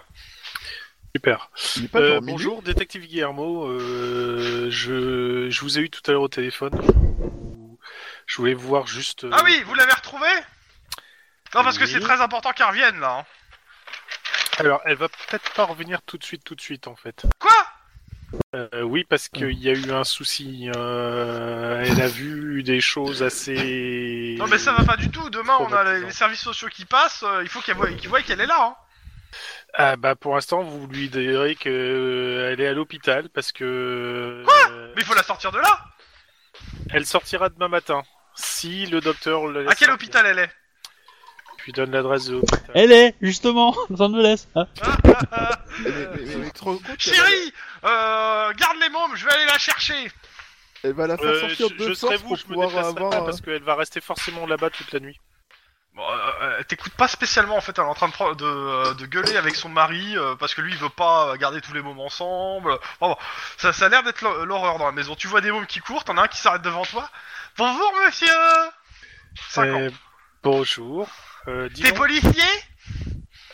Super.
Il est pas
Euh,
genre minuit.
bonjour, détective Guillermo. euh, je, je vous ai eu tout à l'heure au téléphone. Je vous- Je voulais vous voir juste. euh,
Ah oui, vous l'avez retrouvé Non parce que
Oui.
c'est très important qu'elle revienne là. hein.
Alors, elle va peut-être pas revenir tout de suite, tout de suite, en fait.
Quoi
Euh, oui, parce qu'il y a eu un souci. euh, elle a vu des choses assez.
Non mais ça va pas du tout. Demain on a les,
Traumatisant.
les services sociaux qui passent. euh, il faut qu'elle voie, qu'ils voient qu'elle est là. hein.
Ah bah pour l'instant vous lui direz que euh, elle est à l'hôpital parce que euh,
Mais il faut la sortir de là
elle sortira demain matin si le docteur le
À quel hôpital elle est
Je lui donne l'adresse de l'hôpital.
Elle est justement Los Angeles. Ah.
Mais- mais- mais- mais tu te rends compte, elle va-
Chérie euh, Garde les mômes, je vais aller la chercher
Elle va la faire
Euh,
sortir
je,
de
je serai
force
vous,
pour
je me
pouvoir
déplacerai
avoir...
pas
euh,
parce qu'elle va rester forcément là-bas toute la nuit.
Bon, euh, euh, T'écoutes pas spécialement en fait, elle est en train de, pro- de, euh, de gueuler avec son mari euh, parce que lui il veut pas garder tous les mômes ensemble. Enfin, bon, ça, ça a l'air d'être l'hor- l'horreur dans la maison. Tu vois des mômes qui courent, t'en as un qui s'arrête devant toi. Bonjour monsieur Cinq ans.
Euh, bonjour. Euh, dis
T'es
donc-
policier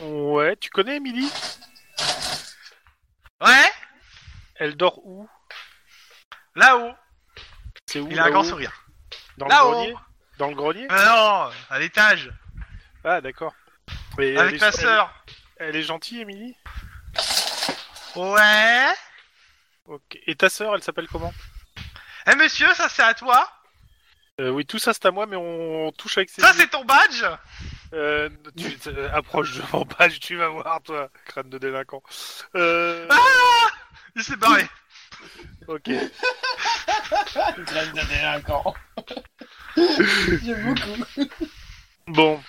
Ouais, tu connais Emily
Ouais
Elle dort où
Là-haut
C'est où
Il a un grand
là-haut
sourire.
Dans
Là-haut.
le grenier Dans le grenier
Ah non, à l'étage,
Ah d'accord. Et elle
avec
est-
ma sœur.
Elle, elle est gentille Emily
Ouais
Ok. Et ta sœur, elle s'appelle comment
Eh monsieur, ça c'est à toi
Euh, oui, tout ça c'est à moi, mais on, on touche avec ses.
Ça c'est ton badge
Euh, tu euh, approche de mon page, tu vas voir, toi, crâne de délinquant. Euh,
Ah Il s'est barré
ok.
Graine de délinquant. J'aime beaucoup.
Bon.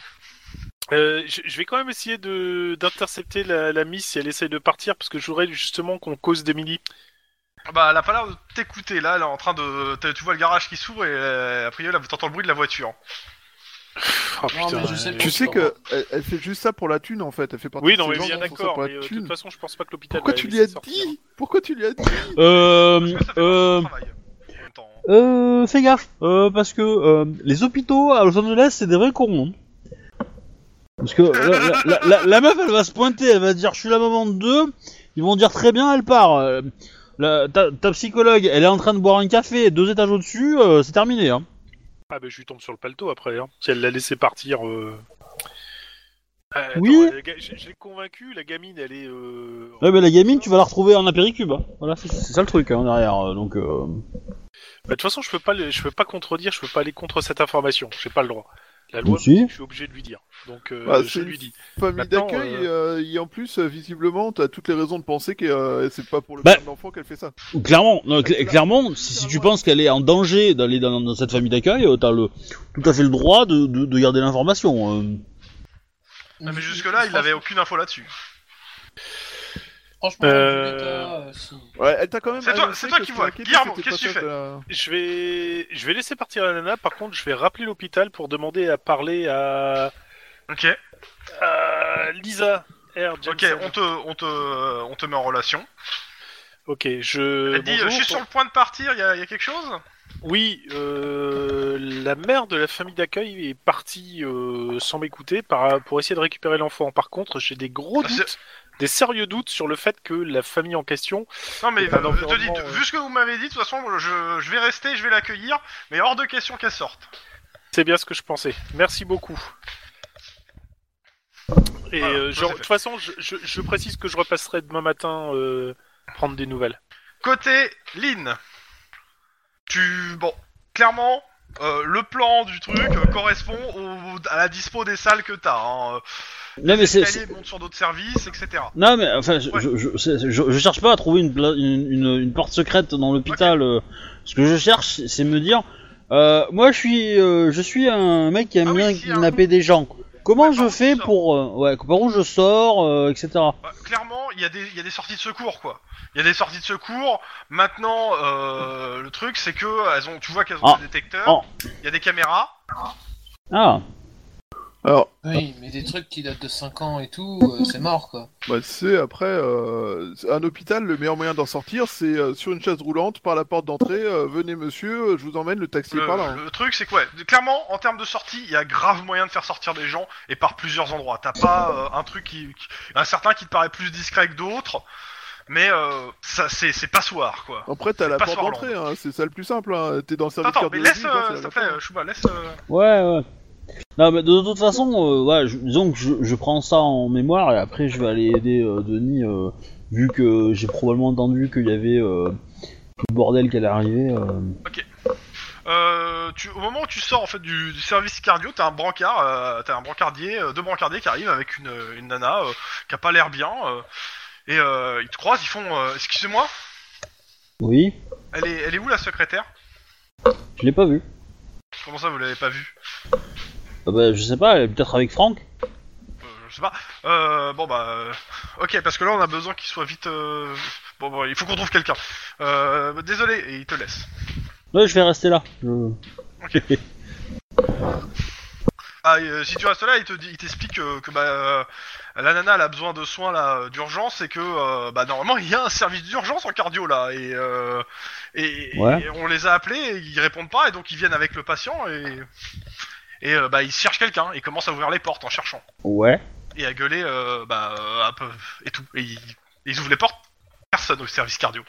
Euh, je je vais quand même essayer de d'intercepter la, la miss si elle essaye de partir, parce que je voudrais justement qu'on cause d'Emily.
Bah, elle a pas l'air de t'écouter là, elle est en train de. t'as- Tu vois le garage qui s'ouvre et euh, a priori, là, t'entends le bruit de la voiture.
Oh,
Non, mais je sais
euh,
Tu
Bon,
sais
bon.
que elle, elle fait juste ça pour la thune en fait, elle fait partie
Oui,
de
non,
ces
mais
gens
bien
qui font ça
d'accord.
pour la
mais, euh, de
thune.
toute façon, je pense pas que l'hôpital.
Pourquoi
va
tu
la
lui as
laisser sortir.
dit Pourquoi tu lui as dit
Parce
Euh,
que c'est pas
euh,
son travail, en même temps.
Euh, fais gaffe, euh, parce que euh, les hôpitaux à Los Angeles, c'est des vrais cons. hein. Parce que la, la- la- la- la meuf, elle va se pointer, elle va dire je suis la maman de deux, ils vont dire très bien, elle part. Euh, la- ta, ta psychologue, elle est en train de boire un café deux étages au-dessus, euh, c'est terminé. Hein.
bah, Ah, mais je lui tombe sur le paletot après. Hein. Si elle l'a laissé partir. euh. Ah,
Oui.
attends, la ga- Je je l'ai convaincu, la gamine, elle est. euh,
Ouais, mais la gamine, tu vas la retrouver en apéricube. hein. Voilà, c'est c'est ça le truc hein, derrière. euh, Donc, euh,
Bah, de toute façon, je peux pas, le- je peux pas contredire, je peux pas aller contre cette information. J'ai pas le droit. La loi,
Si.
me dit que je suis obligé de lui dire. Donc, euh,
Bah,
je
c'est-
lui dis.
Famille
Maintenant,
d'accueil,
euh,
et, euh, et en plus, euh, visiblement, t'as toutes les raisons de penser que euh, c'est pas pour le
Bah.
bien de l'enfant qu'elle fait ça.
clairement, non, cl- clairement, si, si tu penses qu'elle est en danger d'aller dans, dans cette famille d'accueil, euh, t'as le tout à fait le droit de, de- de garder l'information. euh.
Non, Ah, mais jusque-là, il n'avait aucune info là-dessus.
Franchement,
Euh,
Vendetta, euh, si.
Ouais, elle t'a quand même.
C'est toi-
annoncé
c'est toi
que
qui
son
vois.
inquiétude,
Guillermo,
c'était pas
qu'est-ce que tu
celle
fais
de la-
Je vais, je vais laisser partir la nana. Par contre, je vais rappeler l'hôpital pour demander à parler à,
Ok,
à Lisa R. Jensen.
ok, on te, on te, on te met en relation.
Ok, je.
Elle dit,
Euh,
euh,
bonjour.
je suis sur le point de partir. Il y, a- il y a quelque chose
Oui, euh, la mère de la famille d'accueil est partie euh, sans m'écouter par- pour essayer de récupérer l'enfant. Par contre, j'ai des gros
Ah,
doutes, des sérieux doutes sur le fait que la famille en question.
Non, mais
C'est un
euh, je te dis,
environnement,
vu ce que vous m'avez dit, de toute façon, je, je vais rester, je vais l'accueillir, mais hors de question qu'elle sorte.
C'est bien ce que je pensais. Merci beaucoup. Et
Voilà,
euh,
ça, c'est
genre, de
fait.
toute façon, je, je- je précise que je repasserai demain matin euh, prendre des nouvelles.
Côté Lynn, tu. Bon, clairement, euh, le plan du truc euh, correspond au- à la dispo des salles que t'as. Hein.
Non, mais c'est. c'est-
Escalier monte sur d'autres services, etc.
Non, mais enfin, je,
Ouais.
je, je- c'est- je- je cherche pas à trouver une, pla- une, une- une porte secrète dans l'hôpital. euh. Ce que je cherche, c'est- c'est me dire, euh, moi, je suis, euh, je suis un mec qui aime
Ah oui,
bien
si,
kidnapper des gens. Comment
Ouais, par
je
où
fais
tu sors
pour, euh, ouais, par où je sors, euh, etc.
Bah, clairement, il y, a des- il y a des sorties de secours, quoi. Il y a des sorties de secours. Maintenant, euh, le truc, c'est que elles ont, tu vois qu'elles ont
Ah.
des détecteurs, il
Ah.
y a des caméras.
Ah,
Alors,
Oui, mais des trucs qui datent de 5 ans et tout, euh, c'est mort quoi.
bah, c'est après, euh, un hôpital, le meilleur moyen d'en sortir, c'est euh, sur une chaise roulante, par la porte d'entrée, euh, venez monsieur, euh, je vous emmène, le taxi est
Le,
par là. hein.
le truc, c'est que, ouais, clairement, en termes de sortie, il y a grave moyen de faire sortir des gens et par plusieurs endroits. T'as pas euh, un truc qui, qui- Un certain qui te paraît plus discret que d'autres, mais euh, ça, c'est c'est passoire, quoi.
Après, t'as la
pas
porte
sur
d'entrée, hein, c'est ça le plus simple, hein. t'es dans le service
Attends, mais laisse,
cardiologique, hein,
euh,
c'est
s'il te
la
plaît,
porte.
euh, Chouba, laisse. euh,
ouais, ouais. Non, mais de toute façon, euh, ouais, je- disons que je, je prends ça en mémoire et après, je vais aller aider euh, Denis, euh, vu que j'ai probablement entendu qu'il y avait euh, tout le bordel qui allait arriver. euh.
Euh, tu, au moment où tu sors en fait du, du service cardio, t'as un brancard, euh, t'as un brancardier, euh, deux brancardiers qui arrivent avec une, euh, une nana euh, qui a pas l'air bien. euh, et euh, ils te croisent, ils font. euh, Excusez-moi,
Oui,
elle est, elle est où la secrétaire
je l'ai pas vu.
Comment ça, vous l'avez pas vue
Ah bah, je sais pas, elle est peut-être avec Franck.
Euh, Je sais pas. Euh, bon bah, euh, ok, parce que là on a besoin qu'il soit vite. euh, Bon, bon, il faut qu'on trouve quelqu'un. Euh, désolé, et il te laisse.
Ouais, je vais rester là. Je-
Ah, et, euh, si tu restes là, il te dit, il t'explique euh, que bah, euh, la nana elle a besoin de soins là euh, d'urgence et que euh, bah normalement il y a un service d'urgence en cardio là et euh, et, et-
Ouais.
et on les a appelés, et ils répondent pas et donc ils viennent avec le patient et et euh, bah ils cherchent quelqu'un et commencent à ouvrir les portes en cherchant
Ouais.
et à gueuler euh, bah euh, un peu et tout et ils, ils ouvrent les portes personne au service cardio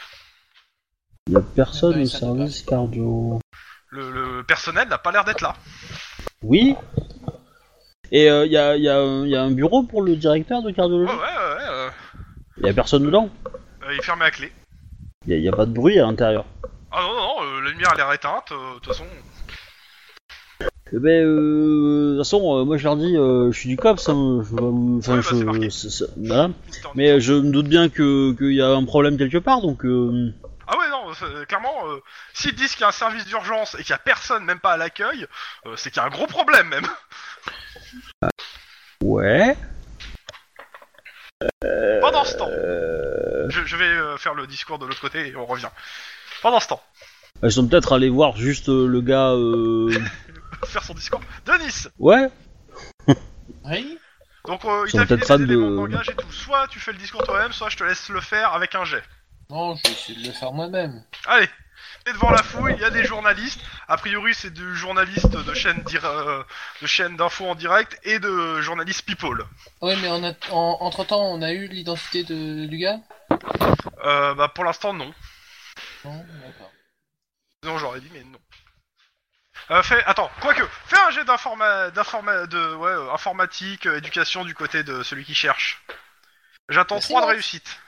Il y a personne
Ouais,
au
ça
service cardio.
le, le personnel n'a pas l'air d'être là
Oui. Et euh, il y, a, il y a un- il y a un bureau pour le directeur de
ouais
cardiologie.
ouais ouais euh,
Il y a personne dedans.
euh, il ferme la clé
Il y a- il y a, pas de bruit à l'intérieur.
ah non non, non euh, la lumière a l'air éteinte euh, de toute façon
Eh ben, euh, de toute façon, euh, moi je leur dis, euh, je suis du COPS, hein, je vais pas vous... Enfin,
Ouais, bah, c'est
je...
marqué.
c'est- c'est- voilà.
Tout est en
Mais euh, je me doute bien que- qu'il y a un problème quelque part, donc... euh,
Ah ouais, non, c'est- clairement, euh, s'ils disent qu'il y a un service d'urgence et qu'il y a personne, même pas à l'accueil, euh, c'est qu'il y a un gros problème même.
ouais.
Pendant ce temps,
Euh...
je, je vais euh, faire le discours de l'autre côté et on revient. Pendant ce temps,
Elles sont peut-être allées voir juste euh, le gars... Euh...
faire son discours. Denis,
ouais
Oui
donc euh, il
Ils sont
t'a filé
peut-être
des
fans
éléments de...
de-
langage et tout. Soit tu fais le discours toi-même, soit je te laisse le faire avec un jet.
Non, je vais essayer de le faire moi-même.
Allez, t'es devant la foule, il y a des journalistes. A priori, c'est du journaliste de chaîne dir- euh, de chaîne d'info en direct et de journaliste People.
Oui, mais en at- en- entre-temps, on a eu l'identité de... du gars
Euh, bah pour l'instant non.
Non, d'accord.
Non, j'aurais dit, mais non. Euh, fais, attends, quoique, fais un jet d'informa, d'informa, de, ouais, euh, informatique, euh, éducation du côté de celui qui cherche. J'attends
Merci,
3 de
Max.
réussite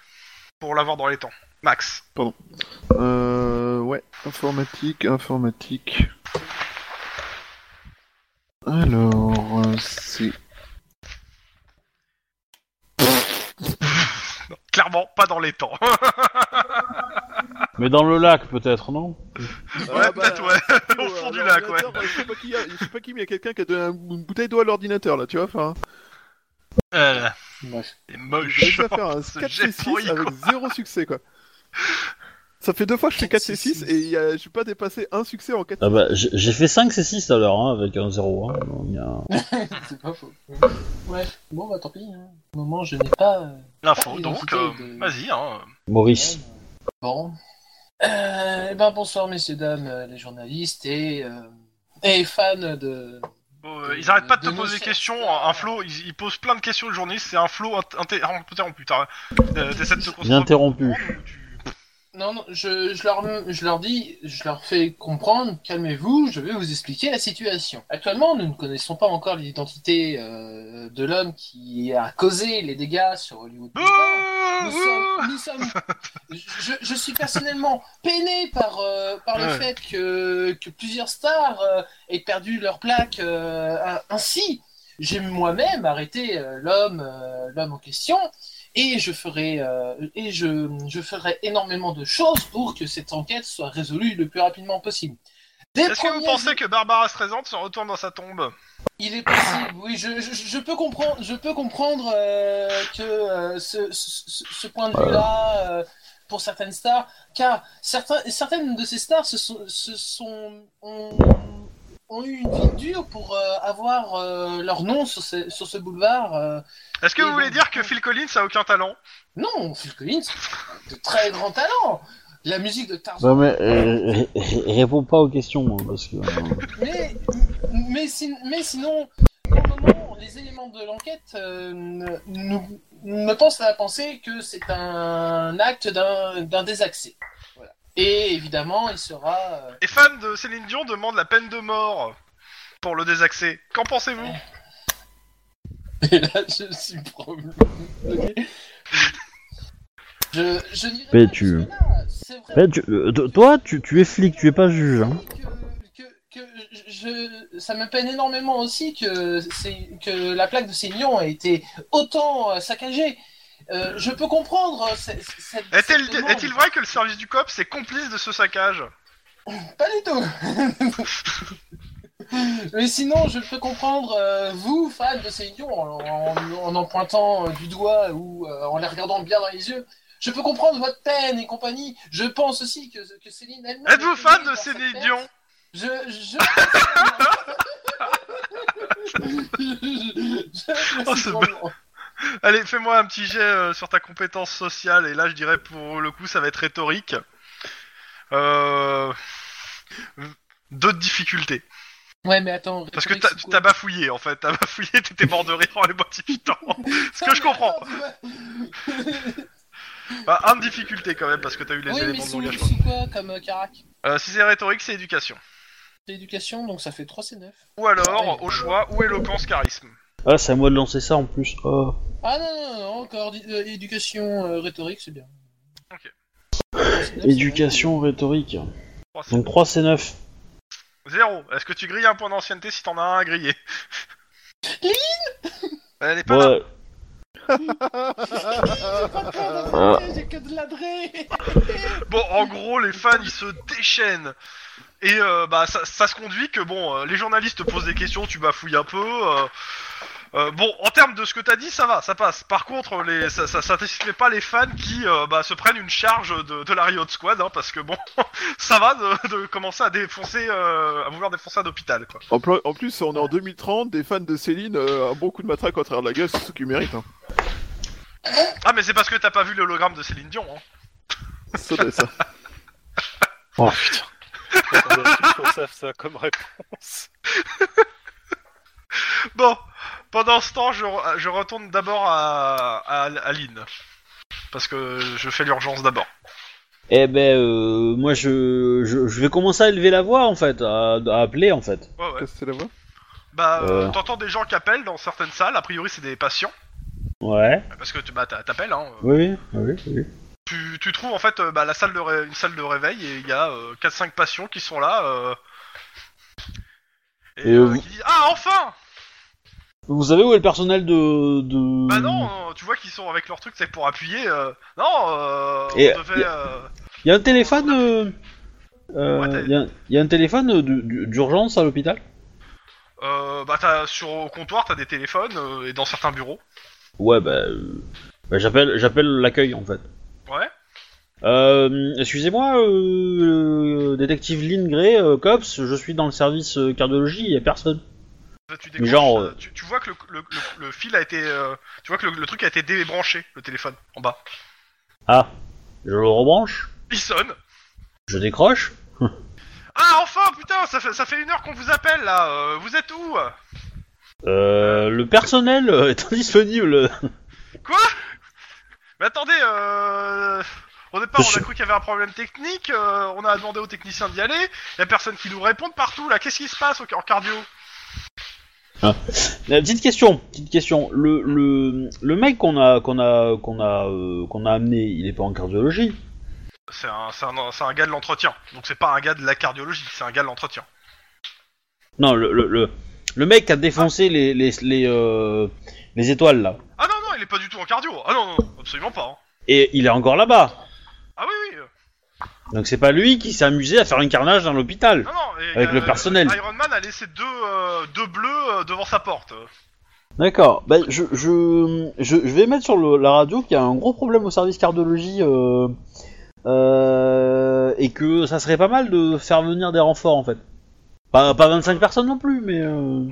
pour l'avoir dans les temps. Max.
Euh, ouais, informatique, informatique. Alors, euh, c'est.
Non, clairement, pas dans les temps.
Mais dans le lac, peut-être, non
Ah,
ouais,
bah,
peut-être, ouais. Au
euh,
fond du lac, ouais.
Je sais pas qui, a- je sais pas qui, mais il y a quelqu'un qui a donné un- une bouteille d'eau à l'ordinateur, là, tu vois. Enfin,
Euh,
Bref.
c'est
j'ai
moche.
réussi à faire un
ce
4
jet
C6
pourri,
avec zéro succès, quoi. Ça fait deux fois que je fais 4 C6 et il y a- je suis pas dépassé un succès en 4
Ah bah, j'ai j'ai fait 5 C6 tout à l'heure, hein, avec un 0. Hein. Il y a-
C'est pas faux. Bref, bon, bah tant pis. Hein. Au moment, je n'ai pas. euh,
L'info,
Ah,
donc,
identité
euh,
de-
vas-y, hein.
Maurice.
Bon. Euh, eh ben, bonsoir, messieurs, dames, euh, les journalistes et, euh, et fans de.
Bon, euh, ils arrêtent pas de te
De nos
poser des
sources,
questions, hein.
euh,
un flow, ils, ils posent plein de questions le journaliste, c'est un flow int- inter- interrompu, t'as- euh, t'essaies de te concentrer.
Interrompu.
Non, non, je, je, leur, je leur dis, je leur fais comprendre, calmez-vous, je vais vous expliquer la situation. Actuellement, nous ne connaissons pas encore l'identité euh, de l'homme qui a causé les dégâts sur Hollywood.
Ah
Boulevard. Nous sommes, nous sommes- je, je suis personnellement peiné par, euh, par le
Ouais.
fait que, que plusieurs stars euh, aient perdu leur plaque euh, a- ainsi. J'ai moi-même arrêté euh, l'homme euh, l'homme en question et je ferai euh, et je, je ferai énormément de choses pour que cette enquête soit résolue le plus rapidement possible. Dès
Est-ce que vous pensez que Barbara Streisand se retourne dans sa tombe
il est possible, oui, je, je, je peux comprendre, je peux comprendre euh, que euh, ce, ce, ce- ce point de vue-là, euh, pour certaines stars, car certains, certaines de ces stars se sont, se sont, ont, ont eu une vie dure pour euh, avoir euh, leur nom sur ce, sur ce boulevard. euh.
Est-ce que
Et
vous voulez
donc-
dire que Phil Collins a aucun talent
Non, Phil Collins, de très grand talent. La musique de
Non
Tarzan.
mais, euh, ré- ré- réponds pas aux questions, hein, parce que... euh,
Mais, mais, si- mais sinon, pour le moment, les éléments de l'enquête euh, ne- nous- me pensent à penser que c'est un acte d'un d'un désaccès. Voilà. Et évidemment, il sera. euh,
Les fans de Céline Dion demandent la peine de mort pour le désaccès. Qu'en pensez-vous
euh, Et là, je suis promu. Ok. Je, je n'irai pas
Pétu.
jusque-là. C'est vrai.
Ben, tu- euh, to- toi, tu, tu es flic, tu es pas juge, hein.
Que, que, que je, ça me peine énormément aussi que, c'est- que la plaque de Céline a été autant euh, saccagée. Euh, je peux comprendre euh, cette. cette-
Est-il
cette demande.
est-il vrai que le service du COP c'est complice de ce saccage
Pas du tout Mais sinon, je peux comprendre euh, vous, fans de Céline en, en, en en pointant euh, du doigt ou euh, en les regardant bien dans les yeux. Je peux comprendre votre peine et compagnie. Je pense aussi que, que Céline elle-même.
Êtes-vous
est
fan
payée
de
par cette
Céline
peine.
Dion
Je. Je. je...
Oh, ce Allez, fais-moi un petit jet euh, sur ta compétence sociale, et là, je dirais pour le coup, ça va être rhétorique. Euh... D'autres difficultés.
Ouais, mais attends.
Parce que
rhétorique,
t'as
c'est quoi
t'as bafouillé, en fait. T'as bafouillé, t'étais mort de rire en les boitifitant. Ce que je comprends. Bah, un de difficulté, quand même, parce que t'as eu les
oui, mais
éléments de
sous,
langage.
sous quoi comme euh, carac
Euh, si c'est rhétorique, c'est éducation.
C'est éducation, donc ça fait 3 C9.
Ou alors, au choix, ou éloquence, charisme.
Ah, c'est à moi de lancer ça en plus. Oh.
Ah non, non, non, encore di- euh, éducation euh, rhétorique, c'est bien.
Ok.
Trois C9, c'est
Éducation rhétorique.
Trois, c'est-
Donc 3 c'est 9.
Zéro. Est-ce que tu grilles un point d'ancienneté si t'en as un à griller
Lynn
Elle est pas là.
Ouais.
vrai. Pas peur de monter, J'ai que de l'adré
Bon, en gros, les fans, ils se déchaînent. Et euh, bah, ça, ça se conduit que, bon, euh, les journalistes te posent des questions, tu bafouilles un peu. euh, euh, bon, en termes de ce que t'as dit, ça va, ça passe. Par contre, les, ça, ça satisfait pas les fans qui euh, bah, se prennent une charge de, de la Riot Squad, hein, parce que bon, ça va de, de commencer à défoncer, euh, à vouloir défoncer un hôpital, quoi.
En, pl- en plus, on est en 2030, des fans de Céline, euh, un bon coup de matraque au travers de la gueule, c'est ce qu'ils méritent. Hein.
Ah, mais c'est parce que t'as pas vu l'hologramme de Céline Dion. Hein.
Ça doit être ça.
Oh,
Attendez, je trouve ça, ça comme réponse.
Bon, pendant ce temps, je, re- je retourne d'abord à, à, à Lynn, parce que je fais l'urgence d'abord.
Eh ben, euh, moi je, je, je vais commencer à élever la voix en fait, à, à appeler en fait.
Ouais, ouais.
Casser la voix
Bah, euh,
Euh.
t'entends des gens qui appellent dans certaines salles, a priori c'est des patients,
Ouais.
parce que tu- bah, t'a- t'appelles, hein. euh.
Oui, oui, oui.
Tu, tu trouves en fait euh, bah, la salle de ré- une salle de réveil et il y a euh, 4-5 patients qui sont là. euh, Et,
Et, euh,
euh,
vous-
qui disent Ah, enfin
Vous savez où est le personnel de. de...
Bah non, tu vois qu'ils sont avec leur truc, c'est pour appuyer. euh, Non, euh,
Et-
on devait.
et-
euh,
Y a un téléphone. Euh, euh,
Ouais, t'as-
y, a, y a un téléphone euh, du- du- d'urgence à l'hôpital
euh, bah, t'as, sur au comptoir, t'as des téléphones euh, et dans certains bureaux.
Ouais, bah. euh, bah, j'appelle, j'appelle l'accueil en fait.
Ouais.
Euh, excusez-moi, euh, euh, détective Lynn Gray, euh, COPS, je suis dans le service euh, cardiologie, y a personne.
Bah, Tu,
Mais genre,
décroches,
euh,
euh, tu, tu vois que le, le- le- le fil a été. euh, tu vois que le, le truc a été débranché, le téléphone, en bas.
Ah, je le rebranche,
Il sonne.
je décroche.
Ah, enfin, putain, ça fait, ça fait une heure qu'on vous appelle là. euh, vous êtes où
Euh, le personnel euh, est indisponible.
Mais attendez, euh... au départ on
Monsieur.
a cru qu'il y avait un problème technique, euh, on a demandé aux techniciens d'y aller, y a personne qui nous répond de partout là, qu'est-ce qui se passe au- en cardio
Euh, petite question, petite question. Le, le, le mec qu'on a qu'on a qu'on a euh, qu'on a amené, il est pas en cardiologie.
C'est un, c'est un, c'est un gars de l'entretien, donc c'est pas un gars de la cardiologie, c'est un gars de l'entretien.
Non, le le, le, le mec qui a défoncé les les les, euh, les étoiles là.
Ah non, non, il est pas du tout en cardio, ah non, non, non, absolument pas. hein.
Et il est encore là-bas.
Ah oui, oui, euh,
Donc c'est pas lui qui s'est amusé à faire un carnage dans l'hôpital.
non, non. et, euh,
Avec le personnel.
Iron Man a laissé deux, euh, deux bleus euh, devant sa porte.
D'accord. Bah, je, je, je, je vais mettre sur le- la radio qu'il y a un gros problème au service cardiologie euh, euh, et que ça serait pas mal de faire venir des renforts en fait. Pas, pas 25 personnes non plus, mais euh,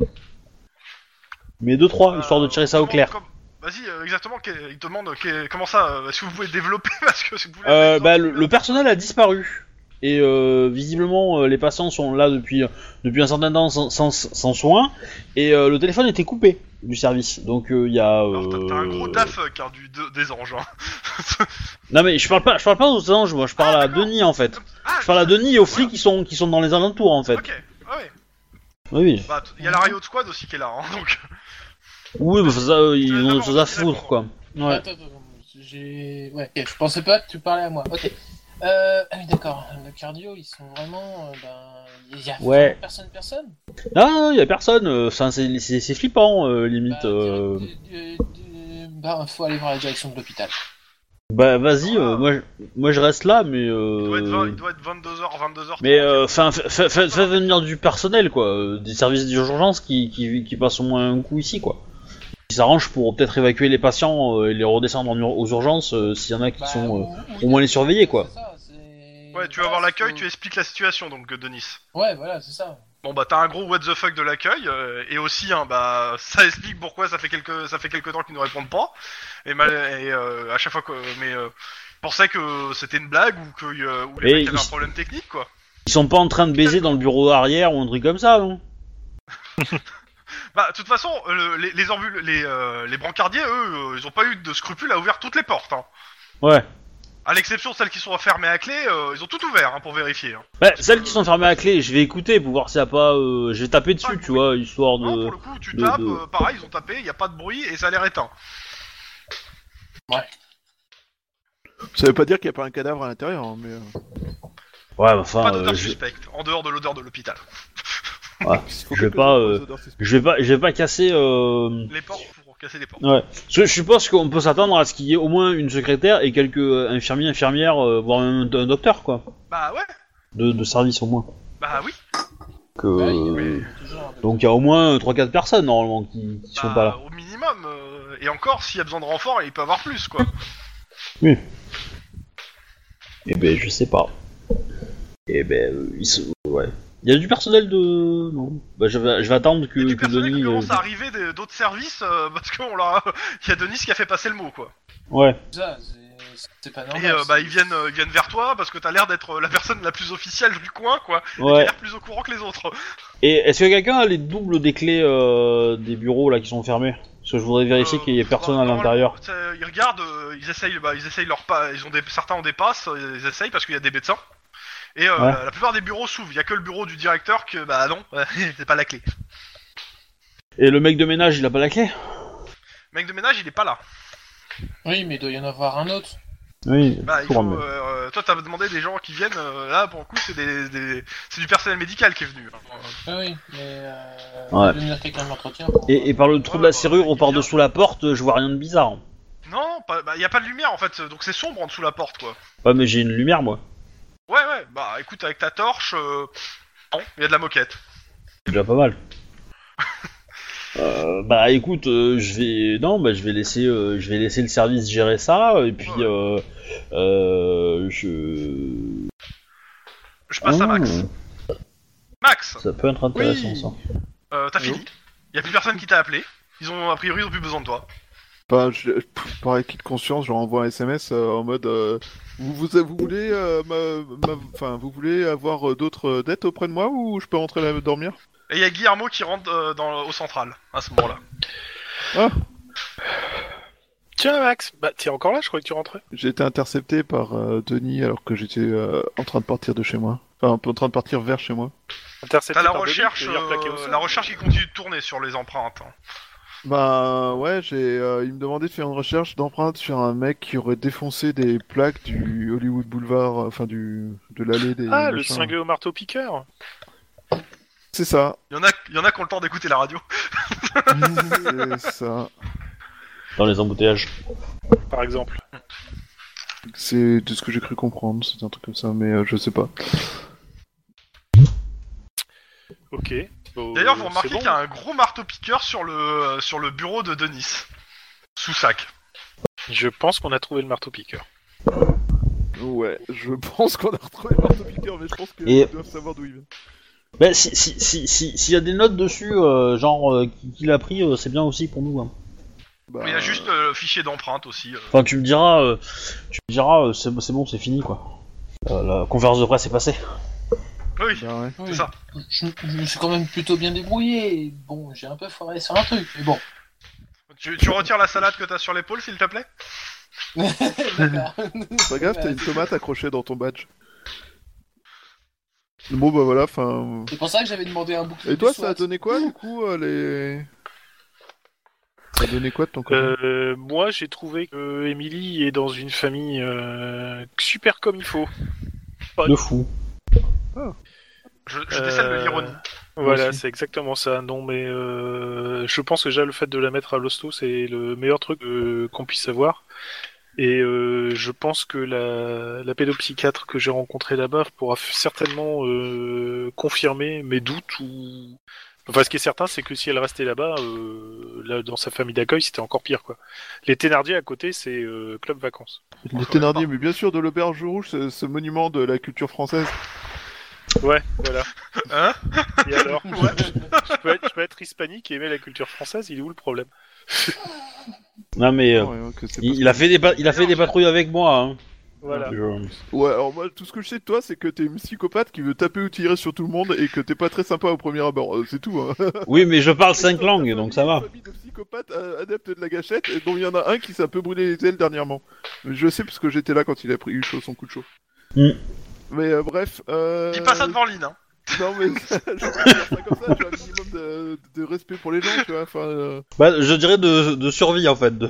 mais 2-3, histoire Oh, de
Euh,
tirer ça au
comment-
clair.
comme- Vas-y, euh, exactement, qu'est- il te demande qu'est- comment ça, euh, est-ce que vous pouvez développer parce que si vous voulez-
Euh, bah, le, le personnel a disparu. Et euh, visiblement, euh, les passants sont là depuis, euh, depuis un certain temps sans, sans, sans soin. Et euh, le téléphone était coupé du service. Donc euh, il y a.
Alors, t'as t'as un gros
euh,
taf euh, car du, de- des anges. hein.
Non mais je parle pas, je parle pas aux anges, moi je parle
Ah,
à
d'accord.
Denis en fait.
Ah,
Je parle à Denis et aux flics qui sont qui sont dans les alentours en fait.
Ok, ah ouais.
Oui oui.
Bah, il y a la Riot Squad aussi qui est là, hein, donc.
Oui mais ça, euh, ils ont
D'accord,
des choses à
Ah, c'est bon.
foutre quoi. Ouais.
Attends, attends, attends, j'ai- Ouais, ok, je pensais pas que tu parlais à moi. Ok. Euh, ah oui, d'accord. Le cardio, ils sont vraiment. euh, ben, il y a
Ouais.
vraiment personne, personne.
Non non, il y a personne. euh, enfin, c'est c'est c'est flippant euh, limite.
Bah,
euh.
direct- du- du- du- bah, faut aller voir la direction de l'hôpital.
Bah vas-y, euh, moi je- moi je reste là mais.
Il doit être,
euh,
20 il doit être 22h, 22h.
Mais euh, enfin, fais venir du personnel quoi, euh, des services d'urgence qui, qui, qui passent au moins un coup ici quoi. Ils s'arrangent pour peut-être évacuer les patients euh, et les redescendre en ur- aux urgences euh, s'il y en a qui
Bah,
sont. euh,
ou- ou-
au moins les surveiller, quoi.
C'est ça, Ah, c'est-
Ouais, tu vas voir l'accueil,
faut-
tu expliques la situation donc, euh, Denis.
Ouais, voilà, c'est ça.
Bon, bah, t'as un gros what the fuck de l'accueil, euh, et aussi, hein, bah, ça explique pourquoi ça fait quelques, ça fait quelques temps qu'ils nous répondent pas. Et, mal, et euh, à chaque fois que. Mais. Euh, ils pensaient que c'était une blague ou que euh, ou les
Et
mecs avaient
ils-
un problème technique quoi.
Ils sont pas en train de baiser dans le bureau arrière ou un truc comme ça, hein. non
Bah de toute façon euh, le- les les, ambul- les, euh, les brancardiers eux euh, ils ont pas eu de scrupules à ouvrir toutes les portes. Hein.
Ouais.
À l'exception de celles qui sont fermées à clé, euh, ils ont tout ouvert hein, pour vérifier. hein.
Bah, celles qui sont fermées à clé, je vais écouter pour voir si y a pas. euh, je vais taper dessus, tu vois, histoire
Non,
de.
pour le coup, tu
de-
tapes,
de-
euh, pareil, ils ont tapé, il n'y a pas de bruit et ça a l'air éteint.
Ça veut pas dire qu'il n'y a pas un cadavre à l'intérieur, hein, mais. euh,
Ouais, mais
Pas
enfin,
d'odeur
euh, je...
suspecte, en dehors de l'odeur de l'hôpital.
faut
je vais
quelques
pas,
autres
euh,
odeurs suspectes.
je vais pas, je vais pas casser. Euh...
Les portes pour casser les portes.
Ouais. Parce que je suppose qu'on peut s'attendre à ce qu'il y ait au moins une secrétaire et quelques euh, infirmiers, infirmières, euh, voire même un, un docteur, quoi.
Bah ouais,
De, de service au moins.
bah oui.
Que...
Ouais, Bah, il y a toujours un peu de-
Euh, Donc il y a au moins 3-4 personnes normalement qui, qui sont
Bah,
pas là.
Au minimum. euh, et encore, s'il y a besoin de renfort, il peut avoir plus quoi.
Eh ben je sais pas. Eh ben euh, ils se... ouais. Il y a du personnel de. Non. Bah je vais, je vais attendre que,
Il y a du
que
personnel
Denis.
qui commence
euh,
à arriver des- d'autres services euh, parce qu'on l'a. Il y a Denis qui a fait passer le mot quoi.
Ouais.
Ça, c'est- c'est pas normal.
Et euh,
c'est-
bah ils viennent, euh, ils viennent vers toi parce que t'as l'air d'être euh, la personne la plus officielle du coin quoi. T'as
Ouais.
l'air plus au courant que les autres.
Et est-ce que quelqu'un a les doubles des clés euh, des bureaux là qui sont fermés Parce Parce que je voudrais vérifier
Euh,
qu'il y ait personne à
normalement,
l'intérieur.
c'est- Ils regardent, euh, ils essayent, bah, ils essayent leur pas, ils ont des, certains en dépassent, euh, ils essayent parce qu'il y a des médecins. Et euh,
Ouais.
la plupart des bureaux s'ouvrent. Il y a que le bureau du directeur que bah non, c'est pas la clé.
Et le mec de ménage, il a pas la clé
Le mec de ménage, il est pas là.
Oui, mais il doit y en avoir un autre.
Oui,
Bah, il
toujours,
faut,
mais-
euh, toi, t'as demandé des gens qui viennent. euh, là, pour le coup, c'est des, des- c'est du personnel médical qui est venu. hein.
Ah oui, mais euh,
Ouais.
il doit venir quelqu'un de l'entretien. pour-
et, et par le trou de
Ouais,
la
bah,
serrure ou
il
par
vient.
dessous la porte, je vois rien de bizarre.
Non, il bah, y a pas de lumière en fait, donc c'est sombre en dessous de la porte, quoi.
Ouais, mais j'ai une lumière, moi.
Ouais, ouais. Bah, écoute, avec ta torche, euh, non, il y a de la moquette.
C'est déjà pas mal. Euh, bah écoute, euh, je vais non, bah je vais laisser, euh, je vais laisser le service gérer ça et puis
Ouais.
euh, euh, je.
Je
Ah,
passe à Max.
Hmm,
Max,
Ça peut être intéressant
Oui.
ça.
euh, t'as fini. Y a plus personne qui t'a appelé. Ils ont a priori ils ont plus besoin de toi.
Bah, je, pff, par acquis de conscience, je leur envoie un SMS euh, en mode euh, vous, vous, vous voulez euh, ma- ma- enfin, vous voulez avoir euh, d'autres euh, dettes auprès de moi ou je peux rentrer là dormir
Et il y a Guillermo qui rentre euh, dans, au central à ce moment-là.
Tiens, Max, bah t'es encore là, je croyais que tu rentrais.
J'ai été intercepté par euh, Denis alors que j'étais euh, en train de partir de chez moi. Enfin, un peu en train de partir vers chez moi.
Intercepté
T'as la
par Denis,
recherche,
d'ailleurs, plaqué au
euh,
sol.
la recherche qui continue de tourner sur les empreintes. hein.
Bah ouais, j'ai, euh, il me demandait de faire une recherche d'empreintes sur un mec qui aurait défoncé des plaques du Hollywood Boulevard, euh, enfin du de l'allée des.
Ah, le
machins.
cinglé au marteau piqueur.
C'est ça.
Il y en a, il y en a qui ont le temps d'écouter la radio.
C'est ça.
Dans les embouteillages.
par exemple.
C'est de ce que j'ai cru comprendre. C'était un truc comme ça, mais euh, je sais pas.
Ok. Bon, euh,
D'ailleurs, vous
c'est
remarquez
bon.
qu'il y a un gros marteau piqueur sur le euh, sur le bureau de Denis. Sous sac.
Je pense qu'on a trouvé le marteau piqueur.
Ouais, je pense qu'on a retrouvé Marteau Piqueur, mais je pense qu'ils
Et-
doivent savoir d'où il vient.
Bah si si si si- s'il y a des notes dessus, euh, genre euh, qui, qui l'a pris, euh, c'est bien aussi pour nous. hein.
Bah,
Mais il y a juste euh, le fichier d'empreintes aussi. euh.
Enfin, tu me diras, euh, tu me diras, euh, c'est c'est bon, c'est fini quoi. Euh, la conférence de presse est passée.
Oui.
bah ouais.
Oui,
C'est ça.
Je, je me suis quand même plutôt bien débrouillé. Bon, j'ai un peu foiré sur un truc, mais bon.
Tu, tu retires la salade que t'as sur l'épaule, s'il te plaît.
D'accord.
Pas grave, t'as une tomate accrochée dans ton badge. Bon bah voilà, enfin.
C'est pour ça que j'avais demandé un bouclier.
Et toi,
du
ça a
SWAT.
donné quoi du coup euh, les. Ça a donné quoi de ton côté
Euh, moi, j'ai trouvé que Emily est dans une famille euh, super comme il faut.
De fou.
Je, je décèle de
Euh,
l'ironie.
Voilà,
aussi.
c'est exactement ça. Non, mais euh, je pense que déjà le fait de la mettre à l'hosto, c'est le meilleur truc euh, qu'on puisse avoir. Et euh, je pense que la, la pédopsychiatre que j'ai rencontrée là-bas pourra f- certainement euh, confirmer mes doutes. Ou... Enfin, ce qui est certain, c'est que si elle restait là-bas, euh, là, dans sa famille d'accueil, c'était encore pire. quoi. Les Thénardier à côté, c'est euh, club vacances.
Les Thénardier, mais bien sûr, de l'Auberge Rouge, ce, ce monument de la culture française.
Ouais, voilà.
Hein
Et alors je, peux être, je peux être hispanique et aimer la culture française, il est où le problème
Non mais euh,
Ouais, ouais, que c'est pas-
il, il a fait des pa- il a fait des patrouilles avec moi. Hein.
Voilà.
Je-
Ouais, alors moi, tout ce que je sais de toi, c'est que t'es une psychopathe qui veut taper ou tirer sur tout le monde et que t'es pas très sympa au premier abord. Euh, c'est tout, hein.
Oui, mais je parle cinq langues, donc ça va.
Une famille de psychopathes euh, adeptes de la gâchette, et dont il y en a un qui s'est un peu brûlé les ailes dernièrement. Je sais parce que j'étais là quand il a pris eu chaud- son coup de chaud.
Mm.
Mais euh, bref. Euh...
Dis pas ça devant Lynn. Hein.
Non mais ça, je veux dire ça comme ça, j'ai un minimum de, de respect pour les gens, tu vois. Enfin, euh,
Bah, je dirais de, de survie en fait. de-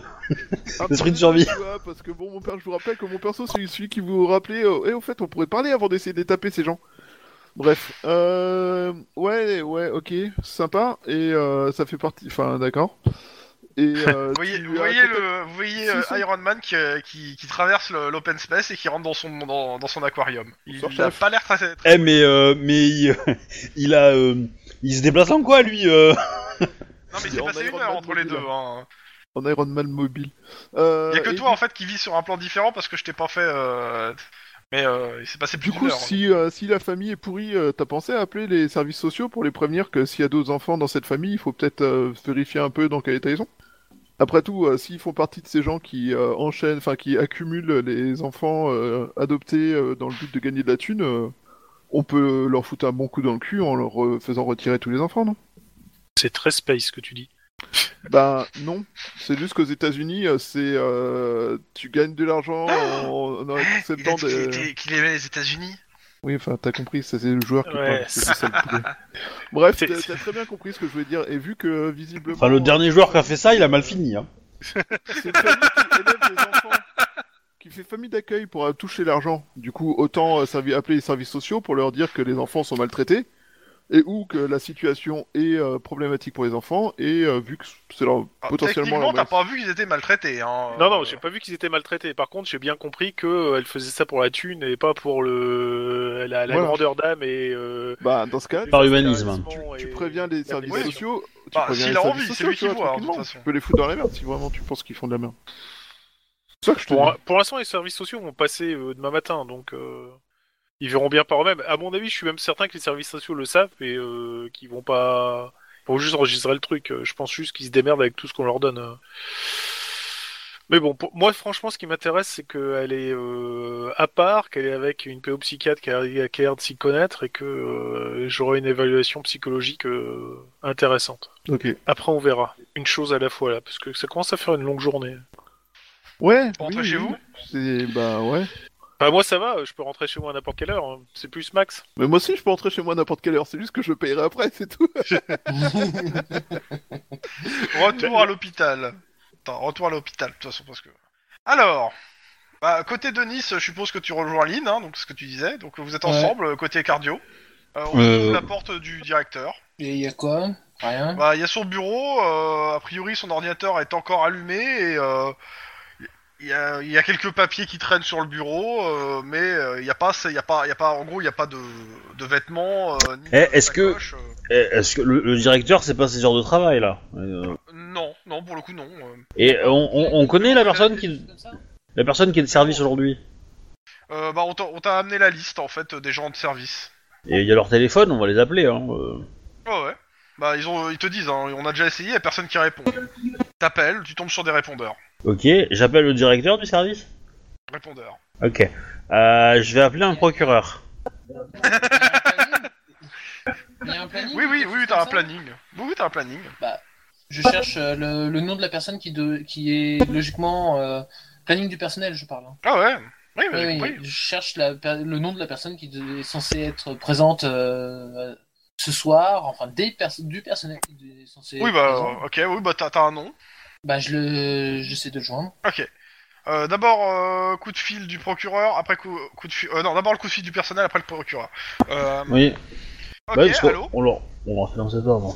un
Esprit de
peu,
survie.
tu vois, parce que bon, mon père, je vous rappelle que mon perso, c'est celui qui vous rappelait. euh, et au fait, on pourrait parler avant d'essayer de les taper ces gens. Bref, euh, ouais, ouais, ok, sympa. Et euh, ça fait partie. Enfin, d'accord. Et euh,
Vous voyez,
tu
vous
as
voyez
contacté-
le, vous voyez
Si,
euh,
si.
Iron Man qui, euh, qui, qui traverse le- l'open space et qui rentre dans son, dans, dans son aquarium. Il,
Bonsoir,
il a
chef.
pas l'air très.
Eh mais euh, mais il, il a euh, il se déplace en quoi lui euh
Non mais
Il est
c'est
en
passé
Iron
une heure
Man
entre les
mobile.
deux. Hein.
En Iron Man mobile. Euh,
Il y a que
et
toi en fait qui vis sur un plan différent parce que je t'ai pas fait. euh, Mais euh, il s'est passé plus
Du
d'une
coup,
heure.
si, euh, si la famille est pourrie, euh, t'as pensé à appeler les services sociaux pour les prévenir que s'il y a d'autres enfants dans cette famille, il faut peut-être euh, vérifier un peu dans quel état ils sont Après tout, euh, s'ils font partie de ces gens qui euh, enchaînent, enfin qui accumulent les enfants euh, adoptés euh, dans le but de gagner de la thune, euh, on peut leur foutre un bon coup dans le cul en leur euh, faisant retirer tous les enfants, non
C'est très space ce que tu dis.
Ben non, c'est juste qu'aux États-Unis, euh, c'est euh, tu gagnes de l'argent en, en
Ah, Il a
acceptant
dit qu'il
des.
était- qu'il aimait les États-Unis.
Oui, enfin, t'as compris, ça, c'est le joueur qui
Ouais,
parle, c'est lui, ça, le poulet. Bref,
C'est-
t'as t'as très bien compris ce que je voulais dire, et vu que euh, visiblement.
Enfin, le dernier joueur qui a fait ça, il a mal fini. Hein.
C'est une famille qui élève des enfants, qui fait famille d'accueil pour euh, toucher l'argent. Du coup, autant euh, servi- appeler les services sociaux pour leur dire que les enfants sont maltraités et ou que la situation est euh, problématique pour les enfants et euh, vu que c'est leur,
Ah,
potentiellement
Techniquement,
leur
t'as pas vu qu'ils étaient maltraités. Hein.
Non, non, j'ai pas vu qu'ils étaient maltraités. Par contre, j'ai bien compris que euh, elle faisait ça pour la thune et pas pour le la, la
Voilà.
grandeur d'âme et. euh,
Bah, dans ce cas,
les
Par humanisme. hein.
encouragements
tu
et-
préviens les
et
services
l'application.
sociaux. Tu
Bah,
préviens
s'il
les
a
services
envie, c'est
sociaux,
lui
tu
qui
vois,
voit, hein, de toute
tranquillement.
façon.
Tu peux les foutre dans la merde si vraiment tu penses qu'ils font de la merde. C'est ça que je te dis.
Pour, pour l'instant, les services sociaux vont passer euh, demain matin, donc euh, ils verront bien par eux-mêmes. À mon avis, je suis même certain que les services sociaux le savent et euh, qu'ils vont pas. Ils vont juste enregistrer le truc. Euh, Je pense juste qu'ils se démerdent avec tout ce qu'on leur donne. euh. Mais bon, pour- moi, franchement, ce qui m'intéresse, c'est qu'elle est euh, à part, qu'elle est avec une pédopsychiatre qui a, qui a l'air de s'y connaître et que euh, j'aurai une évaluation psychologique euh, intéressante.
Ok.
Après, on verra. Une chose à la fois, là, parce que ça commence à faire une longue journée.
Ouais.
Rentrez
oui,
chez
oui.
vous
C'est bah ouais.
Bah moi ça va, je peux rentrer chez moi à n'importe quelle heure, hein. c'est plus Max.
Mais moi aussi, je peux rentrer chez moi à n'importe quelle heure. C'est juste que je payerai après, c'est tout.
Retour à l'hôpital. Attends, retour à l'hôpital, de toute façon, parce que. Alors, bah, côté de Nice, je suppose que tu rejoins Lynn, hein, donc c'est ce que tu disais. Donc vous êtes
Ouais.
ensemble, euh, côté cardio. Euh, on
Euh.
ouvre la porte du directeur.
Et il y a quoi Rien.
Bah, il y a son bureau, euh, a priori son ordinateur est encore allumé et euh, il y, a- il y a quelques papiers qui traînent sur le bureau, euh, mais euh, il n'y a pas, il y a pas, il y a pas, en gros, il n'y a pas de, de vêtements. euh, ni
Eh,
de
est-ce que-
sacoche, euh.
Eh, Est-ce que le, le directeur, c'est pas ses heures de travail là Euh,
non, non, pour le coup, non. euh.
Et on, on- on connaît la personne qui la personne qui est de service aujourd'hui.
Euh, bah, on t'a- on t'a amené la liste en fait des gens de service.
Et il y a leur téléphone, on va les appeler. Hein. euh.
Ouais, ouais. Bah, ils ont, ils te disent, hein, on a déjà essayé, il a personne qui répond. T'appelles, tu tombes sur des répondeurs.
Ok, j'appelle le directeur du service.
Répondeurs.
Ok, Euh, je vais appeler un procureur.
Il y a un planning
Oui, oui, oui, t'as
Comme
un
ça
planning. Oui, oui, t'as un planning.
Je cherche euh, le, le nom de la personne qui, de, qui est logiquement euh, planning du personnel, je parle. hein.
Ah ouais. Oui, mais j'ai
Oui, oui,
compris.
je cherche la per- le nom de la personne qui de- est censée être présente euh, ce soir, enfin des pers- du personnel qui est censé.
Oui,
être
bah,
présent.
euh, ok, oui, bah, t'as t'as un nom.
Bah, je le, j'essaie de le joindre.
Ok. Euh, d'abord euh, coup de fil du procureur, après coup, coup de fil. euh, non, d'abord le coup de fil du personnel, après le procureur. Euh,
Oui,
ok,
Ouais, Bah, parce qu'on-
allô.
on leur on leur fait dans cet ordre.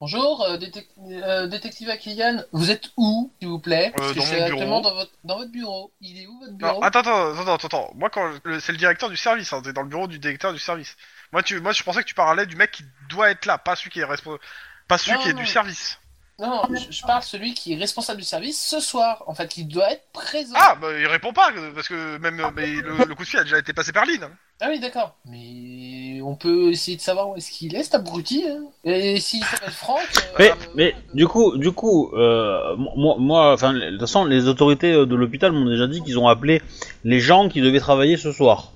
Bonjour, euh, détec- euh, détective Akilian, vous êtes où, s'il vous plaît Parce
Euh,
que
dans
je
mon
suis actuellement
bureau.
dans votre, dans votre bureau. Il est où votre bureau
Non, attends, attends, attends, attends, attends. Moi, quand le- c'est le directeur du service, hein, t'es dans le bureau du directeur du service. Moi, tu, moi, je pensais que tu parlais du mec qui doit être là, pas celui qui est responsable, pas celui
Non,
qui est
non.
du service.
Non, je, je parle celui qui est responsable du service ce soir, en fait, qui doit être présent.
Ah, bah, il répond pas euh, parce que même euh, mais le, le coup de fil a déjà été passé par Lynn. hein.
Ah oui, d'accord. Mais on peut essayer de savoir où est-ce qu'il est, cet abruti. hein. Et s'il s'appelle Franck. euh,
Mais,
euh,
mais du coup, du coup, euh, moi, moi, enfin, de toute façon, les autorités euh, de l'hôpital m'ont déjà dit qu'ils ont appelé les gens qui devaient travailler ce soir.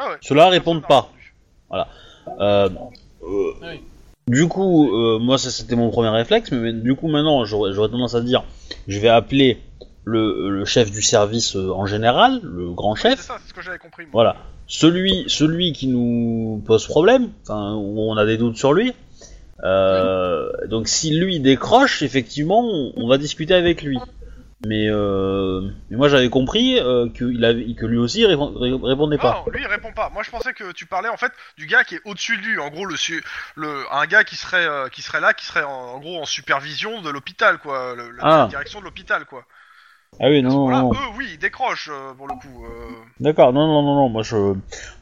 Ah ouais.
Ceux-là répondent pas. Euh, euh,
Oui.
Du coup, euh, moi, ça c'était mon premier réflexe, mais, mais du coup, maintenant, j'aurais j'aurais tendance à dire, je vais appeler le, le chef du service euh, en général, le grand
C'est
chef.
ça, c'est ce que j'avais compris. Moi.
Voilà. Celui, celui qui nous pose problème, enfin, où on a des doutes sur lui. Euh, Donc si lui décroche, effectivement, on, on va discuter avec lui. Mais, euh, mais moi j'avais compris euh, qu'il avait- que lui aussi répond- ré- répondait pas.
Non, non, lui il répond pas. Moi je pensais que tu parlais en fait du gars qui est au-dessus de lui, en gros le, su- le un gars qui serait euh, qui serait là, qui serait en, en gros en supervision de l'hôpital quoi, le- le-
Ah.
la direction de l'hôpital quoi.
Ah oui, non, non,
Voilà,
non.
eux oui ils décrochent euh, pour le coup. euh.
D'accord, non, non, non, non, moi je...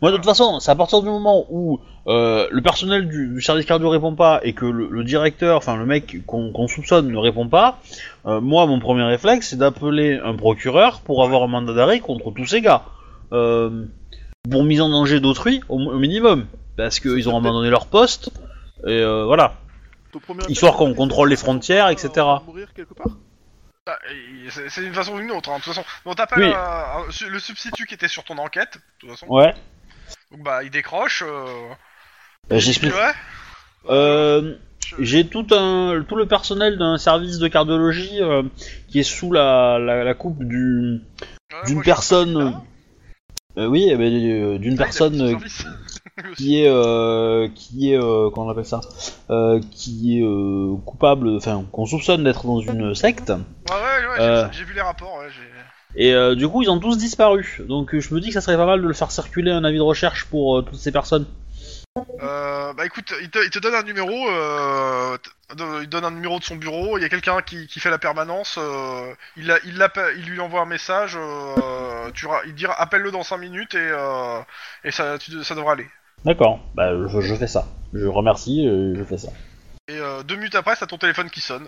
Moi de toute façon, c'est à partir du moment où euh, le personnel du, du service cardio répond pas et que le, le directeur, enfin le mec qu'on qu'on soupçonne ne répond pas, euh, moi mon premier réflexe c'est d'appeler un procureur pour avoir un mandat d'arrêt contre tous ces gars. Euh, pour mise en danger d'autrui au, au minimum. Parce qu'ils ont abandonné leur poste, et euh, voilà.
Ton premier
Histoire
appel,
qu'on
c'est-
contrôle les frontières,
Euh,
etc.
on va Mourir quelque part
Bah, et c'est c'est une façon ou une autre, hein, de toute façon. Donc t'appelles
Oui.
euh, un- su- le substitut qui était sur ton enquête, de toute façon.
Ouais.
Donc bah il décroche. Euh...
J'explique.
Ouais.
Euh,
Je-
J'ai tout un tout le personnel d'un service de cardiologie euh, qui est sous la, la, la coupe du
Ouais,
d'une
moi, je-
personne,
Ah,
euh, oui eh ben, euh, d'une
il a
personne
plus de
euh,
service.
qui est euh, qui est euh, comment on appelle ça euh, qui est euh, coupable enfin qu'on soupçonne d'être dans une secte
Ouais, ouais, ouais, j'ai-
Euh.
j'ai vu les rapports. Ouais, j'ai-
et euh, du coup ils ont tous disparu donc euh, je me dis que ça serait pas mal de le faire circuler un avis de recherche pour euh, toutes ces personnes
Euh, bah écoute, il te, il te donne un numéro, euh, t- de- il donne un numéro de son bureau, il y a quelqu'un qui, qui fait la permanence, euh, il, la- il, l'appelle- il lui envoie un message, euh, tu, ra- il dira appelle-le dans 5 minutes et, euh, et ça, tu- ça devrait aller.
d'accord bah je, je fais ça je remercie euh, je fais ça
Et euh, deux minutes après, c'est ton téléphone qui sonne,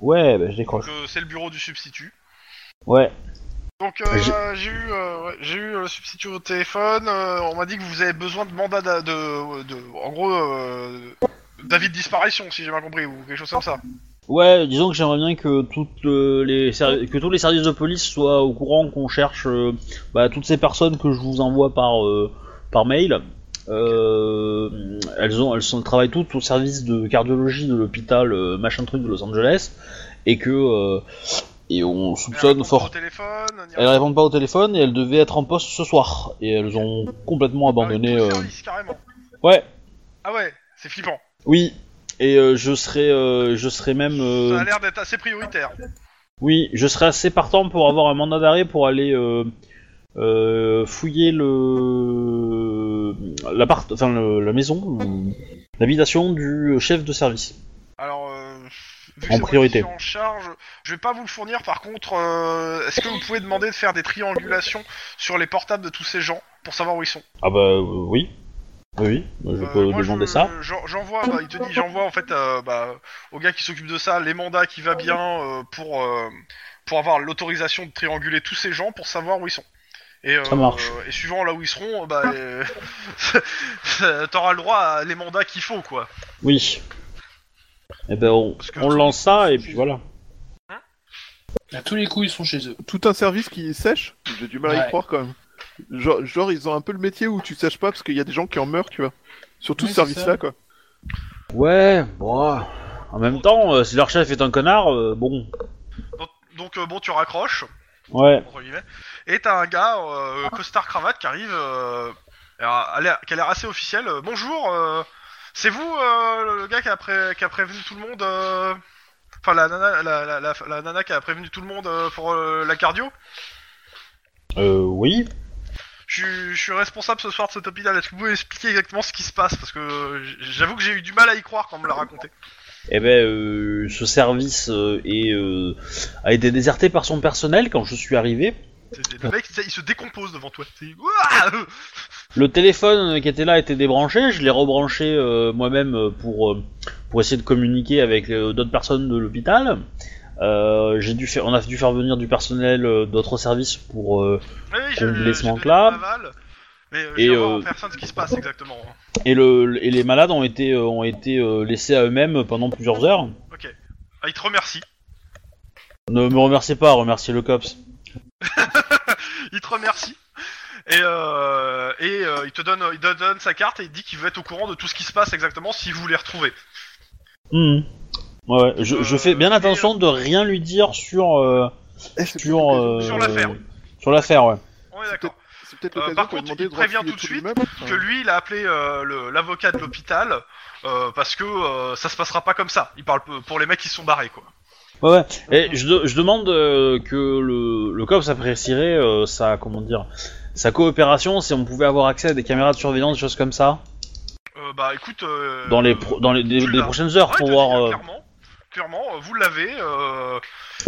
ouais bah, je
donc
décroche
euh, c'est le bureau du substitut.
ouais
Donc euh, j'ai eu, euh, ouais, j'ai eu le substitut au téléphone, euh, on m'a dit que vous avez besoin de mandat d'a- de, de, en gros, euh, d'avis de disparition si j'ai bien compris, ou quelque chose comme ça.
Ouais, disons que j'aimerais bien que, toutes euh, les ser- que tous les services de police soient au courant qu'on cherche euh, bah, toutes ces personnes que je vous envoie par, euh, par mail. Euh, elles, ont, elles, sont, elles travaillent toutes au service de cardiologie de l'hôpital euh, machin truc de Los Angeles et que euh, et on
Elle
soupçonne
répond pas Au
fort.
téléphone, ni
Elles
rien.
répondent pas au téléphone et elles devaient être en poste ce soir et elles ont complètement
Ah oui,
abandonné.
tout le
euh,
service, carrément.
Ouais,
Ah ouais, c'est flippant.
oui. Et euh, je serais euh, je serais même euh,
Ça a l'air d'être assez prioritaire.
Oui, je serais assez partant pour avoir un mandat d'arrêt pour aller euh, euh, fouiller le l'appart, enfin le- la maison, le- l'habitation du chef de service.
Alors, euh, vu que
En
c'est moi
priorité.
qui suis en charge, je vais pas vous le fournir. Par contre, euh, est-ce que vous pouvez demander de faire des triangulations sur les portables de tous ces gens pour savoir où ils sont
Ah bah euh, oui, oui, oui, je
Euh,
peux
moi,
demander
je-
ça.
j'en- J'envoie, bah, il te dit, j'envoie en fait euh, bah, au gars qui s'occupe de ça les mandats qui va bien euh, pour euh, pour avoir l'autorisation de trianguler tous ces gens pour savoir où ils sont. Et, euh,
Ça marche.
euh, et suivant là où ils seront, euh, bah, euh, t'auras le droit à les mandats qu'il faut, quoi.
Oui. Eh ben on,
Parce que-
on lance ça et puis voilà.
À tous les coups, ils sont chez eux.
Tout un service qui sèche, j'ai du mal à
Ouais.
y croire quand même. Genre, genre, ils ont un peu le métier où tu sèches pas parce qu'il y a des gens qui en meurent, tu vois. Surtout
Ouais,
ce
c'est ça.
service-là, quoi.
Ouais, bon. En même temps, euh, si leur chef est un connard, euh, bon.
Donc, donc, euh, bon, tu raccroches,
Ouais.
entre guillemets, et t'as un gars, euh, costard cravate, qui arrive, euh, alors, a l'air- qui a l'air assez officiel. euh, Bonjour, euh, c'est vous euh, le gars qui a, pré- qui a prévenu tout le monde euh, Enfin, la nana, la, la- la- la nana qui a prévenu tout le monde euh, pour euh, la cardio
Euh, oui.
je, suis- je suis responsable ce soir de cet hôpital. Est-ce que vous pouvez expliquer exactement ce qui se passe Parce que euh, j'avoue que j'ai eu du mal à y croire quand on me l'a raconté.
Eh ben, euh, ce service euh, est, euh, a été déserté par son personnel quand je suis arrivé.
C'est- Le mec, tu sais, il se décompose devant toi. C'est- Ouah
Le téléphone qui était là était débranché, je l'ai rebranché euh, moi-même euh, pour, euh, pour essayer de communiquer avec euh, d'autres personnes de l'hôpital. Euh, j'ai dû faire, on a dû faire venir du personnel euh, d'autres services pour. euh,
Oui, oui,
Comble les
j'ai donné
manques-là.
mon aval, Mais euh,
Et,
je vais voir en
euh,
personne ce qui se passe exactement.
et, le, le- et les malades ont été, euh, ont été euh, laissés à eux-mêmes pendant plusieurs heures.
Ok. Ah, il te remercie.
Ne me remerciez pas, remerciez le COPS.
Il te remercie. Et, euh, et euh, il, te donne, il te donne sa carte et il dit qu'il veut être au courant de tout ce qui se passe exactement si vous les retrouvez.
Mhm. Ouais, ouais, je, je fais bien
Euh,
attention de rien lui dire sur. euh,
Eh, c'est peut-être
sur
l'occasion-
euh,
Sur l'affaire.
Sur l'affaire, ouais.
On est d'accord.
c'est peut-être
euh,
l'occasion
par
pour lui
contre,
demander
il
de refiler
prévient tout de
tout
suite
lui-même.
Que lui, il a appelé euh, le- l'avocat de l'hôpital euh, parce que euh, ça se passera pas comme ça. Il parle p- pour les mecs qui se sont barrés, quoi.
Ouais, ouais. Et je, de- je demande euh, que le, le COPS apprécierait euh, sa, comment dire, sa coopération si on pouvait avoir accès à des caméras de surveillance, des choses comme ça,
Euh, bah écoute. euh,
dans les, pro- dans les, des-
tu
des
l'as.
prochaines heures
Ouais,
pour
te
voir.
dis,
euh,
Clairement, clairement, euh, vous l'avez. Euh,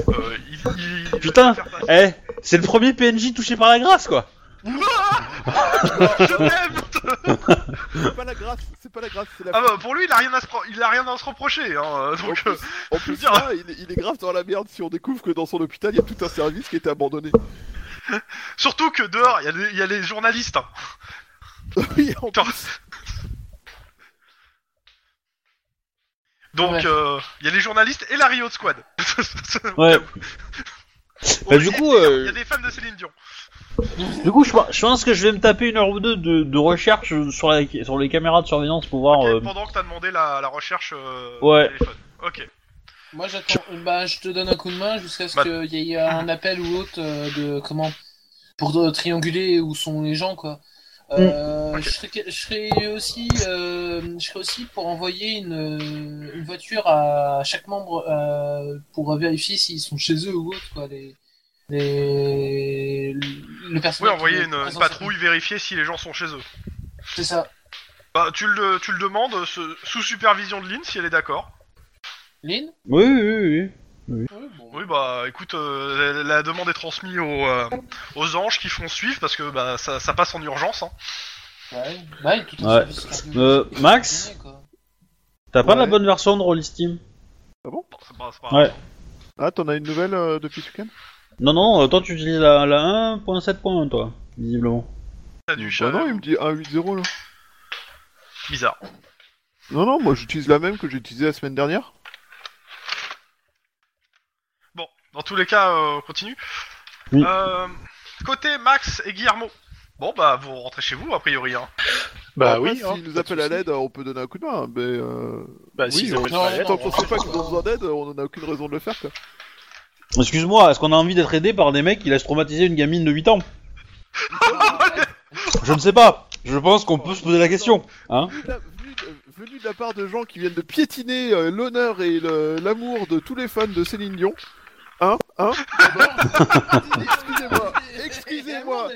euh, il, il- il-
Putain.
il va faire passer-
Eh, c'est le premier PNJ touché par la grâce, quoi.
Je t'aime
C'est pas la grâce, c'est pas la grâce, c'est la
Ah bah, pour lui, il a rien à se, pro- il a rien à se reprocher. Hein, euh,
En
donc,
plus,
euh, je veux
en plus,
dire-
là, il, est- il est grave dans la merde si on découvre que dans son hôpital, il y a tout un service qui est abandonné.
surtout que dehors, il y a des- il y, a les journalistes. hein.
Oui, en
Attends.
plus.
Donc,
Ouais.
euh, il y a les journalistes et la Riot Squad.
Ouais.
Au
Bah, du
lycée,
coup,
Il y a-
euh,
il y a des fans de Céline Dion.
Du coup, je, pense- je pense que je vais me taper une heure ou deux de, de recherche sur, la- sur les caméras de surveillance pour voir.
Ok,
euh,
Pendant que t'as demandé la, la recherche euh,
Ouais.
téléphone. Ok.
Moi, j'attends. Bah, je te donne un coup de main jusqu'à ce
Bah-
qu'il y ait un appel ou autre euh, de comment pour euh, trianguler où sont les gens, quoi.
Mm.
Euh,
Ok.
je, serais, je serais aussi, euh, je serais aussi pour envoyer une, euh, une voiture à chaque membre euh, pour vérifier s'ils sont chez eux ou autre, quoi. Les, les, le
Oui,
personnel. qui
envoyer
est
une,
présent
une
sur-
patrouille, vérifier si les gens sont chez eux.
C'est ça.
Bah, tu le, tu le demandes euh, ce- sous supervision de Lynn si elle est d'accord.
Lynn
Oui, oui, oui, oui.
Oui, bah écoute, euh, la, la demande est transmise aux, euh, aux anges qui font suivre parce que bah, ça, ça passe en urgence. Hein.
Ouais. Bah, il est tout
Ouais. Euh, Max
quoi.
T'as pas
Ouais.
la bonne version de Rollistim
Bon, c'est pas, c'est pas
Ouais.
grave.
Ah, t'en as une nouvelle euh, depuis ce week-end
Non, non, euh, toi tu utilises la, la 1.7.1, toi, visiblement.
T'as du
Bah
chat.
non, il me dit 1.8.0
euh,
là.
Bizarre.
Non, non, moi j'utilise la même que j'ai utilisée la semaine dernière.
Bon, dans tous les cas, euh, on continue.
Oui.
Euh, côté Max et Guillermo. Bon, bah vous rentrez chez vous a priori. Hein.
Bah
Après,
oui,
S'il
hein,
nous
pas de
appelle à
soucis.
l'aide, euh, on peut donner un coup de main. Mais euh...
Bah
oui,
s'ils
on-
appellent
non,
pas à l'aide,
tant qu'on sait pas
on-
qu'ils ont besoin d'aide, euh, on en a aucune raison de le faire quoi.
Excuse-moi, est-ce qu'on a envie d'être aidé par des mecs qui laissent traumatiser une gamine de 8 ans
Oh,
Je ne sais pas. Je pense qu'on peut se poser la question. Hein
Venu de la- Venu de- venu de la part de gens qui viennent de piétiner euh, l'honneur et le- l'amour de tous les fans de Céline Dion. Hein Hein Excusez-moi Excusez-moi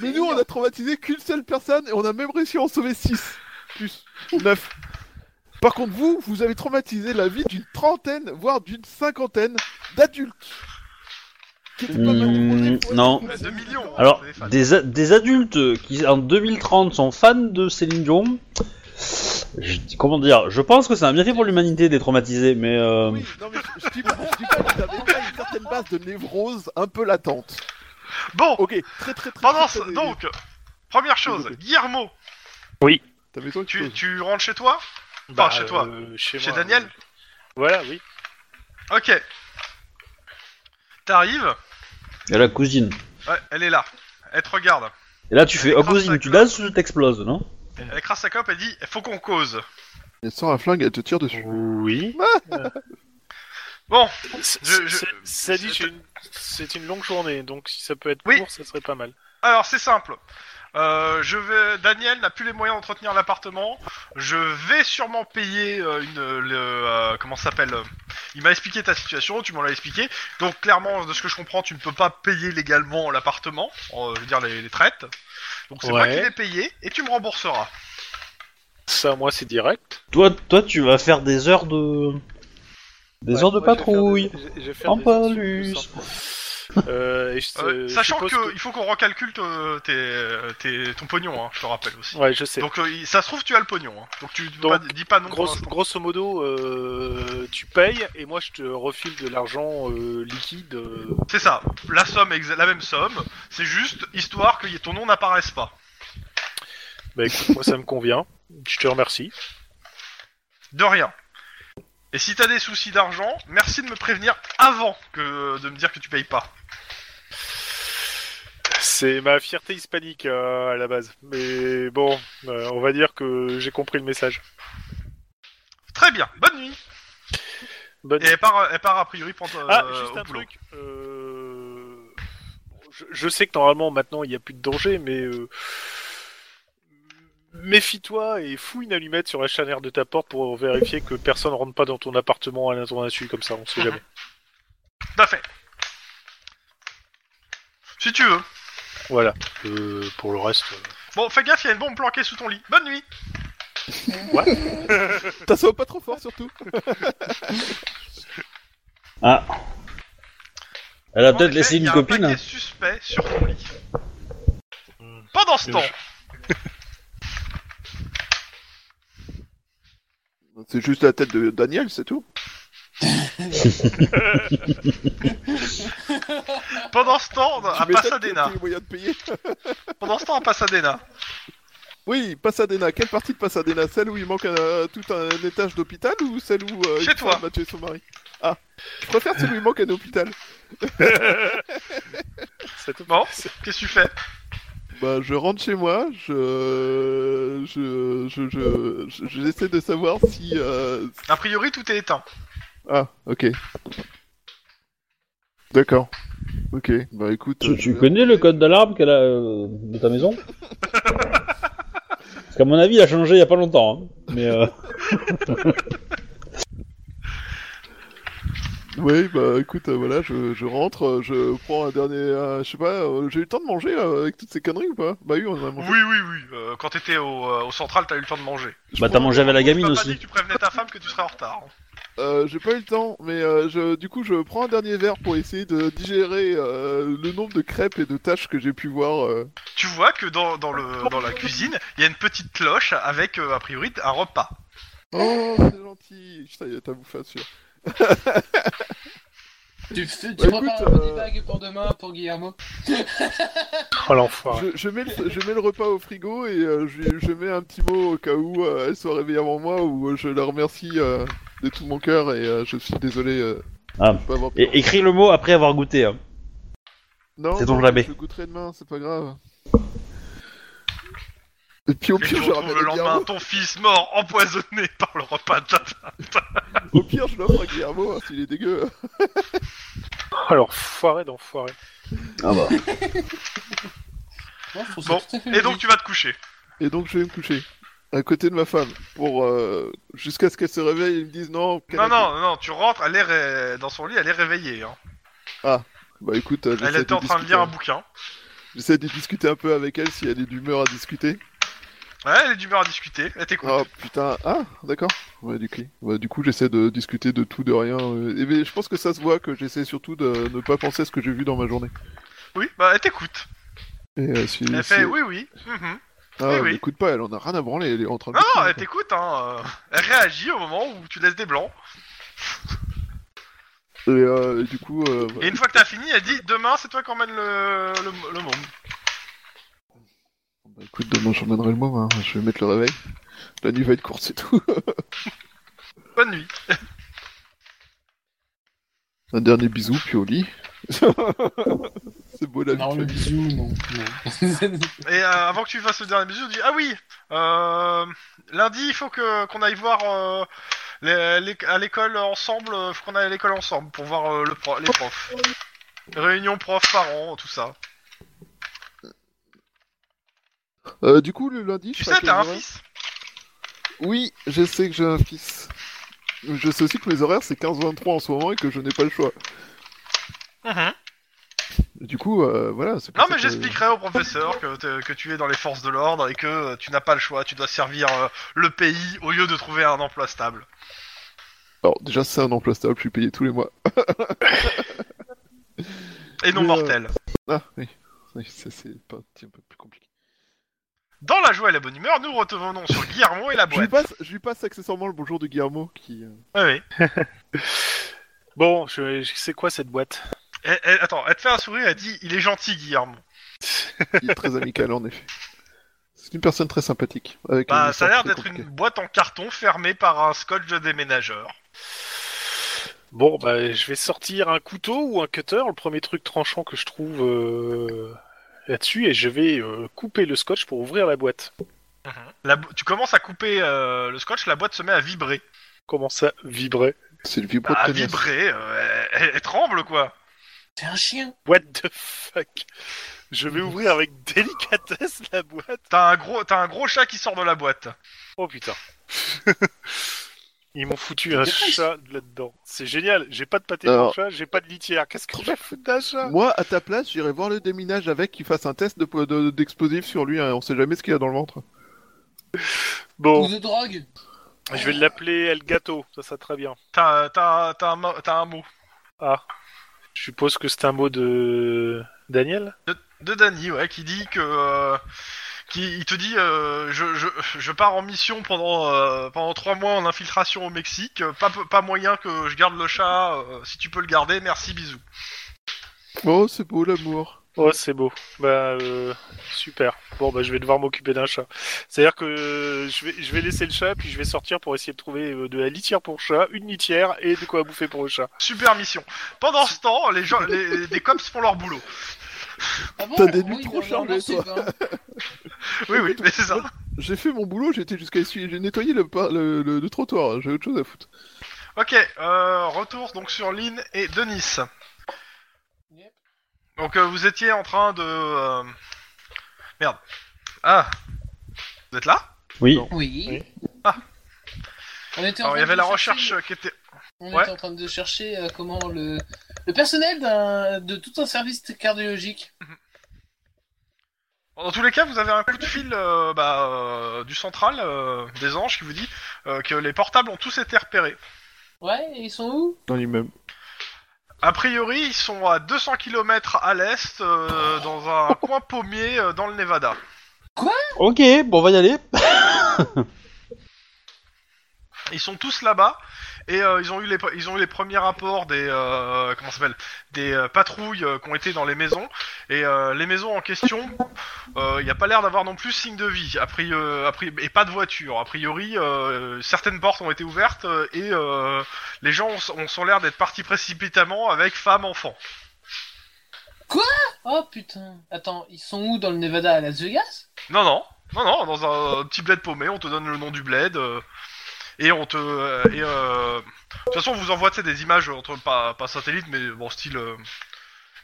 Mais nous, on a traumatisé qu'une seule personne et on a même réussi à en sauver 6. Plus 9. Par contre, vous, vous avez traumatisé la vie d'une trentaine, voire d'une cinquantaine d'adultes. Qui étaient pas mal
Hmm,
pour-
non.
pour-
Bah, deux millions.
Alors,
Des fans.
des, a- des adultes qui en 2030 sont fans de Céline Dion. je- comment dire Je pense que c'est un bienfait pour l'humanité d'être traumatisé, mais euh,
Oui, non, mais je, je dis pas, je dis pas qu'ils avaient pas une certaine base de névrose un peu latente.
Bon,
Ok, très très très.
pendant ce-
très, très-
donc, première chose, Guillermo,
T'avais toi qui
tu,
poses.
tu rentres chez toi
Bah,
chez toi.
euh, chez
Chez
moi,
Daniel
euh, Voilà, oui.
Ok. T'arrives,
il y a la cousine.
ouais, elle est là. Elle te regarde.
Et là, tu fais oh
Écrase
cousine,
ta
tu
gueule.
danses ou tu t'exploses, non
Elle écrase sa cop, elle dit faut qu'on cause.
Elle sort un flingue, elle te tire dessus.
Oui.
Bon,
C'est-
je- je-
c'est- Ça dit,
je-
j'ai une- c'est une longue journée, donc si ça peut être
Oui.
court, ça serait pas mal.
alors c'est simple. Euh, je vais. Daniel n'a plus les moyens d'entretenir l'appartement. Je vais sûrement payer euh, une. euh, le, euh, comment ça s'appelle euh, Il m'a expliqué ta situation, tu m'en l'as expliqué. Donc clairement, de ce que je comprends, tu ne peux pas payer légalement l'appartement, euh, je veux dire les, les traites. Donc c'est moi
Ouais.
qui vais payer et tu me rembourseras.
Ça, moi, c'est direct.
Toi, toi, tu vas faire des heures de des heures de patrouille. En palus.
hein. Euh, et je-
Euh,
euh, je
sachant que,
suppose que-
il faut qu'on recalcule te- tes, tes- ton pognon, hein, je te rappelle aussi.
Ouais, je sais.
Donc euh, il- ça se trouve tu as le pognon, hein. donc tu
Donc,
pas- dis pas non. pour
Grosso,
l'instant.
grosso modo, euh, tu payes et moi je te refile de l'argent euh, liquide. euh,
C'est ça, la somme est exa- la même somme, c'est juste histoire que y- ton nom n'apparaisse pas.
Bah écoute, moi ça me convient. Je te remercie.
De rien. Et si t'as des soucis d'argent, merci de me prévenir avant que de me dire que tu payes pas.
C'est ma fierté hispanique euh, à la base. Mais bon, euh, on va dire que j'ai compris le message.
Très bien, bonne nuit.
Bonne-
Et elle part, elle part a priori prendre euh,
ah, juste
au
un
boulot.
truc. euh, Je, je sais que normalement maintenant il n'y a plus de danger, mais euh, méfie-toi et fouille une allumette sur la charnière de ta porte pour vérifier que personne rentre pas dans ton appartement à l'intendu comme ça, on sait jamais.
Tout à fait. Si tu veux.
Voilà. Euh, pour le reste.
Bon, fais gaffe, il y a une bombe planquée sous ton lit. Bonne nuit.
T'as sauvé pas trop fort surtout.
Ah. Elle a
En
peut-être
effet,
laissé
il y
une
a Un
copine. hein.
paquet suspect sur ton lit. Pendant ce
Je-
temps,
C'est juste la tête de Daniel, c'est tout.
pendant ce temps, à
Tu m'étonnes qu'il y a
Pasadena.
tous les moyens de payer.
Pendant ce temps, à Pasadena.
Oui, Pasadena. Quelle partie de Pasadena Celle où il manque euh, tout un étage d'hôpital ou celle où euh,
Chez
une
toi.
femme a tué son mari Ah, je préfère celle où il manque un hôpital.
C'est tout.
Bon, qu'est-ce que tu fais
Bah, je rentre chez moi, je. je- je- je- je- J'essaie de savoir si. euh,
A priori, tout est éteint.
Ah, ok. D'accord. Ok, bah écoute.
Tu,
euh,
tu
je-
connais le code d'alarme qu'elle a euh, de ta maison Parce qu'à mon avis, il a changé il y a pas longtemps. hein. Mais euh,
Oui, bah écoute, euh, voilà, je, je rentre, euh, je prends un dernier. euh, je sais pas, euh, j'ai eu le temps de manger là, avec toutes ces conneries ou pas Bah oui, on en a mangé.
Oui, oui, oui. euh, quand t'étais au, euh, au central, t'as eu le temps de manger.
bah t'as mangé avec la
Tu
gamine
m'as pas dit
aussi.
que tu prévenais ta femme que tu serais en retard.
Euh, j'ai pas eu le temps, mais euh, je, du coup, je prends un dernier verre pour essayer de digérer euh, le nombre de crêpes et de tâches que j'ai pu voir. euh.
Tu vois que dans, dans le, dans la cuisine, il y a une petite cloche avec, euh, a priori, un repas.
Oh, c'est gentil Putain, il y a ta bouffe hein, à sûr.
Tu, tu
Bah,
prépares
écoute,
un money
euh,
bag pour demain pour Guillermo.
Oh l'enfoiré.
Je, je mets le, je mets le repas au frigo et euh, je, je mets un petit mot au cas où euh, elle soit réveillée avant moi, où euh, je la remercie euh, de tout mon cœur et euh, je suis désolé euh,
Ah.
de pas avoir pu-
Et écris le mot après avoir goûté. hein.
Non,
C'est ton
mais
jamais.
Je goûterai demain, c'est pas grave. Et puis au
Et tu
pire, je
retrouves
ramène
le
à
lendemain
Guillermo.
ton fils mort, empoisonné par le repas de ta femme.
Au pire, je l'offre à Guillermo hein, s'il est dégueu.
Oh l'enfoiré d'enfoiré.
Moi, je trouve ça
Bon,
tout à fait
Et donc
logique.
tu vas te coucher.
Et donc je vais me coucher à côté de ma femme pour euh, jusqu'à ce qu'elle se réveille et me dise non.
Non,
canapé.
non, non, tu rentres, elle est ré- dans son lit, elle est réveillée. hein.
Bah écoute, euh,
Elle
j'essaie
était en
de,
train de
discuter- hein.
lire un bouquin.
j'essaie de discuter un peu avec elle si elle est d'humeur à discuter.
Ouais, elle est d'humeur à discuter, elle t'écoute.
Oh putain, ah d'accord. Ouais, du coup, ouais, du coup j'essaie de discuter de tout, de rien. euh, Et mais je pense que ça se voit que j'essaie surtout de ne pas penser à ce que j'ai vu dans ma journée.
Oui, bah elle t'écoute.
Et euh, si,
Elle
si-
fait oui, oui. mhm.
Ah,
Eh
elle
oui.
m'écoute pas, elle en a rien à branler, elle est en train de.
Non, non, elle
quoi.
t'écoute, hein. euh, Elle réagit au moment où tu laisses des blancs.
Et euh, du coup, euh,
Et une fois que t'as fini, elle dit demain c'est toi qui emmène le, le, le môme.
bah, écoute, demain j'emmènerai le môme, hein, je vais mettre le réveil. La nuit va être courte, c'est tout.
Bonne nuit.
Un dernier bisou, puis au lit. c'est beau la
Non,
vie.
le bisou, non. non.
Et euh, avant que tu fasses le dernier bisou, tu dis ah oui, euh, lundi il faut que qu'on aille voir euh, les- les- à l'école ensemble, euh, faut qu'on aille à l'école ensemble pour voir euh, le pro- les profs. Réunion prof parents, tout ça.
Euh, du coup, le lundi,
Tu
serai
sais,
à quel
t'as un
horaire
fils.
Oui, je sais que j'ai un fils. Je sais aussi que mes horaires c'est 15-23 en ce moment et que je n'ai pas le choix.
Mhm.
Du coup, euh, voilà. c'est pour
Non
ça
mais
que-
j'expliquerai au professeur que, t'es- que tu es dans les forces de l'ordre et que euh, tu n'as pas le choix, tu dois servir euh, le pays au lieu de trouver un emploi stable.
Alors, déjà, c'est un emploi stable, je suis payé tous les mois.
Et non
Mais, euh,
mortel.
Ah, oui. Oui, Ça, c'est pas- c'est un peu plus compliqué.
Dans la joie et la bonne humeur, nous revenons sur Guillermo et la
Je lui,
boîte.
passe, je lui passe accessoirement le bonjour de Guillermo qui. euh,
Ah oui.
Bon, je, je- c'est quoi cette boîte
Elle- elle- attends, elle te fait un sourire, elle dit il est gentil Guillermo.
Il est très amical en effet. C'est une personne très sympathique. Avec un
Bah,
histoire
ça a l'air
très
d'être une
compliquée.
boîte en carton fermée par un scotch de déménageur.
Bon, bah je vais sortir un couteau ou un cutter, le premier truc tranchant que je trouve euh, là-dessus, et je vais euh, couper le scotch pour ouvrir la boîte.
La bo- tu commences à couper euh, le scotch, la boîte se met à vibrer.
Comment ça vibrer
C'est le vibro
Bah, à
de Thanos.
vibrer, euh, elle, elle- elle tremble quoi.
C'est un chien.
What the fuck Je vais ouvrir avec délicatesse la boîte.
T'as un gros, t'as un gros chat qui sort de la boîte.
Oh putain. Ils m'ont foutu un chat là-dedans. C'est génial. J'ai pas de pâté
Alors-
pour chat, j'ai pas de litière. Qu'est-ce que je vais foutre d'un chat
Moi, à ta place, j'irai voir le déminage avec qu'il fasse un test de- de- d'explosifs sur lui. hein, On sait jamais ce qu'il a dans le ventre.
Bon,
Ou de drogue.
je vais l'appeler El Gato. Ça, ça très bien.
T'as, t'as, t'as un, mo- t'as un mot
Ah. Je suppose que c'est un mot de Daniel
de, de Danny, ouais, qui dit que, euh, qui, il te dit, euh, je, je, je pars en mission pendant, euh, pendant trois mois en infiltration au Mexique. euh, Pas, pas moyen que je garde le chat. euh, si tu peux le garder, merci, bisous.
Oh, c'est beau l'amour.
Oh, c'est beau. Bah, euh, super. Bon, bah, je vais devoir m'occuper d'un chat. C'est-à-dire que euh, je vais, je vais laisser le chat, puis je vais sortir pour essayer de trouver euh, de la litière pour chat, une litière et de quoi à bouffer pour le chat.
Super mission. Pendant ce temps, les gens, les, les cops font leur boulot.
Ah bon
T'as des nuits
Oui,
trop
dans leur
chargées,
lancée,
toi.
ben.
Oui, oui, mais c'est ça.
J'ai fait mon boulot, j'ai été jusqu'à essuyer- j'ai nettoyé le, par- le- le- le trottoir, j'ai autre chose à foutre.
Ok, euh, retour donc sur Lynn et Denis.
Yep.
Donc euh, vous étiez en train de... euh, Merde. Ah. Vous êtes là
Oui.
Oui.
Ah.
On était en
Alors il
train
y avait
de
la
chercher-
recherche qui était...
On
ouais.
était en train de chercher euh, comment le, le personnel d'un- de tout un service cardiologique.
Dans tous les cas, vous avez un coup de fil euh, bah, euh, du central euh, des anges qui vous dit euh, que les portables ont tous été repérés.
Ouais, et ils sont où
Dans l'immeuble.
A priori, ils sont à 200 km à l'est, euh, dans un coin pommier euh, dans le Nevada.
Ok, bon, on va y aller.
Ils sont tous là-bas et euh, ils ont eu les ils ont eu les premiers rapports des euh, comment ça s'appelle des euh, patrouilles euh, qui ont été dans les maisons et euh, les maisons en question euh, il n'y a pas l'air d'avoir non plus signe de vie a priori, euh, a priori- et pas de voiture a priori euh, certaines portes ont été ouvertes euh, et euh, les gens ont, ont- sont l'air d'être partis précipitamment avec femmes enfants
Oh putain. Attends, ils sont où dans le Nevada à Las Vegas
non non non non dans un, petit bled paumé on te donne le nom du bled euh, et on te euh, et, euh, de toute façon on vous envoie tu sais, des images entre pas pas satellite mais bon style euh,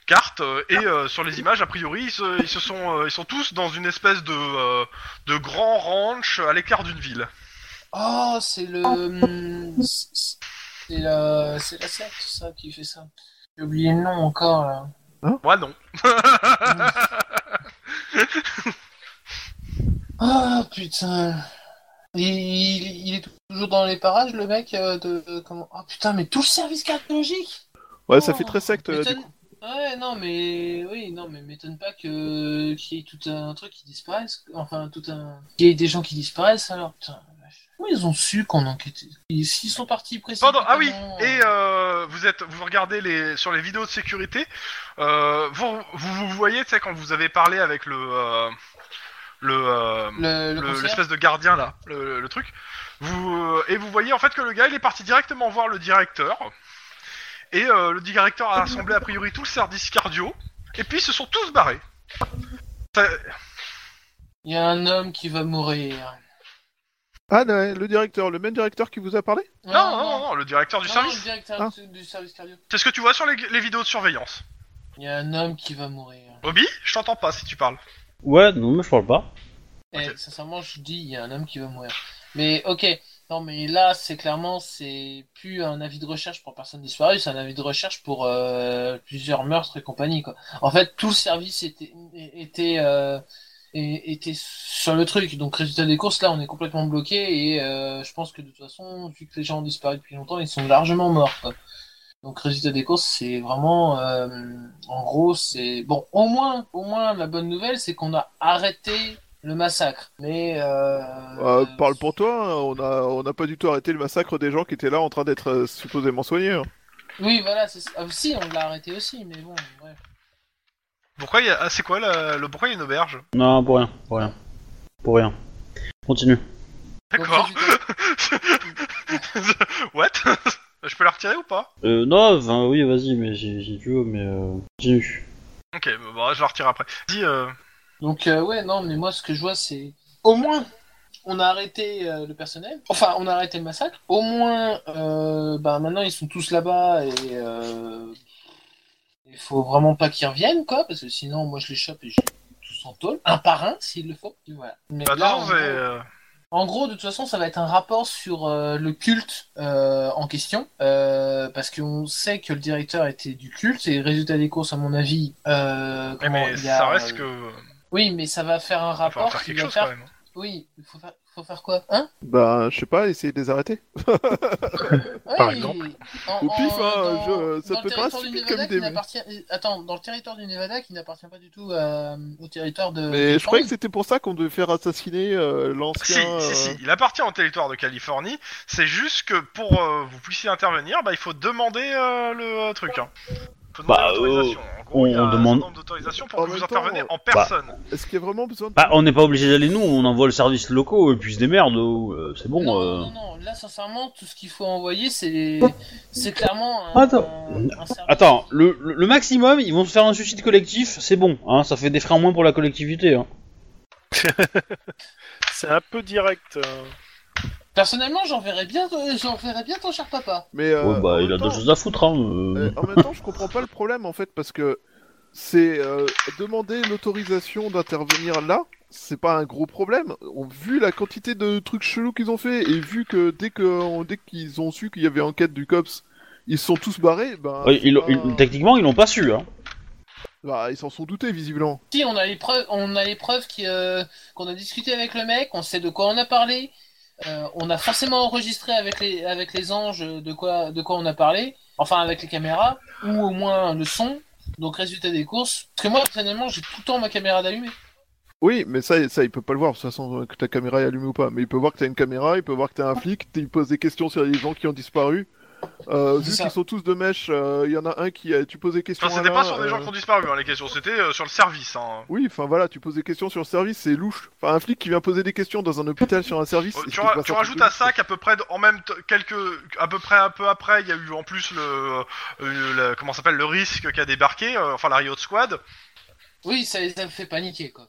carte euh, et euh, sur les images a priori ils se, ils se sont euh, ils sont tous dans une espèce de euh, de grand ranch à l'écart d'une ville.
Oh, c'est le. hum, C'est la... c'est la secte, ça, qui fait ça. J'ai oublié le nom encore, là.
Moi non.
Oh putain. Il, il- il est toujours dans les parages, le mec euh, de. de- comment... Oh putain, mais tout le service cardiologique
Ouais, ça
Oh,
fait très secte. là, du
M'étonne-
coup.
Ouais, non, mais oui, non, mais m'étonne pas que qu'il y ait tout un truc qui disparaisse. Enfin, tout un. Qu'il y ait des gens qui disparaissent alors. Putain, la vache. Comment ils ont su qu'on enquêtait Et S'ils sont partis précipitamment.
Pendant- ah oui et euh, vous êtes vous regardez les sur les vidéos de sécurité euh, vous, vous vous voyez tu sais quand vous avez parlé avec le euh, le euh,
Le, le
le-
concierge
l'espèce de gardien là, le, le truc. Vous euh, et vous voyez en fait que le gars il est parti directement voir le directeur et euh, le directeur a assemblé a priori tout le service cardio et puis ils se sont tous barrés. Ça-
Il y a un homme qui va mourir.
Ah, ouais, le directeur, le même directeur qui vous a parlé
Non, non, non, non, le directeur du
Non,
service.
le Ah, directeur
Ah.
du service cardio.
C'est ce que tu vois sur les, les vidéos de surveillance.
Il y a un homme qui va mourir.
Bobby, je t'entends pas si tu parles.
Ouais, non, mais je parle pas.
Ok.
Eh, sincèrement, je dis, il y a un homme qui va mourir. Mais ok, non, mais là, c'est clairement, c'est plus un avis de recherche pour personne disparue, c'est un avis de recherche pour euh, plusieurs meurtres et compagnie, quoi. En fait, tout le service était, était, euh, é- était sur le truc. Donc, résultat des courses, là, on est complètement bloqué et euh, je pense que de toute façon, vu que les gens ont disparu depuis longtemps, ils sont largement morts, quoi. Donc, résultat des courses, c'est vraiment, euh, en gros, c'est bon. Au moins, au moins, la bonne nouvelle, c'est qu'on a arrêté le massacre. Mais euh...
Euh, Parle pour toi, hein, on a, on a pas du tout arrêté le massacre des gens qui étaient là en train d'être euh, supposément soignés. hein.
Oui, voilà. c'est ça. Ah, si, on l'a arrêté aussi, mais bon. Ouais.
Pourquoi il y a ah, c'est quoi la- le pourquoi il y a une auberge
Non, pour rien, pour rien. Pour rien. Continue.
D'accord.
Donc, résultat-
What Je peux la retirer ou pas
Euh, non, enfin, oui, vas-y, mais j'ai j'ai du haut, mais euh, continue.
Ok, bah, je la retire après. Dis, euh,
Donc euh, ouais, non, mais moi ce que je vois c'est au moins on a arrêté euh, le personnel. Enfin, on a arrêté le massacre. Au moins, euh, bah maintenant ils sont tous là-bas et euh, il faut vraiment pas qu'ils reviennent quoi, parce que sinon moi je les chope et je les tous en tôle, un par un s'il le faut. Et Voilà. Mais
bah, de toute
là,
façon,
en
c'est,
gros-
euh,
En gros, de toute façon, ça va être un rapport sur euh, le culte euh, en question, euh, parce qu'on sait que le directeur était du culte, et résultat des courses, à mon avis, euh,
mais,
comment
mais
il y a,
ça reste
euh,
que
Oui, mais ça va faire un
enfin,
rapport
faire
qui
quelque
va
chose
faire-
quand même.
Oui, il faut faire... faut faire quoi Hein
Bah, je sais pas, essayer de les arrêter.
Par
Ouais,
exemple.
en-
Au pif,
en-
hein,
dans-
je- ça
dans le
peut
territoire
paraître
du
stupide
Nevada
comme
qui
idée,
n'appartient- euh, Attends, dans le territoire du Nevada qui n'appartient pas du tout euh, au territoire de...
Mais
de
je croyais
Floride.
que c'était pour ça qu'on devait faire assassiner euh,
Si,
l'ancien.
si, si,
euh,
il appartient au territoire de Californie. C'est juste que pour euh, vous puissiez intervenir, bah, il faut demander euh, le euh, truc. hein. peut demander
Bah,
l'autorisation. En gros,
on-
il y a
on
un
demande-
nombre d'autorisation pour
En
que
même
vous
temps,
interveniez en
bah,
personne.
Est-ce qu'il y a vraiment besoin de.
Bah, on n'est pas obligé d'aller nous, on envoie le service locaux et puis ils se démerde. c'est bon.
non,
euh.
non, non, là, sincèrement, tout ce qu'il faut envoyer, c'est c'est clairement un.
Attends.
un- un service.
Attends, le, le- le maximum, ils vont se faire un suicide collectif, c'est bon, hein, ça fait des frais en moins pour la collectivité. Hein.
C'est un peu direct. euh.
Personnellement, j'enverrais bien, j'enverrai bien ton cher papa.
Mais. euh,
ouais, bah,
en
il
même
a
temps-
deux choses à foutre. Hein, euh.
Euh, en même temps, je comprends pas le problème en fait parce que c'est euh, demander l'autorisation d'intervenir là, c'est pas un gros problème. On, vu la quantité de trucs chelous qu'ils ont fait et vu que dès que on- dès qu'ils ont su qu'il y avait enquête du cops, ils se sont tous barrés. Ben,
Ouais, ils l'ont-
ben,
ils- techniquement, ils l'ont pas su. Hein.
bah, ils s'en sont doutés visiblement.
Si, on a les preuves, on a les preuves qui, euh, qu'on a discuté avec le mec, on sait de quoi on a parlé, euh, on a forcément enregistré avec les, avec les anges de quoi, de quoi on a parlé, enfin avec les caméras, ou au moins le son, donc résultat des courses. Parce que moi, personnellement, j'ai tout le temps ma caméra d'allumée.
Oui, mais ça, ça, il peut pas le voir de toute façon euh, que ta caméra est allumée ou pas. Mais il peut voir que t'as une caméra, il peut voir que t'es un
Ah.
flic, il pose des questions sur les gens qui ont disparu. Euh,
C'est
vu
ça.
qu'ils sont tous de mèche, euh, il y en a un qui a, tu poses des questions.
Enfin,
à
c'était
l'un,
pas sur des gens
euh,
qui ont disparu, hein, les questions, c'était euh, sur le service. Hein.
Oui, enfin voilà, tu poses des questions sur le service, c'est louche. Enfin, un flic qui vient poser des questions dans un hôpital sur un service.
Euh,
c'est
tu,
pas
ra-
sorti
tu
de
rajoutes
louche.
à ça qu'à peu près d- en même t- quelques à peu près un peu après il y a eu en plus le, euh, le- comment ça s'appelle le risque qui a débarqué euh, enfin la Riot Squad
Oui, ça les a fait paniquer, quoi.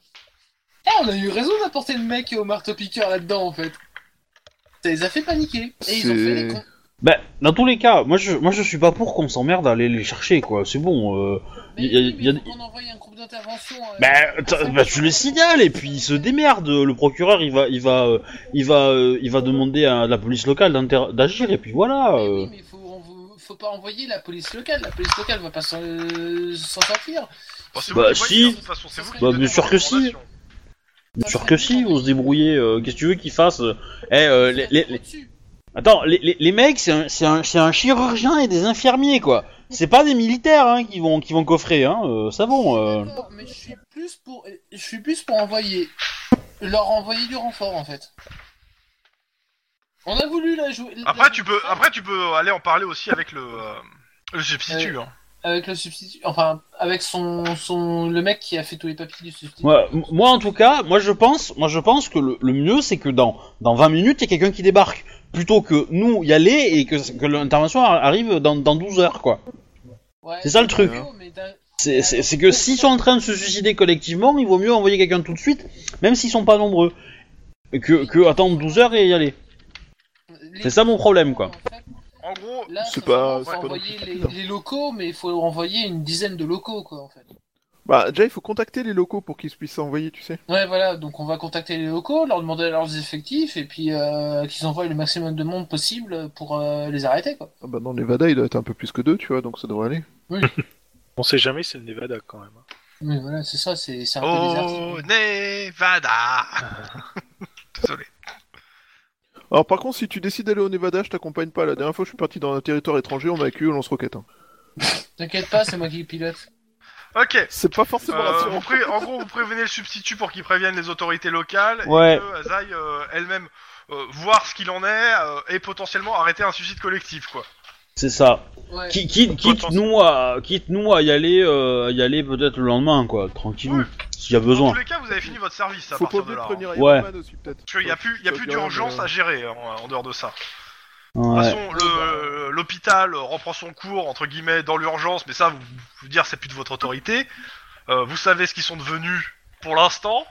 Eh, on a eu raison d'apporter le mec au marteau-piqueur là-dedans, en fait. Ça les a fait paniquer. Et ils ont
C'est-
fait les cons.
Bah, dans tous les cas, moi je, moi je suis pas pour qu'on s'emmerde à aller les chercher, quoi. C'est bon. Euh... Il
Mais
y a-
oui, mais
il y a-
faut qu'on envoie un groupe d'intervention. euh,
Bah, t'as- bah, tu les signales et puis ils se démerdent. Le procureur, il va, il va, euh, il va, euh, il va demander à la police locale d'inter- d'agir et puis voilà.
Mais
euh.
oui, mais faut, on- faut pas envoyer la police locale. La police locale va pas s'en euh, s'en sortir.
Enfin, c'est vous
Bah,
qui
si.
voyez, hein, de toute façon, c'est vous qui
Bah,
donnez
bien sûr
vos
que si.
recommandations.
Bien sûr que si, on se débrouillait. euh, Qu'est-ce que tu veux qu'ils fassent euh, Eh, euh, les, les- les-
Au-dessus.
attends, les, les, les mecs, c'est un, c'est un, c'est un chirurgien et des infirmiers, quoi. C'est pas des militaires hein, qui vont, qui vont coffrer, hein. euh, ça bon. euh.
D'accord, mais je suis plus pour, je suis plus pour envoyer, leur envoyer du renfort en fait. On a voulu la jouer. la-
après tu peux après tu peux aller en parler aussi avec le euh, le substitut hein.
Avec le substitut, enfin avec son, son le mec qui a fait tous les papiers du substitut.
Ouais, m- moi en tout cas, moi je pense, moi je pense que le, le mieux c'est que dans, dans 20 minutes il y a quelqu'un qui débarque plutôt que nous y aller et que, que l'intervention ar- arrive dans, dans 12 heures quoi.
Ouais,
c'est ça, le truc.
beau, mais d'un-
C'est- C'est c'est que s'ils sont en train de se suicider collectivement, il vaut mieux envoyer quelqu'un tout de suite, même s'ils sont pas nombreux, que, que attendre 12 heures et y aller.
les-
C'est ça mon problème quoi.
en fait,
en gros
Là,
C'est
faut
pas-
vraiment
c'est pas non
envoyer
plus
les,
rapide, hein.
les locaux, mais il faut envoyer une dizaine de locaux quoi en fait.
Bah, déjà, il faut contacter les locaux pour qu'ils puissent s'envoyer, tu sais.
Ouais, voilà, donc on va contacter les locaux, leur demander leurs effectifs, et puis euh, qu'ils envoient le maximum de monde possible pour euh, les arrêter, quoi.
Ah bah, dans Nevada, il doit être un peu plus que deux, tu vois, donc ça devrait aller.
On sait jamais, c'est le Nevada quand même. hein.
Mais voilà, c'est ça, c'est c'est un peu
au
désertique.
Oh, Nevada désolé
Alors, par contre, si tu décides d'aller au Nevada, je t'accompagne pas. La dernière fois, je suis parti dans un territoire étranger, on m'a accueilli au lance-roquette. hein.
T'inquiète pas, c'est moi qui pilote.
ok
C'est pas forcément
Euh,
rassurant.
vous pré- en gros, vous prévenez le substitut pour qu'il prévienne les autorités locales et
Ouais.
qu'elles aillent euh, elles-mêmes euh, voir ce qu'il en est euh, et potentiellement arrêter un suicide collectif, quoi.
C'est ça.
Ouais.
Qui- qui- Quitte nous à, quitte nous à y aller, euh, à y aller peut-être le lendemain quoi, tranquillou,
Oui.
s'il y a
Dans
besoin.
tous les cas, vous avez fini votre service à
Faut pas
partir de
oublier
là.
le
hein.
premier
Ouais.
Iron Man aussi, peut-être.
Parce qu'il n'y a plus, il y a plus d'urgence à gérer hein, en dehors de ça. De toute
Ouais.
façon, le- euh, l'hôpital reprend son cours entre guillemets dans l'urgence, mais ça, vous, vous dire, c'est plus de votre autorité. Euh, vous savez ce qu'ils sont devenus pour l'instant.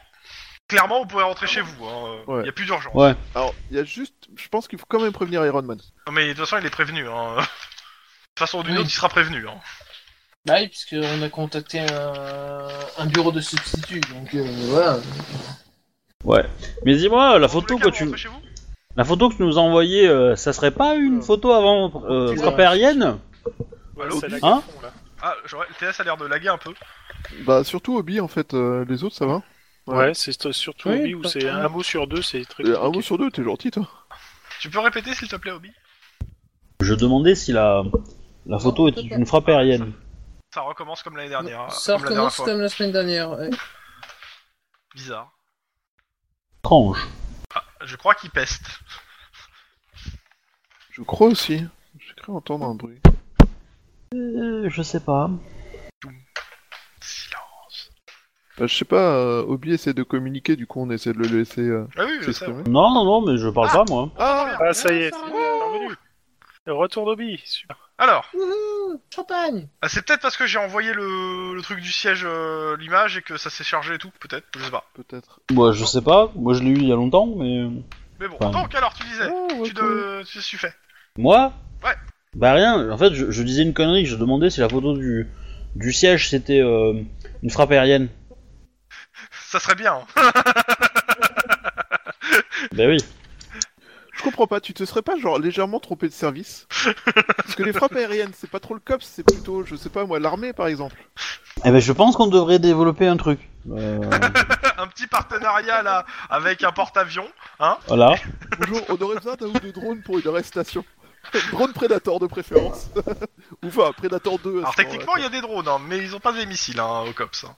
Clairement, vous pouvez rentrer chez vous. hein. Il
Ouais.
n'y a plus d'urgence.
Ouais.
Alors, il y a juste. Je pense qu'il faut quand même prévenir Iron Man.
Non, mais de toute façon, il est prévenu. Hein. De toute façon, d'une
Oui.
autre, il sera prévenu. Hein.
Bah oui, puisqu'on a contacté un, un bureau de substitut, donc euh, voilà.
Mais dis-moi,
Dans
la
tous
photo
les cas,
que
vous
tu,
rentrez chez vous
La photo que tu nous as envoyée, euh, ça serait pas une photo avant euh,
Ouais.
frappée aérienne
Allô
ça lag
Hein
à fond, là.
Ah, j'aurais- le TS a l'air de laguer un peu.
Bah, surtout Obi, en fait, euh, les autres, ça va. Ouais.
Ouais, c'est surtout
Oui,
lui où c'est un mot sur deux, c'est très
Euh, un mot
compliqué.
sur deux, t'es gentil, toi.
Tu peux répéter s'il te plaît, Obi
Je demandais si la, la photo était une frappe aérienne.
Ça recommence comme l'année dernière. hein,
ça
comme la dernière
recommence
fois.
comme la semaine dernière. ouais.
Bizarre.
Tranche.
Je crois qu'il peste.
Je crois aussi. J'ai cru entendre un bruit.
Euh, je sais pas.
Silence.
Euh, je sais pas, euh, Obi essaie de communiquer, du coup on essaie de le laisser euh,
Ah oui, je sais.
s'exprimer.
Non, non, non, mais je parle pas, moi.
Ah
Ah, ça y est,
ça
c'est
revient.
revenu. Le Retour d'Obi, super.
Alors,
Wouhou, champagne
Ah, c'est peut-être parce que j'ai envoyé le, le truc du siège, euh, l'image, et que ça s'est chargé et tout, peut-être, je sais pas.
Peut-être.
Moi, je sais pas. Moi, je l'ai eu il y a longtemps, mais. euh,
Mais bon,
Pardon.
donc alors tu disais,
Oh, ouais,
Eh, tu
cool.
te, tu tu fais.
Moi
Ouais.
Bah rien, en fait, je, je disais une connerie, je demandais si la photo du, du siège c'était euh, une frappe aérienne.
Ça serait bien. hein.
Bah oui.
Je comprends pas, tu te serais pas genre légèrement trompé de service Parce que les frappes aériennes, c'est pas trop le COPS, c'est plutôt, je sais pas moi, l'armée par exemple.
Eh ben, je pense qu'on devrait développer un truc. Euh,
un petit partenariat là avec un porte-avions.
voilà.
Bonjour, on aurait besoin d'un ou deux drones pour une arrestation. Drone Predator de préférence. ou enfin, Predator 2. à ce
Alors
moment-là.
techniquement il y a des drones, hein, mais ils ont pas des missiles hein, au cops. hein.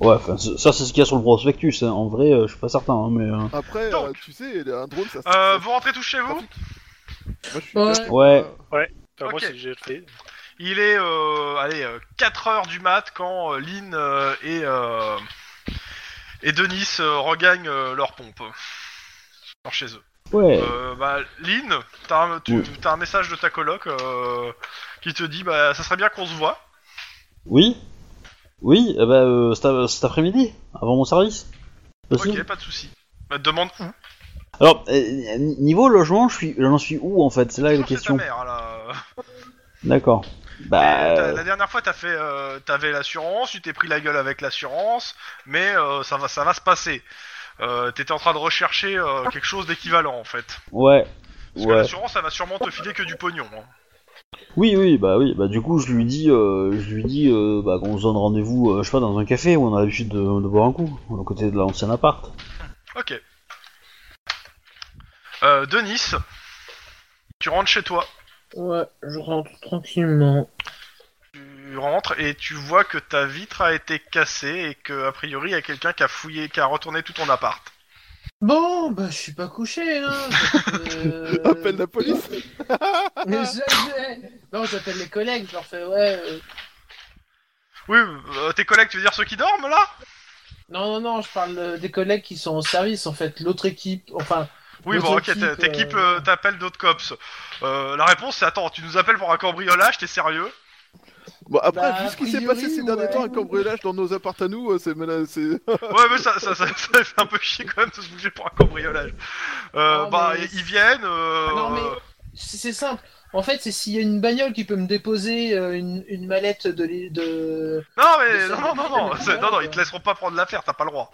Ouais, enfin, c- ça c'est ce qu'il y a sur le prospectus. hein. En vrai, euh, je suis pas certain, hein, mais. euh,
Après,
Donc.
euh, tu sais, un drone ça.
Euh, vous rentrez tous chez vous.
Moi, je suis
Ouais.
hyper-
Ouais.
Enfin, Moi,
Ok.
c'est- j'ai fait.
Il est euh, allez 4 heures du mat quand euh, Lynn euh, et euh, et Denis euh, regagnent euh, leur pompe. Alors chez eux.
Ouais.
Euh, bah, Lynn, t'as un, tu- t'as un message de ta coloc euh, qui te dit bah ça serait bien qu'on se voit.
Oui Oui, eh ben, euh, cet, a- cet après-midi, avant mon service. Possible
Ok, pas de souci. Bah, te demande où
Alors, euh, ni- niveau logement, je suis, j'en suis où en fait C'est là la
Toujours chez ta
Ah, question.
mère là.
D'accord. Bah.
Et t'as-
euh,
La dernière fois, t'as fait, euh, t'avais l'assurance, tu t'es pris la gueule avec l'assurance, mais euh, ça va, ça va se passer. Euh, T'étais en train de rechercher euh, quelque chose d'équivalent en fait.
Ouais.
Parce que
ouais.
l'assurance, ça va sûrement te filer que du pognon. hein.
Oui, oui, bah oui, bah du coup je lui dis, euh, je lui dis, euh, bah qu'on se donne rendez-vous, euh, je sais pas, dans un café où on a l'habitude de, de boire un coup, à côté de l'ancien appart.
Ok. Euh, Denis, tu rentres chez toi.
Ouais, je rentre tranquillement.
Tu rentres et tu vois que ta vitre a été cassée et que a priori il y a quelqu'un qui a fouillé, qui a retourné tout ton appart.
Bon, bah je suis pas couché, hein. Euh,
Appelle la police
Mais jamais. Non, j'appelle les collègues, je leur fais ouais. euh,
Oui, euh, tes collègues, tu veux dire ceux qui dorment là
Non, non, non, je parle euh, des collègues qui sont en service, en fait. L'autre équipe, enfin,
Oui,
Notre
bon, ok,
équipe,
t'es- t'équipe
euh,
euh, t'appelle d'autres cops. Euh, la réponse c'est attends, tu nous appelles pour un cambriolage, t'es sérieux
Bon, après,
Bah,
vu ce qui s'est
a priori,
passé ces derniers
ouais.
temps, un cambriolage dans nos apparts à nous, euh, c'est. mena- c'est-
Ouais, mais ça, ça, ça, ça fait un peu chier quand même de se bouger pour un cambriolage. Euh,
Non,
bah,
mais-
ils viennent. euh,
Ah, non, mais- c'est c'est simple. En fait, c'est s'il y a une bagnole qui peut me déposer euh, une, une mallette de, l'é- de.
Non,
Mais
mais.
ça-
Non, non, non, non, c'est- non, non, ils te laisseront pas prendre l'affaire, t'as pas le droit.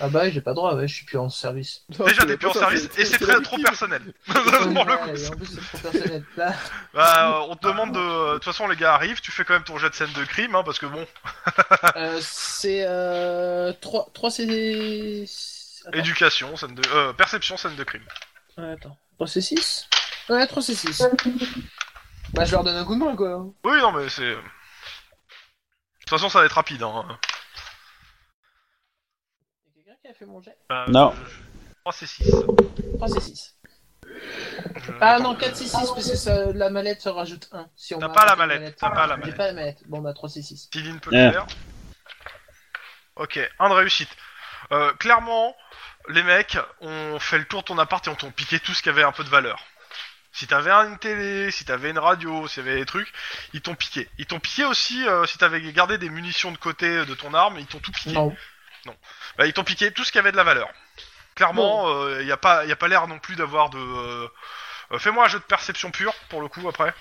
Ah bah, j'ai pas droit, ouais, je suis plus en service.
Non,
Déjà,
Oh, c'est
t'es
pas
plus en
ça,
service et c'est
la
très trop
victime.
personnel. pour le coup,
Ouais, et en plus, c'est trop personnel. Là,
Bah, euh, on te demande de. De toute façon, les gars arrivent, tu fais quand même ton jet de scène de crime, hein, parce que bon.
euh, c'est. Euh, 3, 3 CD. Attends,
Éducation, scène de. euh, perception, scène de crime.
ouais, attends. 3 C6 Ouais, 3 C6. Bah, je leur donne un coup de main, quoi.
Oui, non, mais c'est. euh, De toute façon, ça va être rapide, hein.
Il y a quelqu'un qui a fait mon jet
Euh,
Non.
je- 3 c'est 6.
3 C6. Ah non, 4 C6, parce que ça, la mallette se rajoute 1. Si on
T'as
m'a
pas la
rajouté une
mallette, t'as pas la
J'ai
mallette.
pas la mallette. Bon, bah 3 C6.
Tiline peut
Ouais.
le faire. Ok, un de réussite. Euh, clairement, les mecs ont fait le tour de ton appart et ont t'ont piqué tout ce qui avait un peu de valeur. Si t'avais une télé, si t'avais une radio, si t'avais des trucs, ils t'ont piqué. Ils t'ont piqué aussi euh, si t'avais gardé des munitions de côté de ton arme, ils t'ont tout piqué.
Non.
Bah, ils t'ont piqué tout ce qui avait de la valeur. Clairement, il n'y a pas, y a pas l'air non plus d'avoir de. euh, euh, Fais-moi un jeu de perception pure pour le coup après.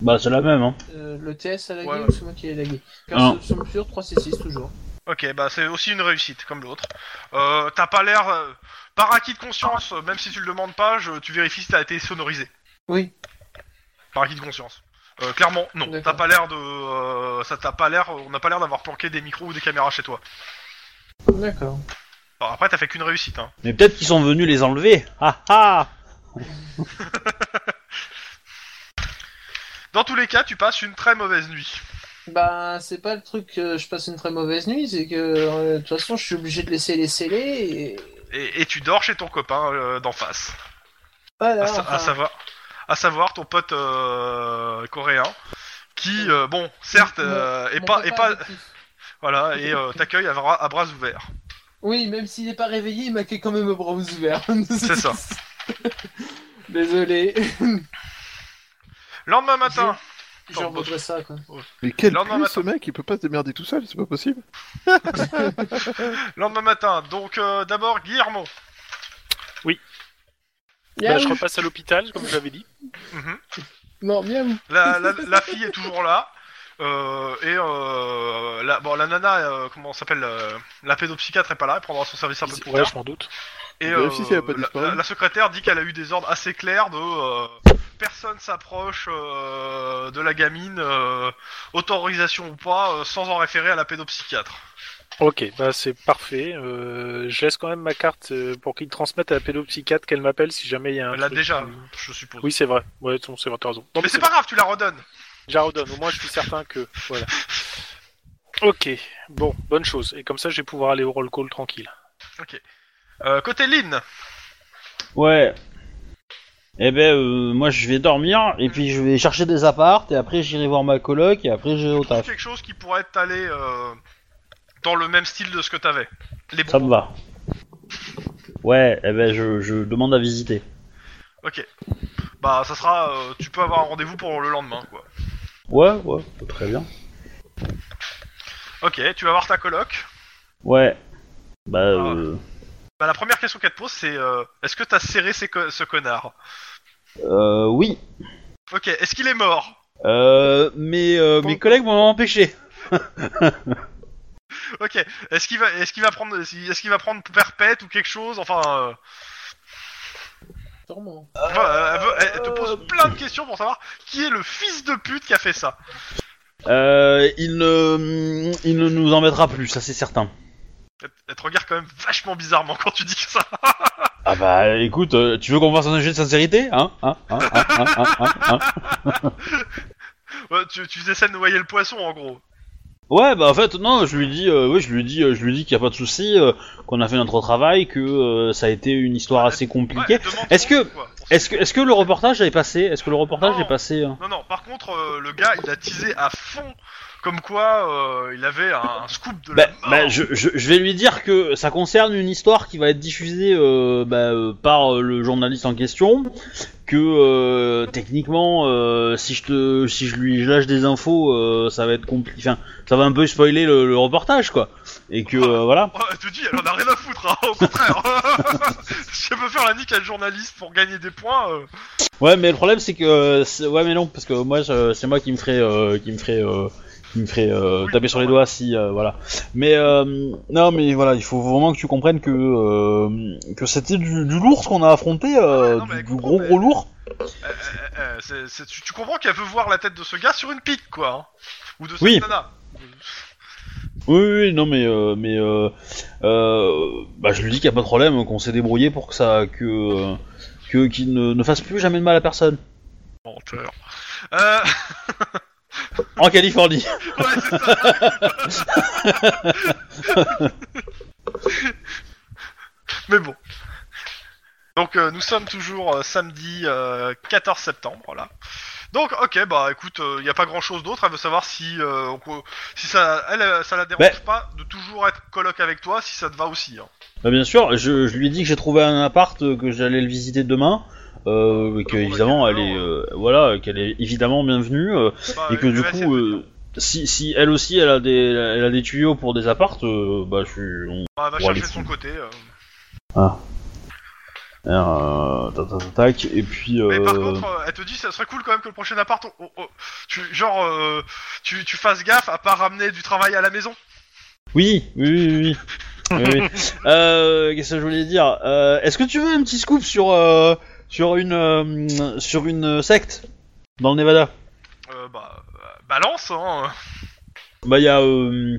Bah c'est la même, hein.
Euh, le TS a lagué
Ouais, ouais.
ou c'est moi qui ai lagué
Non.
Perception pure, 3 C6 toujours.
Ok, bah c'est aussi une réussite comme l'autre. Euh, t'as pas l'air, euh, par acquis de conscience, euh, même si tu le demandes pas, je- tu vérifies si t'as été sonorisé.
Oui.
Par acquis de conscience. Euh, clairement, non.
D'accord.
T'as pas l'air de, euh, ça t'a pas l'air, on n'a pas l'air d'avoir planqué des micros ou des caméras chez toi.
D'accord.
Alors, après, t'as fait qu'une réussite. Hein.
Mais peut-être qu'ils sont venus les enlever. Ah ah
Dans tous les cas, tu passes une très mauvaise nuit.
Bah, c'est pas le truc que je passe une très mauvaise nuit, c'est que euh, de toute façon, je suis obligé de laisser les scellés et.
Et, et tu dors chez ton copain euh, d'en face.
Voilà.
à, sa- à
enfin,
savoir, à savoir ton pote euh, coréen, qui, euh, bon, certes, euh, est
Mon
pas,
copain
est pas,
adoptif.
voilà, et euh, t'accueille à, bras- à bras ouverts.
Oui, même s'il n'est pas réveillé, il m'accueille quand même au bras ouverts. C'est
ça.
Désolé.
Lendemain matin,
J'en voudrais ça, quoi.
Mais quel
Non, non,
cul,
mais
ce mec, il peut pas se démerder tout seul, c'est pas possible.
lendemain matin, donc euh, d'abord Guillermo.
Bah,
Bah,
Miaou.
je repasse à l'hôpital, comme j'avais dit.
Mhm.
Non, miaou.
La, la, la fille est toujours là. Euh, et euh, la, bon, la nana, euh, comment on s'appelle euh, La pédopsychiatre est pas là, elle prendra son service un peu plus
Ouais,
tard.
je m'en doute.
Et euh,
Vérifie si elle a pas
la-
disparu.
la, la secrétaire dit qu'elle a eu des ordres assez clairs de euh, personne s'approche euh, de la gamine, euh, autorisation ou pas, euh, sans en référer à la pédopsychiatre.
Ok, bah c'est parfait. Euh, je laisse quand même ma carte euh, pour qu'il transmette à la pédopsychiatre qu'elle m'appelle si jamais il y a un.
Elle l'a
truc.
déjà, je suppose.
Oui, c'est vrai. Ouais, c'est bon, c'est vrai, t'as raison. Non,
mais c'est pas grave, tu la redonnes.
Je la redonne, au moins je suis certain que. Voilà. Ok, bon, bonne chose. Et comme ça, je vais pouvoir aller au roll call tranquille.
Euh, côté Lynn,
Ouais. Eh ben, euh, moi je vais dormir et puis je vais chercher des appartes et après j'irai voir ma coloc et après j'irai au taf.
quelque chose qui pourrait t'aller euh, dans le même style de ce que t'avais. Les
Ça
bons.
me va. Ouais, eh ben je, je demande à visiter.
Ok. Bah, ça sera. euh, tu peux avoir un rendez-vous pour le lendemain, quoi.
Ouais, ouais, très bien.
Ok, tu vas voir ta coloc.
Ouais. Bah, euh,
Bah, la première question qu'elle te pose, c'est euh, est-ce que t'as serré ces co- ce connard
euh, oui.
Ok, est-ce qu'il est mort
Euh, mais euh, mes collègues m'ont empêché.
Ok. Est-ce qu'il va, est-ce qu'il va prendre, est-ce qu'il va prendre perpète ou quelque chose Enfin, euh,
Sûrement.
voilà, elle, veut- elle- elle te pose plein de questions pour savoir qui est le fils de pute qui a fait ça.
Euh, il ne, il ne nous en mettra plus, ça c'est certain.
Elle, elle te regarde quand même vachement bizarrement quand tu dis ça.
Ah bah écoute, euh, tu veux qu'on fasse un jeu de sincérité hein hein, hein, hein, hein, hein, hein, hein
Ouais, tu, tu essaies de noyer le poisson en gros.
Ouais, bah en fait non, je lui dis, euh, oui, je lui dis, euh, je lui dis qu'il n'y a pas de souci, euh, qu'on a fait notre travail, que euh, ça a été une histoire assez
Ouais,
compliquée.
elle demande
Est-ce
son
que-
nom, quoi, pour
Est-ce que, est-ce que le reportage est passé Est-ce que le reportage
Non.
est passé hein
Non, non, par contre, euh, le gars, il a teasé à fond, comme quoi euh, il avait un, un scoop de la
bah,
mort.
bah, je, je, je vais lui dire que ça concerne une histoire qui va être diffusée euh, bah, euh, par euh, le journaliste en question. Que euh, techniquement, euh, si je te, si je lui lâche des infos, euh, ça va être compliqué. Enfin, ça va un peu spoiler le, le reportage, quoi. Et que euh, voilà.
Oh, elle te dit, elle en a rien à foutre, hein, au contraire. si elle peut faire la nique à le journaliste pour gagner des points, euh,
Ouais, mais le problème c'est que, euh, c'est- ouais, mais non, parce que moi, je- c'est moi qui me ferais, euh, qui me ferait qui me ferait euh,
Oui,
taper sur les doigts si, euh, voilà. Mais euh, non, mais voilà, il faut vraiment que tu comprennes que euh, que c'était du, du lourd ce qu'on a affronté, euh,
Ah Ouais, non, mais
du,
elle
du
comprend,
gros
mais-
gros lourd.
Euh, euh, euh, c'est- c'est- tu, tu comprends qu'elle veut voir la tête de ce gars sur une pique, quoi. hein. Ou de cette
Oui.
nana.
Oui, oui, oui, non, mais, euh, mais euh, euh, bah, je lui dis qu'il n'y a pas de problème, qu'on s'est débrouillé pour que ça, que, euh, que qu'il ne, ne fasse plus jamais de mal à personne.
Menteur. Euh,
En Californie.
ouais, c'est ça. Mais bon. Donc, euh, nous sommes toujours euh, samedi euh, 14 septembre, voilà. Donc, ok, bah écoute, il n'y a pas grand chose d'autre. Elle veut savoir si, euh, on peut- si ça, elle, euh, ça la dérange pas de toujours être coloc avec toi, si ça te va aussi. hein.
Bah, bien sûr, je, je lui ai dit que j'ai trouvé un appart, euh, que j'allais le visiter demain. Euh, que,
Bon, bah,
évidemment elle
quel
est euh, voilà qu'elle est évidemment bienvenue euh,
Bah,
et que
elle
du
va essayer de
coup
venir.
euh, si, si elle aussi elle a des elle a des tuyaux pour des appartes euh, bah je suis on-
Bah, elle va
Ouais,
chercher
les
de son côté. euh.
euh, tac, tac, tac, et puis
Mais par
euh,
contre, euh, elle te dit, ça serait cool quand même que le prochain appart, on- on- on- tu, genre, euh, tu, tu fasses gaffe à pas ramener du travail à la maison.
Oui, oui, oui, oui. oui. oui, oui. Euh, Qu'est-ce que je voulais dire Euh, Est-ce que tu veux un petit scoop sur euh, sur une euh, sur une secte dans le Nevada
Euh, bah, euh, balance, hein.
Bah il y a euh,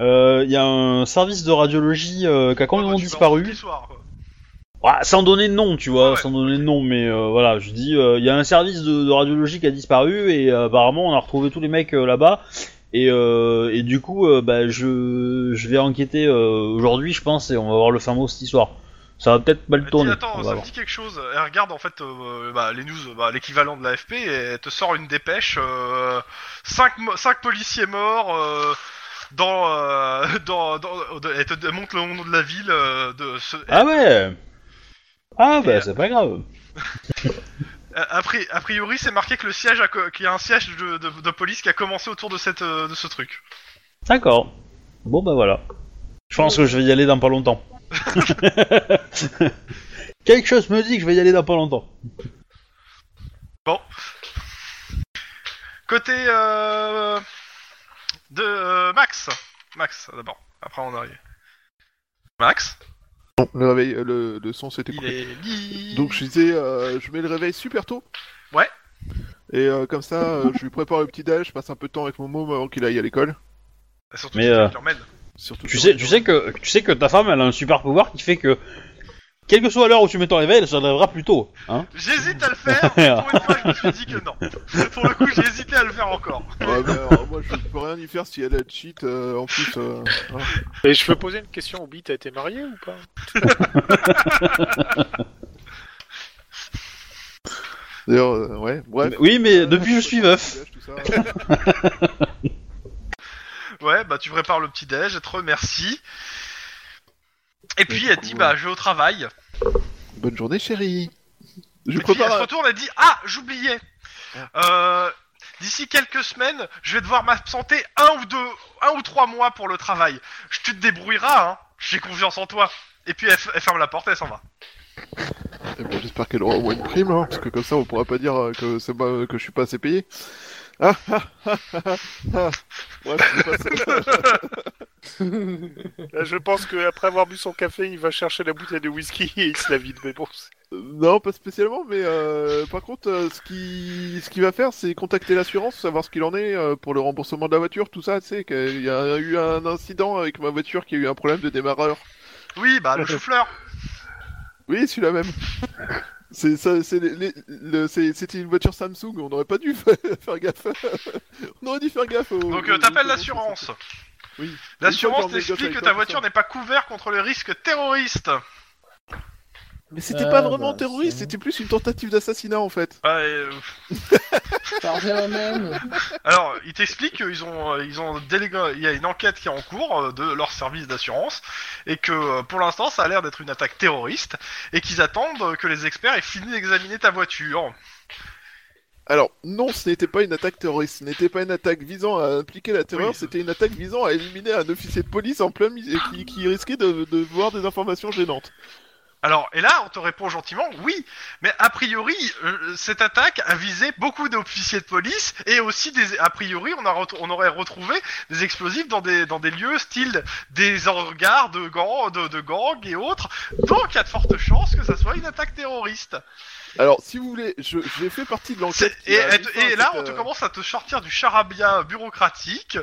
euh, il y a un service de radiologie euh, qui a complètement
Bah, tu balances
disparu.
tous les soirs, quoi.
Ah, sans donner de nom, tu vois,
Ah Ouais.
sans donner de nom, mais euh, voilà, je dis, euh, il y a un service de, de radiologie qui a disparu et euh, apparemment on a retrouvé tous les mecs euh, là-bas. Et, euh, et du coup, euh, bah, je, je vais enquêter euh, aujourd'hui, je pense, et on va voir le fin mot cette histoire. Parce Ça va peut-être mal
Elle dit,
tourner.
attends,
on va
ça me
voir.
dit quelque chose. Elle regarde en fait euh, bah, les news, bah, l'équivalent de l'AFP, et elle te sort une dépêche. euh, 5 policiers morts euh, dans, euh, dans, dans- de- Elle te montre le nom de la ville. euh, de ce,
Ah ouais Ah bah
Et- euh,
c'est pas grave.
a, a pri- a priori, c'est marqué que le siège a co- qu'il y a un siège de, de- de police qui a commencé autour de, cette, euh, de ce truc.
D'accord. Bon bah voilà. Je pense que je vais y aller dans pas longtemps. Quelque chose me dit que je vais y aller dans pas longtemps.
Côté euh, de euh, Max. Max d'abord. Après on arrive. Max.
Bon, le réveil, euh, le, le son s'était
Il
coupé.
est lit.
Donc je disais, euh, je mets le réveil super tôt.
Ouais.
Et euh, comme ça, euh, je lui prépare le petit déj, je passe un peu de temps avec mon môme avant qu'il aille à l'école.
Surtout
Mais,
qu'il
euh,
l'emmène.
Surtout
Tu
que-
sais, tu sais que tu sais que ta femme elle a un super pouvoir qui fait que quelle que soit l'heure où tu mets ton réveil, elle se lèvera plus tôt. Hein
J'hésite à le faire, mais pour une fois je me suis dit que non. Pour le coup j'ai hésité à le faire encore.
Ouais, mais, alors, moi, je peux rien y faire si elle est cheat. euh, en plus, euh, voilà.
Et je peux poser une question, Obi, t'as été marié ou pas
d'ailleurs, euh, ouais, bref.
Mais- oui, mais
Euh,
depuis je suis veuf.
tout ça.
Ouais, bah tu prépares le petit déj, elle te remercie. Et puis elle te dit
cool.
bah je vais au travail.
Bonne journée, chérie. Je
Et puis elle se
prépare.
retourne, elle dit ah j'oubliais. Euh, D'ici quelques semaines, je vais devoir m'absenter un ou deux, un ou trois mois pour le travail. Je tu te débrouilleras, hein. J'ai confiance en toi. Et puis elle, f- elle ferme la porte, elle s'en va.
Eh ben, J'espère qu'elle aura au moins une prime, hein, parce que comme ça, on pourra pas dire euh, que c'est pas- que je suis pas assez payé. Ah, ah, ah, ah, ah. Ouais, c'est pas ça.
Là, Je pense qu'après avoir bu son café, il va chercher la bouteille de whisky et il se la vide, mais bon. c'est-
Non, pas spécialement, mais euh, par contre, euh, ce qui ce qu'il va faire, c'est contacter l'assurance, savoir ce qu'il en est euh, pour le remboursement de la voiture, tout ça. Tu sais qu'il y a eu un incident avec ma voiture qui a eu un problème de démarreur.
Oui, bah le chou-fleur.
Oui, celui-là même. C'est ça, c'est les- les- le- c'est- c'était une voiture Samsung, on aurait pas dû fa- faire gaffe. on aurait dû faire gaffe. Au,
Donc
au-
euh, t'appelles
au-
l'assurance.
Oui.
L'assurance
Bien sûr,
t'explique que
dans
ta
les
voiture
gosses
n'est pas couverte contre le risque terroriste.
Mais c'était
Ah,
pas vraiment
bah,
terroriste,
c'est-
c'était plus une tentative d'assassinat en fait.
Euh,
Ça revient au même.
alors, il t'explique qu'ils ont, euh, ils ont délégué, il y a une enquête qui est en cours euh, de leur service d'assurance et que euh, pour l'instant ça a l'air d'être une attaque terroriste et qu'ils attendent euh, que les experts aient fini d'examiner ta voiture.
Alors, non, ce n'était pas une attaque terroriste, ce n'était pas une attaque visant à impliquer la terreur,
Oui.
c'était une attaque visant à éliminer un officier de police en plein milieu qui, qui risquait de, de voir des informations gênantes.
Alors, et là, on te répond gentiment, oui, mais a priori, euh, cette attaque a visé beaucoup d'officiers de police et aussi des, a priori, on, a ret- on aurait retrouvé des explosifs dans des, dans des lieux style des hangars de gangs, de, de gangs et autres. Donc, il y a de fortes chances que ça soit une attaque terroriste.
Alors, si vous voulez, je- j'ai fait partie de l'enquête.
C'est-
qui
Et,
a
et-
mis fin
et
à
là,
cette,
on te
euh,
commence à te sortir du charabia bureaucratique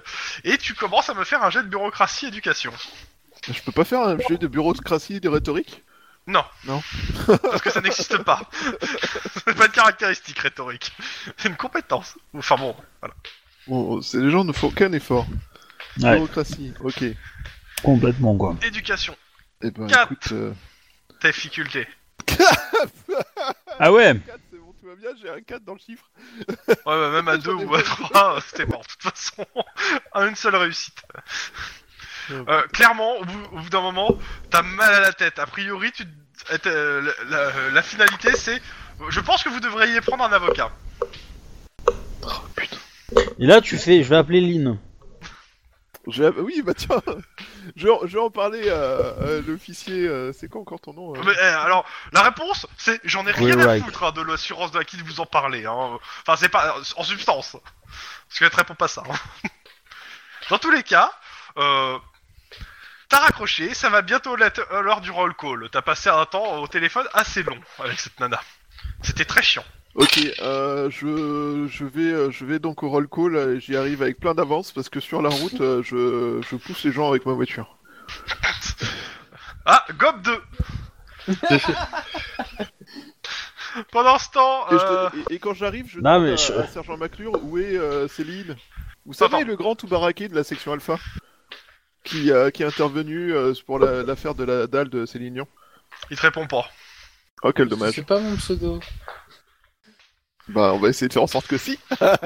et tu commences à me faire un jet de bureaucratie éducation.
Je peux pas faire un jeu de bureaucratie et de rhétorique
Non.
Non.
Parce que ça n'existe pas. c'est pas une caractéristique rhétorique. C'est une compétence. Enfin bon, voilà.
Bon, c'est- Les gens ne font aucun effort.
Ouais.
Bureaucratie, ok.
Complètement quoi.
Éducation,
Eh ben,
Quatre.
écoute. euh,
tes facultés.
Ah ouais.
quatre, c'est bon, tout va bien, j'ai un 4 dans le chiffre.
Ouais, ouais, même à deux ou à trois, euh, c'était mort. De toute façon, à une seule réussite. Euh, clairement, au bout, au bout d'un moment, t'as mal à la tête. A priori, tu, te- euh, t'es- euh, la, la- la finalité, c'est. Je pense que vous devriez prendre un avocat.
Et là tu fais, je vais appeler Lynn.
Je vais- Oui, bah tiens, je vais en, je vais en parler à euh, l'officier. euh, c'est quoi encore ton nom euh
Mais, eh, alors, la réponse, c'est j'en ai rien à
Wainwright.
foutre hein, de l'assurance de la qui vous en parlez. Hein. Enfin, c'est pas en substance. Parce qu'elle te répond pas ça. hein. Dans tous les cas, euh, t'as raccroché, ça va bientôt l'être- euh, l'heure du roll call. T'as passé un temps au téléphone assez long avec cette nana. C'était très chiant.
Ok, euh, je, je, vais, euh, je vais donc au roll call, euh, j'y arrive avec plein d'avance parce que sur la route, euh, je, je pousse les gens avec ma voiture.
Ah, gob 2 Pendant ce temps,
Et, je-
euh,
et- et quand j'arrive, je
Non,
demande
mais
à,
je-
à Sergent McClure où est euh, Céline. Vous
Attends.
savez, le grand tout baraqué de la section Alpha qui, euh, qui est intervenu euh, pour la- l'affaire de la dalle de Céline Dion.
Il te répond pas.
Oh, quel dommage.
C'est pas mon pseudo.
Bah, on va essayer de faire en sorte que si.
bah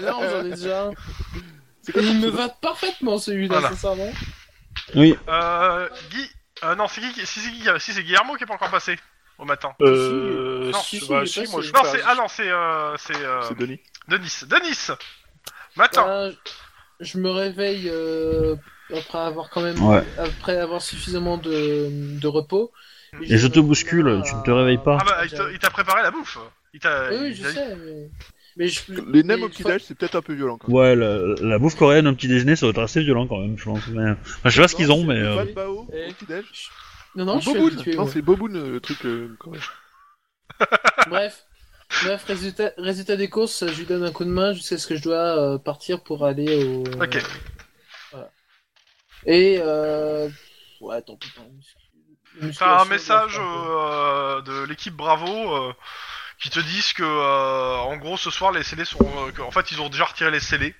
là, on en est déjà un.
C'est quoi
Il
ton
me
pseudo
va parfaitement celui-là,
Voilà.
sincèrement.
Oui,
Euh, Guy. euh, non, c'est Guy qui- si c'est Guy- si, c'est Guillermo qui est pas encore passé au matin.
Euh,
Non,
si,
si,
bah,
mais
si,
ça,
moi
c'est-
je
Non,
passe.
c'est. Ah non, c'est. Euh, c'est. Euh,
C'est Denis.
Denis. Denis Matin.
Ben, je- je me réveille euh, après avoir quand même
Ouais.
après avoir suffisamment de, de repos.
Et je te bouscule, tu ne te réveilles pas.
Ah bah, il te- il t'a préparé la bouffe. Il t'a.
Oui, oui,
il
je
t'a dit-
sais, mais, mais je,
Les nems
mais
au
une
petit-déj, c'est peut-être un peu violent quand même.
ouais, la, la bouffe coréenne au petit déjeuner, ça doit être assez violent quand même, je pense. Mais... Enfin, je sais pas ce qu'ils ont, mais. euh,
Pas de bao au
Eh.
petit-déj.
fois- Non, non, je suis
Boboon.
habitué.
Non,
moi.
c'est Boboon euh, le truc. euh, quand même.
Bref, bref résultat, résultat des courses, je lui donne un coup de main jusqu'à ce que je dois euh, partir pour aller au. euh,
Ok.
Voilà. Et euh... ouais, tant pis. tant pis.
T'as un
Musculation,
message
bref, tant pis.
euh, de l'équipe Bravo euh, qui te disent que euh, en gros ce soir les scellés sont euh, que- en fait ils ont déjà retiré les scellés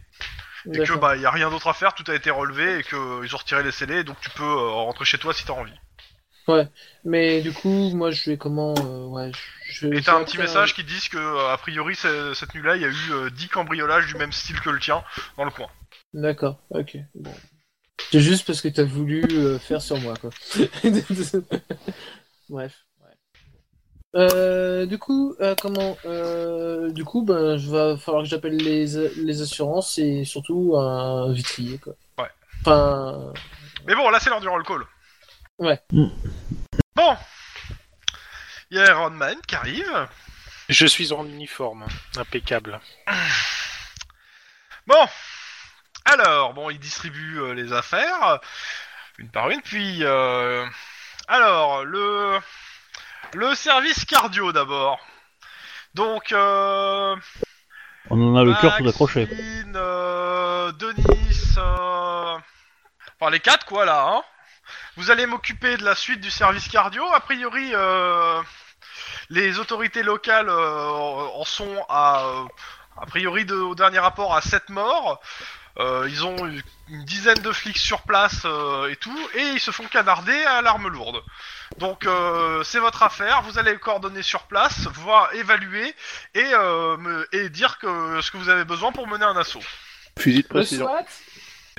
et que
D'accord.
bah y a rien d'autre à faire, tout a été relevé et que euh, ils ont retiré les scellés donc tu peux euh, rentrer chez toi si t'as envie.
Mais du coup, moi, je vais comment euh, Ouais, je. je-
Et t'as
je-
un petit message qui disent que euh, a priori c'est- cette nuit-là il y a eu euh, 10 cambriolages du même style que le tien dans le coin.
D'accord. Ok. Bon. C'est juste parce que t'as voulu euh, faire sur moi, quoi. Bref. ouais. Euh, du coup, euh, comment euh, Du coup, ben, je va falloir que j'appelle les, les assurances et surtout un vitrier, quoi.
Ouais.
Enfin,
Mais bon là c'est l'heure du roll call.
Ouais.
Mm.
Bon. Il y a Iron Man qui arrive.
Je suis en uniforme, impeccable.
Bon, alors, bon, il distribue euh, les affaires, euh, une par une, puis... euh, Alors, le... Le service cardio d'abord. Donc, euh...
On en a le
Ah,
cœur tout accroché. quoi.
Maxine, euh, Denis... euh, Enfin, les quatre, quoi, là, hein Vous allez m'occuper de la suite du service cardio. A priori, euh, les autorités locales euh, en sont à... euh, a priori, de- au dernier rapport, à 7 morts. Euh, ils ont eu une dizaine de flics sur place euh, et tout, et ils se font canarder à l'arme lourde. Donc euh, c'est votre affaire, vous allez coordonner sur place, voir, évaluer et, euh, me- et dire que ce que vous avez besoin pour mener un assaut.
Fusil de
le
précision.
SWAT.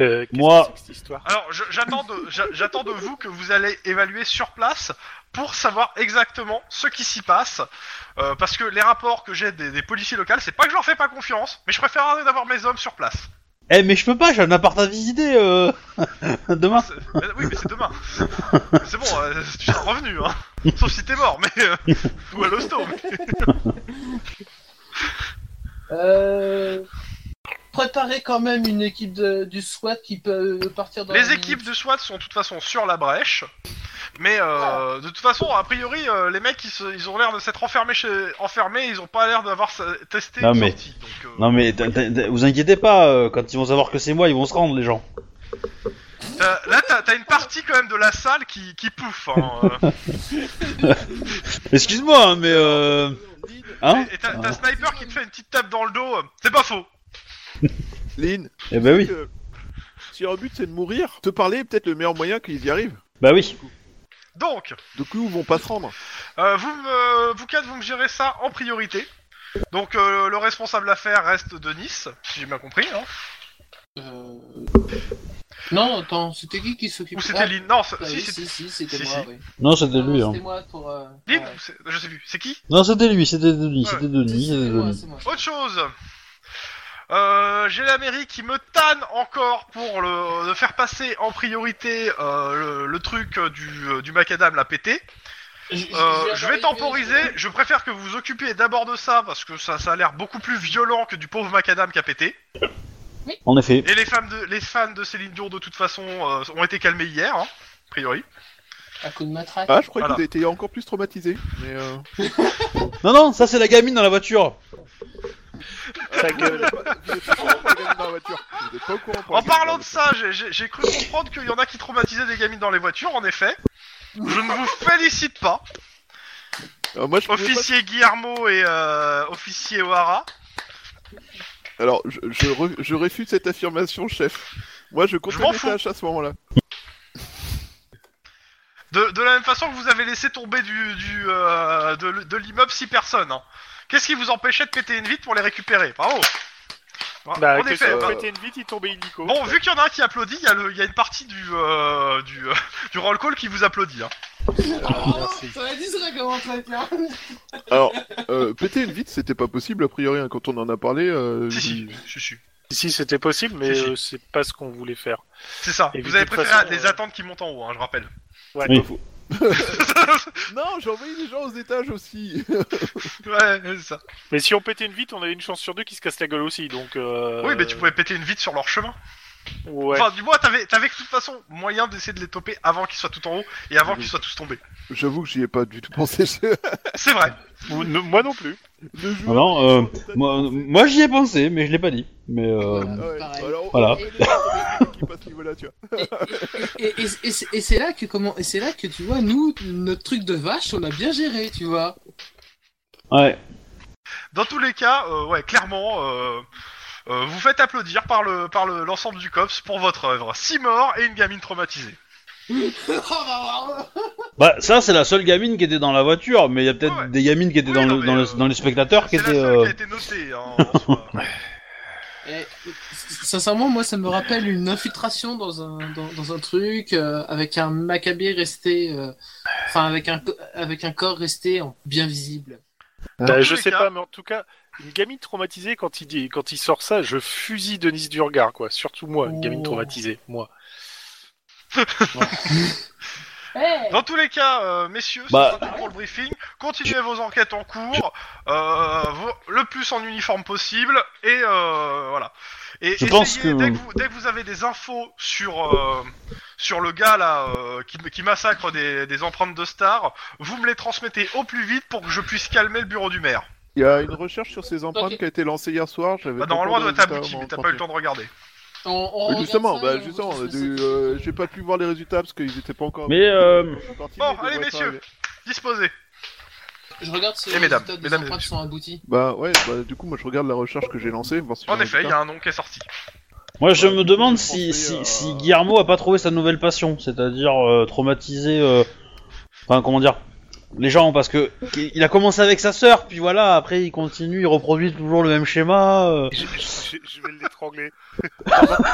Euh, qu'est-ce
Moi-
que c'est que cette histoire
Alors je- j'attends de, j'a- j'attends de vous que vous allez évaluer sur place pour savoir exactement ce qui s'y passe, Euh, parce que les rapports que j'ai des, des policiers locaux, c'est pas que je leur fais pas confiance, mais je préfère d'avoir mes hommes sur place.
Eh, mais je peux pas, j'ai un appart à visiter euh... demain.
C'est- euh, Oui, mais c'est demain. c'est bon, euh, tu seras revenu, hein. Sauf si t'es mort, mais. euh, ou à l'hosto. mais-
Euh... Préparez quand même une équipe de, du SWAT qui peut partir dans.
Les équipes de SWAT sont de toute façon sur la brèche. Mais
Ah.
euh, de toute façon, a priori, euh, les mecs, ils, se- ils ont l'air de s'être enfermés, chez... enfermés, ils ont pas l'air d'avoir sa- testé
Non,
une
mais-
sortie. Donc, euh,
Non, mais t'in- t'in- t'in- vous inquiétez pas, euh, quand ils vont savoir que c'est moi, ils vont se rendre, les gens.
t'as- là, t'as t'as une partie quand même de la salle qui, qui pouffe. hein, euh.
Excuse-moi, hein, mais. Euh... Hein
et et t'as t'as Sniper qui te fait une petite tape dans le dos, euh, c'est pas faux.
Lynn,
Eh ben oui,
euh, si leur but c'est de mourir, te parler est peut-être le meilleur moyen qu'ils y arrivent.
bah oui.
Donc,
Du coup, ils vont pas se rendre.
Euh, vous, me- vous quatre, vous me gérez ça en priorité. Donc euh, le responsable affaire reste de Nice, si j'ai bien compris. Hein.
Euh... Non, attends, c'était qui qui s'occupe
Ou c'était
Ah,
Lynn Non, c'est-
Ah
si,
oui,
c'est
si, si, c'était
si,
moi,
si.
oui.
Non, c'était
Non,
lui. Hein.
C'était moi pour. euh,
Lynn
ouais.
ou c'est- Je sais plus. C'est qui
Non, c'était lui, c'était Denis,
Ouais.
c'était Denis,
Si,
c'était
c'est moi,
Denis.
c'est moi.
Autre chose. Euh, j'ai la mairie qui me tanne encore pour le, de faire passer en priorité euh, le, le truc euh, du, euh, du macadam la pété.
Je- je-
Euh,
je
je vais
arriver,
temporiser, je préfère que vous vous occupiez d'abord de ça parce que ça, ça a l'air beaucoup plus violent que du pauvre macadam qui a pété.
En effet.
Et les femmes de les fans de Céline Dion de toute façon euh, ont été calmés hier, hein, a priori.
je- À coup de matraque.
Ah, je crois
Voilà.
que vous avez été encore plus traumatisé. Mais euh...
Non, non, ça c'est la gamine dans la voiture.
Ta gueule.
vous êtes pas au courant pour les gamins dans la voiture. Vous êtes pas au courant pour
En
les gamins
parlant
dans
de
la
ça, j'ai- j'ai j'ai cru comprendre qu'il y en a qui traumatisaient des gamines dans les voitures, en effet. Je ne vous félicite pas,
voiture. Euh, moi, je pouvais pas-
officier Guillermo et euh, officier O'Hara.
Alors, je, je, re- je réfute cette affirmation, chef. Moi, je comptais
m'en
mes
fous.
tâches à ce moment-là.
De, de la même façon que vous avez laissé tomber du, du, euh, de, l- de l'immeuble six personnes. hein. Qu'est-ce qui vous empêchait de péter une vitre pour les récupérer Bravo Bra-
Bah,
En
que
effet,
ça-
bah,
Péter une vite, il tombait illico.
bon, vu qu'il y en a un qui applaudit, il y, a le- il y a une partie du, euh, du, euh, du roll call qui vous applaudit. hein.
merci.
Oh, ça va dire comment ça va être là.
Alors, euh, péter une vitre, c'était pas possible a priori hein, quand on en a parlé. euh,
Si,
il-
si, si, si.
Si, c'était possible, mais
Si, si.
euh, c'est pas ce qu'on voulait faire.
C'est ça.
Et puis,
vous
de
avez
toute
préféré
façon,
les
euh,
attentes qui montent en haut, hein, je rappelle.
Ouais.
Oui.
Non, j'ai envoyé les gens aux étages aussi.
ouais, c'est ça.
Mais si on pétait une vite, on avait une chance sur deux qui se casse la gueule aussi, donc. euh,
Oui, mais tu pouvais péter une vitre sur leur chemin.
Ouais.
Enfin, du moins, t'avais, t'avais de toute façon moyen d'essayer de les toper avant qu'ils soient tout en haut et avant
Oui.
qu'ils soient tous tombés.
J'avoue que j'y ai pas du tout pensé.
C'est vrai.
Ou- ne- moi non plus.
Le jour-
Alors, euh, moi, moi, j'y ai pensé, mais je l'ai pas dit. Mais euh,
Ah ouais,
Pareil.
alors,
Voilà.
qui passe niveau là, tu vois.
Et, et- et c'est- et c'est là que comment et c'est là que tu vois nous notre truc de vache on a bien géré tu vois.
ouais.
Dans tous les cas, euh, ouais, clairement, euh, euh, vous faites applaudir par le par le- l'ensemble du cops pour votre œuvre. Six morts et une gamine traumatisée.
Oh, bah, bah,
Bah ça c'est la seule gamine qui était dans la voiture, mais il y a peut-être
Ouais.
des gamines qui étaient
Oui,
dans,
non,
le,
mais,
dans, le-
euh,
dans les spectateurs qui
C'est la
étaient.
seule qui a
euh,
été notée. hein, en soi.
bah. Et, sincèrement moi ça me rappelle une infiltration dans un dans, dans un truc euh, avec un macabier resté euh, enfin avec un co- avec un corps resté en- bien visible.
Bah,
Ah.
tous
je
les
sais
cas-
pas, mais en tout cas, une gamine traumatisée, quand il, dit, quand il sort ça, je fusille Denise du regard, quoi. Surtout moi, une gamine
Oh.
traumatisée, moi.
Dans tous les cas, euh, messieurs,
Bah.
c'est pour le briefing. Continuez vos enquêtes en cours, euh, vos- le plus en uniforme possible, et euh, voilà. Et
Je
essayez,
pense que-
dès, que vous, dès que vous avez des infos sur euh, sur le gars là euh, qui, qui massacre des, des empreintes de stars, vous me les transmettez au plus vite pour que je puisse calmer le bureau du maire.
Il y a une recherche sur ces empreintes
Ok.
qui a été lancée hier soir. j'avais
Bah,
pas
normalement, elle doit
encore de
être aboutie,
résultats
mais t'as
avant
pas eu
de
le Oh, temps de regarder.
On- on
Mais
regarde
justement,
ça,
bah
et on
justement,
retrouve ce
du-
que
euh, j'ai pas pu voir les résultats parce qu'ils étaient pas encore.
Mais euh,
Bon,
Bon, allez, messieurs. Disposez.
c'est. Je regarde si
Et
les
Eh, mesdames,
résultats des
mesdames et
empreintes
messieurs.
sont aboutis.
Bah ouais, bah du coup moi je regarde la recherche que j'ai lancée. Voir si j'ai
En
un
effet, il y
résultat.
a un nom qui est sorti.
moi je
Ouais,
me
du coup,
demande
je
si, si,
pensais,
si
euh,
Guillermo a pas trouvé sa nouvelle passion, c'est-à-dire euh, traumatiser. euh, Enfin comment dire les gens parce que il a commencé avec sa sœur, puis voilà après il continue, il reproduit toujours le même schéma. euh.
Je, je- je- je vais l'étrangler.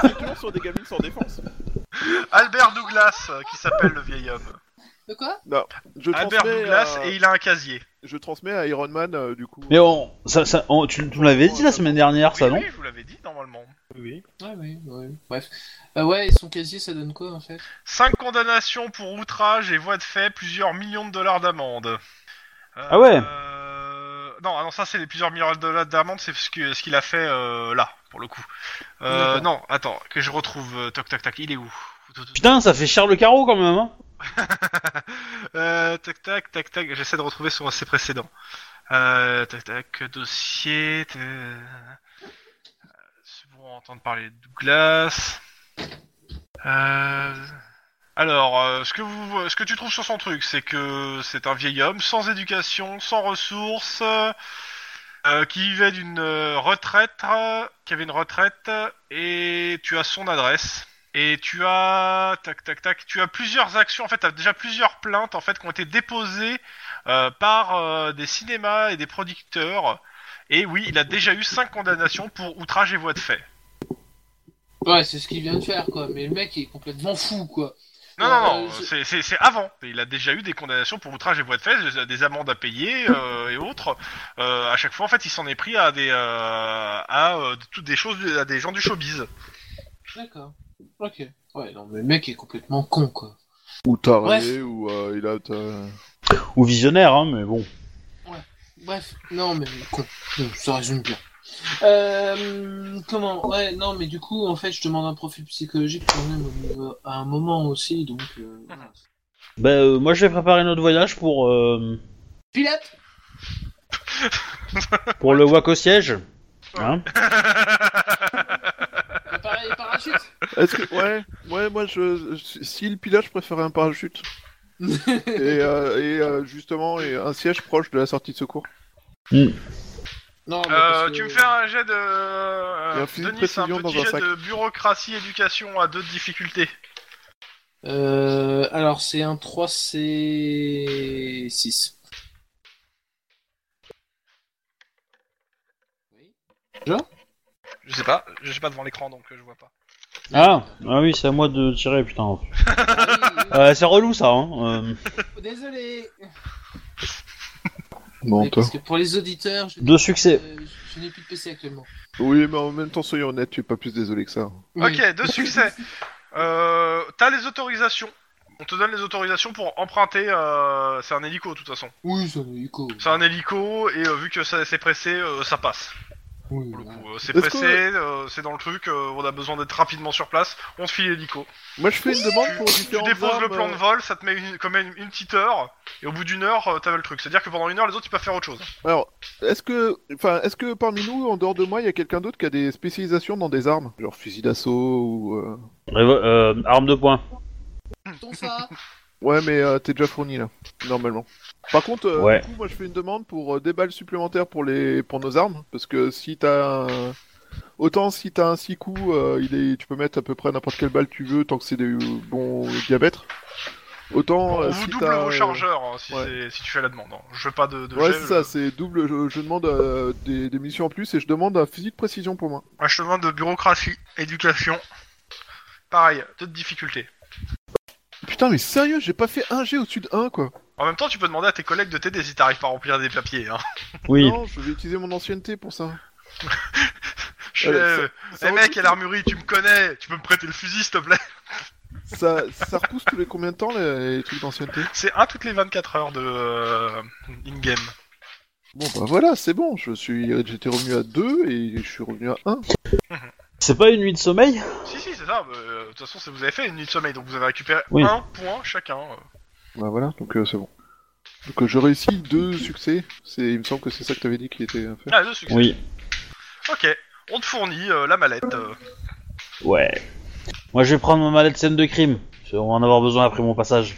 C'est toujours sur des gamines sans défense.
Albert Douglas, euh, qui s'appelle le vieil homme.
De quoi
Je
Albert
transmets,
Douglas,
à...
et il a un casier.
je transmets à Iron Man euh, du coup.
Mais on, ça, ça, on- tu, tu me l'avais dit la semaine dernière ça
oui,
non
oui, je vous l'avais dit normalement.
Oui.
Ouais oui ouais. Bref. Bah ouais et son casier ça donne quoi en fait.
5 condamnations pour outrage et voie de fait, plusieurs millions de dollars d'amende. Euh,
Ah ouais.
euh, Non, ah non, ça c'est les plusieurs millions de dollars d'amende, c'est ce que- ce qu'il a fait euh, là, pour le coup. Euh,
D'accord.
non, attends, que je retrouve. euh, Toc, tac, tac, il est où
Putain ça fait cher le carreau quand même. Hein
Euh, tac, tac, tac, tac, j'essaie de retrouver sur ses précédents. Euh, tac, tac, dossier. ta- euh, C'est bon, entendre parler de Douglas. Euh, Alors, euh, ce que vous, ce que tu trouves sur son truc, c'est que c'est un vieil homme sans éducation, sans ressources, euh, qui vivait d'une euh, retraite, euh, qui avait une retraite, et tu as son adresse. Et tu as tac tac tac, tu as plusieurs actions en fait, tu as déjà plusieurs plaintes en fait qui ont été déposées euh, par euh, des cinémas et des producteurs. Et oui, il a déjà eu cinq condamnations pour outrage et voie de fait.
Ouais c'est ce qu'il vient de faire quoi. Mais le mec il est complètement fou quoi.
Non non non,
Euh, je-
c'est- c'est c'est avant. Il a déjà eu des condamnations pour outrage et voie de fait, des- des amendes à payer euh, et autres. Euh, à chaque fois en fait, il s'en est pris à des euh, à euh, toutes des choses à des gens du showbiz.
D'accord. Ok. Ouais, non, mais le mec est complètement con, quoi.
Ou taré
Bref.
ou euh, il a. euh,
ou visionnaire, hein, mais bon.
Bref, non, mais con. Non, Ça résume bien. Euh, comment Ouais, non, mais du coup, en fait, je demande un profil psychologique quand même au niveau- à un moment aussi, donc. euh, voilà.
Bah, euh, moi, je vais préparer notre voyage pour euh,
Pilote
pour le WAC au siège. Hein
Appareil et parachute
Euh,
Est-ce que ouais ouais moi je je- si le pilote je préférais un parachute et, euh, et euh, justement et un siège proche de la sortie de secours.
Non, Ah, mais
Euh,
parce que-
tu me fais un jet de
Il y a
euh,
un fusil de
Denis, un
précision
petit
dans un
jet
sac.
de bureaucratie éducation à deux difficultés.
Euh, alors, c'est un 3C6. Oui.
Je sais pas, je suis pas devant l'écran donc euh, je vois pas.
Ah, ah oui, c'est à moi de tirer, putain.
Ah oui,
Euh, c'est relou ça, hein. euh,
oui. Désolé.
Bon,
Mais
toi.
parce que pour les auditeurs, je,
deux succès.
euh, je- je n'ai plus de PC actuellement.
Oui, mais en même temps, soyons honnêtes, tu es pas plus désolé que ça.
Ok, deux succès. euh, T'as les autorisations. On te donne les autorisations pour emprunter. euh, c'est un hélico de toute façon.
Oui, ça va, Yuko.
C'est un hélico et euh, vu que ça- c'est pressé, euh, ça passe.
Oui,
pour le
voilà.
coup. Euh, c'est
Est-ce
pressé,
que-
euh, c'est dans le truc. euh, on a besoin d'être rapidement sur place. On te file l'hélico.
Moi, je fais une demande pour
Tu
différentes
déposes le
armes, euh,
plan de vol, ça te met une, quand même une petite heure. Et au bout d'une heure, euh, t'avais le truc. C'est-à-dire que pendant une heure, les autres ils peuvent faire autre chose.
euh, Alors, est-ce que, enfin, est-ce que parmi nous, en dehors de moi, il y a quelqu'un d'autre qui a des spécialisations dans des armes, genre fusil d'assaut ou. euh,
Révo- euh, arme de poing.
Ton fa.
Ouais, mais euh, t'es déjà fourni là, normalement. Par contre, euh,
Ouais.
du coup, moi, je fais une demande pour euh, des balles supplémentaires pour les, pour nos armes, parce que si t'as, un... autant si t'as un six coups, euh, il est, tu peux mettre à peu près n'importe quelle balle tu veux, tant que c'est des euh, bons diabètres. Autant
on
euh,
vous
si
double
t'as,
vos
euh,
chargeurs hein, si,
ouais.
c'est- si tu fais la demande. hein. Je veux pas de. de
Ouais,
jet,
c'est
je-
ça, c'est double. Je, je demande euh, des, des munitions en plus et je demande un fusil de précision pour moi.
Un chemin de bureaucratie, éducation. Pareil, deux de difficultés.
Putain, mais sérieux, j'ai pas fait un G au-dessus de 1 quoi.
En même temps, tu peux demander à tes collègues de t'aider si t'arrives pas à remplir des papiers. Hein.
Oui.
Non, je vais utiliser mon ancienneté pour ça.
Je
Ouais,
euh,
ça
eh mec,
recoupe-
à l'armurerie, tu me connais, tu peux me prêter le fusil s'il te plaît.
Ça, ça repousse tous les combien de temps les, les trucs d'ancienneté
C'est un toutes les 24 heures de euh, in-game.
Bon bah voilà, c'est bon, je suis j'étais revenu à 2 et je suis revenu à 1.
C'est pas une nuit de sommeil
Si, si, c'est ça. bah, euh, De toute façon, c'est- vous avez fait une nuit de sommeil, donc vous avez récupéré
Oui.
un point chacun. euh.
Bah voilà, donc euh, c'est bon. Donc euh, je réussis deux succès, c'est il me semble que c'est ça que t'avais dit qui était à faire.
Ah, deux succès.
Oui.
Ok, on te fournit euh, la mallette. euh.
Ouais. Moi je vais prendre ma mallette scène de crime. parce qu'on va en avoir besoin après mon passage.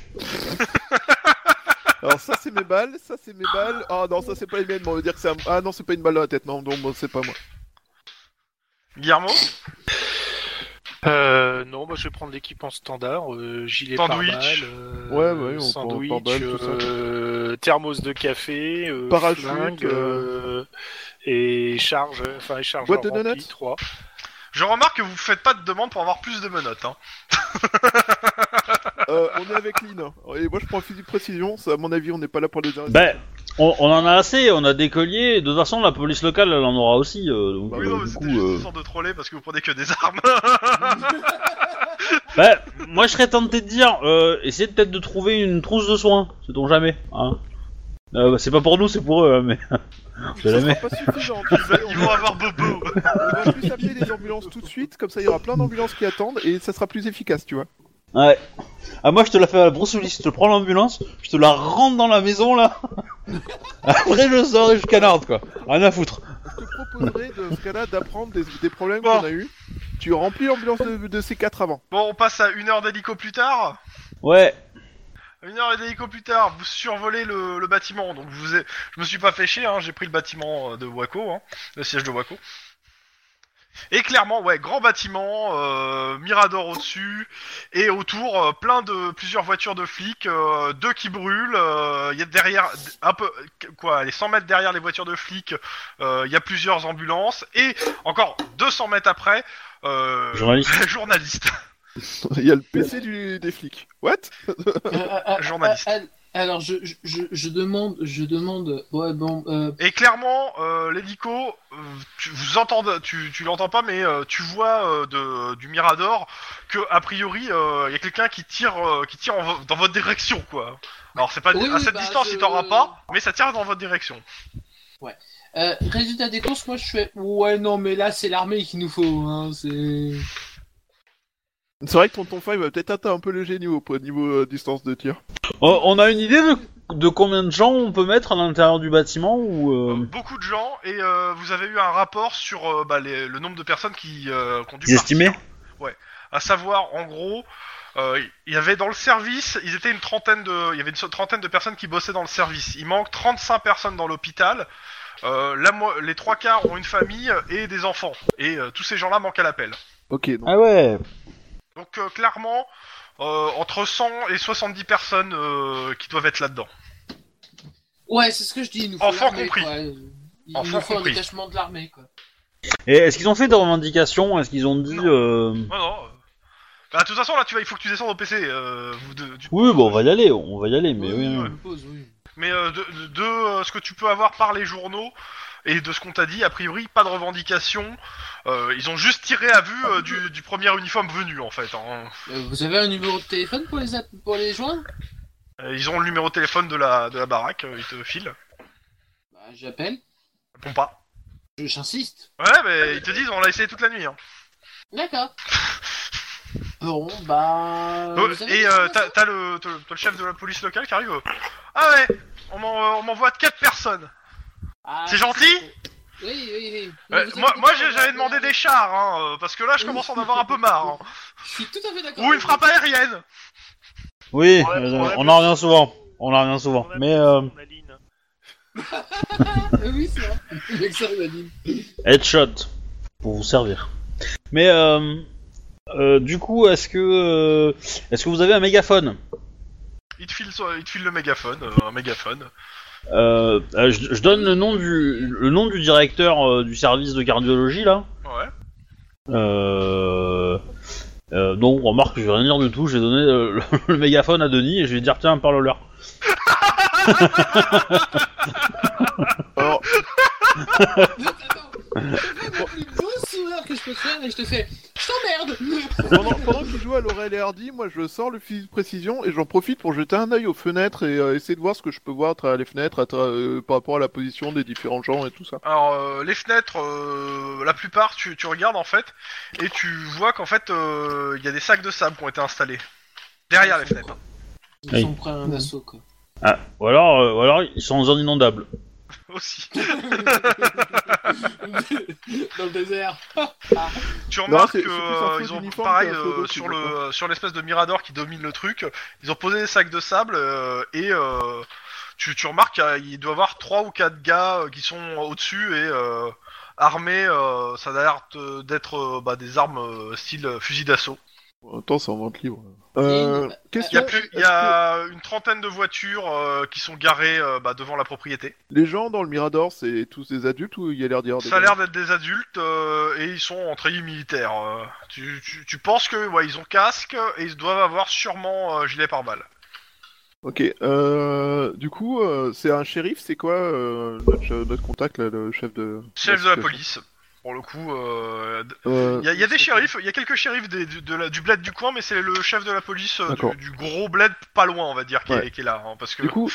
Alors ça c'est mes balles, ça c'est mes balles. Ah non, ça c'est pas les miennes, mais on veut dire que c'est un... Ah non, c'est pas une balle dans la tête. Non, non, bon, c'est pas moi.
Guillermo,
Euh, non, moi je vais prendre l'équipement standard, euh, gilet
Sandwich.
pare-balles, euh,
Ouais, ouais, on prend
sandwich,
pare-balles, tout ça.
euh, thermos de café, euh,
Parachute,
flingue, euh, et charge, enfin et chargeur
Boîte de
rempli,
donuts
trois.
je remarque que vous faites pas de demande pour avoir plus de menottes. Hein.
Euh, on est avec Lynn. hein. Et moi je prends le fusil de précision, ça à mon avis, on n'est pas là pour les arrêter.
Ben, on, on en a assez, on a des colliers. De toute façon, la police locale elle en aura aussi. euh, donc,
Bah
Oui,
euh,
non, mais
du
c'était
coup,
juste
euh,
une sorte de troller parce que vous prenez que des armes.
Bah, moi je serais tenté de dire, euh, essayez peut-être de trouver une trousse de soins, c'est on jamais. Hein. Euh, bah, c'est pas pour nous, c'est pour eux, hein, mais. on sait
Ça sera
jamais.
pas suffisant.
Ils vont avoir bobo.
On va plus appeler les ambulances tout de suite, comme ça il y aura plein d'ambulances qui attendent et ça sera plus efficace, tu vois.
Ouais. Ah, moi je te la fais à la broussoulisse, je te prends l'ambulance, je te la rentre dans la maison là. Après je sors et je canarde quoi. Rien à foutre.
Je te proposerais de ce cas-là d'apprendre des, des problèmes
Bon.
qu'on a eu. Tu remplis l'ambulance de, de ces quatre avant.
Bon, on passe à une heure d'hélico plus tard.
Ouais.
Une heure d'hélico plus tard, vous survolez le, le bâtiment. Donc, vous ai- je me suis pas fait chier, hein, j'ai pris le bâtiment euh, de Waco, hein, le siège de Waco. Et clairement, ouais, grand bâtiment, euh, mirador au-dessus, et autour, euh, plein de plusieurs voitures de flics, euh, deux qui brûlent. euh, Il y a derrière, un peu, quoi, les 100 mètres derrière les voitures de flics, euh, il y a plusieurs ambulances, et encore 200 mètres après, euh,
Journaliste.
journaliste.
Il y a le PC du, des flics. What
Ah, ah, ah,
Journaliste.
ah, ah, alors, je, je, je, je demande, je demande. Ouais, bon. euh,
Et clairement, euh, l'hélico, euh, tu vous entends- tu, tu l'entends pas, mais euh, tu vois euh, de, du Mirador que a priori, il y a quelqu'un qui tire, euh, qui tire en vo- dans votre direction, quoi. Alors c'est pas
Oui,
à
oui,
cette
bah,
distance,
je-
il t'aura pas, mais ça tire dans votre direction.
euh, résultat des courses, moi je fais. Ouais, non, mais là c'est l'armée qu'il nous faut. Hein, c'est.
C'est vrai que ton tonfa il va peut-être atteindre un peu le génie au niveau euh, distance de tir.
Euh, on a une idée de, de combien de gens on peut mettre à l'intérieur du bâtiment ou.
Euh,
Euh...
beaucoup de gens et euh, vous avez eu un rapport sur euh, bah, les- le nombre de personnes qui euh, conduisent.
Ils estimaient
à savoir en gros euh, il y avait dans le service ils étaient une trentaine de il y avait une trentaine de personnes qui bossaient dans le service il manque 35 personnes dans l'hôpital Euh, la mo- les trois quarts ont une famille et des enfants et euh, tous ces gens là manquent à l'appel
Ok, donc
Ah ouais.
donc euh, clairement euh, entre 100 et 70 personnes euh, qui doivent être là-dedans.
Ouais, c'est ce que je dis. Il nous faut
Enfant
l'armée,
compris.
quoi. Il il
Enfant
nous faut
compris.
un détachement de l'armée, quoi.
Et est-ce qu'ils ont fait des revendications Est-ce qu'ils ont dit...
Non.
euh,
Non, non. euh. Bah, de toute façon, là, tu vas, il faut que tu descendes au PC. euh, vous deux- du-
Oui, bon, on va y aller, on va y aller, mais oui.
Oui,
oui.
on pose, oui.
Mais euh, de, de- de, euh, ce que tu peux avoir par les journaux et de ce qu'on t'a dit, a priori, pas de revendication. Euh, ils ont juste tiré à vue euh, du, du premier uniforme venu, en fait. hein.
Euh, vous avez un numéro de téléphone pour les, app- pour les joindre
Euh, Ils ont le numéro de téléphone de la, de la baraque, euh, ils te filent.
Bah, j'appelle.
Ils répondent pas.
Je- J'insiste.
Ouais, mais ils te disent, on l'a essayé toute la nuit. Hein.
D'accord. Bon, bah.
Euh,
vous savez
et
ce qu'on
euh,
va
t'as
faire
t'as le, t'as le t'as le chef de la police locale qui arrive. euh, Ah ouais, on m'en- euh, on m'envoie quatre personnes.
Ah,
c'est gentil
Oui, oui, oui.
Ouais,
Mais vous
moi,
inquiétez
moi
pas,
j'ai-
on va
j'avais demandé
appeler
des chars, hein, euh, parce que là je commence à en avoir un peu marre. hein.
la- Je suis tout à fait d'accord.
Ou une frappe aérienne
Oui,
Ouais,
euh,
ouais,
on
mais-
en revient souvent. On en revient souvent.
On a
Mais euh,
personne, la ligne.
Euh, oui, c'est vrai. Avec ça, il a dit.
headshot pour vous servir. Mais euh, euh, du coup, est-ce que euh, est-ce que vous avez un mégaphone
il te, file, so- il te file le mégaphone, euh, un mégaphone.
Euh, euh, je, je donne le nom du le nom du directeur euh, du service de cardiologie là.
Ouais.
Euh, euh, donc remarque, je vais rien dire du tout. Je vais donner euh, le, le mégaphone à Denis et je vais dire tiens parle-leur.
Alors,
Attends, je fais le plus beau sourire que je peux te faire et je te fais. Je t'emmerde
pendant, pendant qu'il joue à Laurel et Hardy, moi je sors le fusil de précision et j'en profite pour jeter un œil aux fenêtres et euh, essayer de voir ce que je peux voir à travers les fenêtres à travers- euh, par rapport à la position des différents gens et tout ça.
Alors euh, les fenêtres, euh, la plupart tu, tu regardes en fait, et tu vois qu'en fait euh, il y a des sacs de sable qui ont été installés. Derrière les fenêtres. hein.
Ils sont prêts à un assaut, quoi.
Ah, ou alors euh, ou alors ils sont en zone inondable.
Aussi.
Dans le désert.
Tu remarques
c'est- c'est
que
plus un
euh,
faux
ils ont
d'uniforme
pareil
qu'un faux
euh,
d'eau,
sur
je
le sur l'espèce de mirador qui domine le truc. Ils ont posé des sacs de sable euh, et euh, tu, tu remarques qu'il doit y avoir trois ou quatre gars euh, qui sont au-dessus et euh, armés. euh, ça a l'air de- d'être euh, bah, des armes euh, style euh, fusil d'assaut.
En même temps, c'est en vente libre. Euh,
bah,
Il y
question
a plus, il y a une trentaine de voitures euh, qui sont garées euh, bah, devant la propriété.
les gens dans le Mirador, c'est tous des adultes ou il y a l'air d'y avoir des
Ça a
gamins
l'air d'être des adultes euh, et ils sont en treillis militaire. euh. tu, tu, tu penses que ouais, ils ont casque et ils doivent avoir sûrement euh, gilet pare-balles.
Ok, euh, du coup, euh, c'est un shérif, c'est quoi euh, notre, che- notre contact, là, le chef de...
Chef de la police, pour le coup. euh, d-
Euh,
Il y, a- il y a des shérifs, il y a quelques shérifs des- du- de la- du bled du coin, mais c'est le chef de la police euh,
D'accord.
du, du gros bled pas loin, on va dire, qui, est,
Ouais.
qui est là. hein, parce que
Du coup,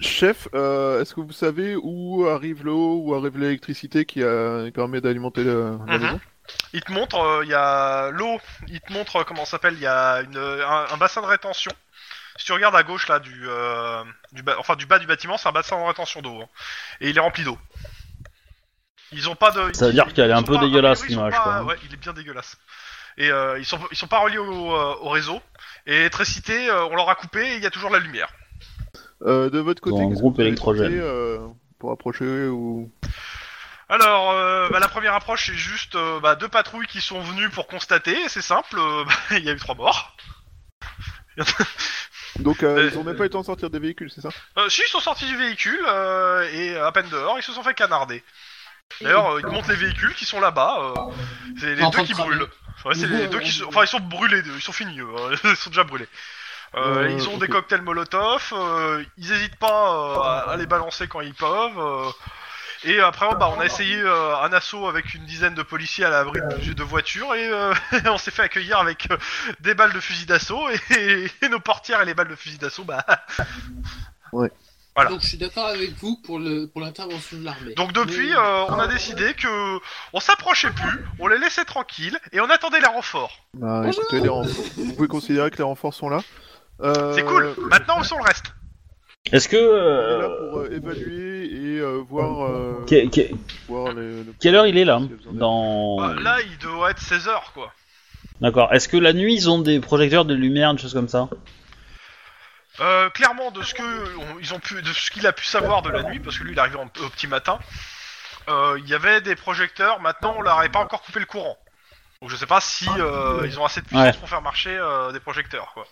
chef, euh, est-ce que vous savez où arrive l'eau, où arrive l'électricité qui euh, permet d'alimenter le- la
Mhm.
maison
il te montre, euh, il y a l'eau, il te montre, euh, comment ça s'appelle, il y a une, euh, un, un bassin de rétention. Si tu regardes à gauche là du, euh, du ba- enfin du bas du bâtiment, c'est un bassin de rétention d'eau, hein. et il est rempli d'eau. Ils ont pas de.
Ça veut dire
ils-
qu'elle
ils
est un
sont
peu
pas-
dégueulasse,
a priori, ils sont
l'image,
pas-
quoi.
Ouais, il est bien dégueulasse. Et euh, ils sont ils sont pas reliés au, euh, au réseau. Et l'électricité, euh, on leur a coupé, et il y a toujours la lumière.
Euh, De votre côté,
Dans un
qu'est-ce que
groupe
vous avez
électrogène.
tenté, euh, pour approcher ou...
Alors, euh, bah, la première approche, c'est juste euh, bah, deux patrouilles qui sont venues pour constater, et c'est simple, euh, bah, il y a eu trois morts.
Donc, euh,
Euh,
ils ont même pas eu le temps de sortir des véhicules, c'est ça
Euh, si, ils sont sortis du véhicule, euh, et à peine dehors, ils se sont fait canarder. D'ailleurs, euh, ils montent les véhicules qui sont là-bas, euh, c'est les
En
deux
train de
qui
cramer.
brûlent. Ouais, c'est les deux qui sont... Enfin, ils sont brûlés, deux, ils sont finis, eux, hein, ils sont déjà brûlés. Euh,
Euh,
ils ont
ok.
des cocktails Molotov, euh, ils hésitent pas euh, à, à les balancer quand ils peuvent. euh, et après, bah, on a essayé euh, un assaut avec une dizaine de policiers à l'abri de, de voitures et euh, on s'est fait accueillir avec euh, des balles de fusil d'assaut et, et nos portières et les balles de fusil d'assaut. Bah. Voilà.
Donc je suis d'accord avec vous pour le pour l'intervention de l'armée.
Donc depuis,
Mais-
euh, on a décidé que on s'approchait plus, on les laissait tranquilles et on attendait les renforts.
Bah,
Bonjour.
écoutez, les renforts- vous pouvez considérer que les renforts sont là. Euh,
C'est cool. Maintenant, où sont le reste
Est-ce que
On est là
euh,
pour euh, évaluer et euh, voir, euh,
que- que-
voir les- le-
quelle heure il est là
s'il y a besoin d'aide.
dans
Bah, Là, il doit être 16 heures, quoi.
D'accord. Est-ce que la nuit ils ont des projecteurs de lumière, des choses comme ça
Euh, clairement, de ce que on- ils ont pu, de ce qu'il a pu savoir de la nuit, parce que lui, il est arrivé en- au petit matin. euh, Il y avait des projecteurs. Maintenant, on leur avait pas encore coupé le courant. Donc je sais pas si euh, ils ont assez de puissance pour faire marcher euh, des projecteurs, quoi.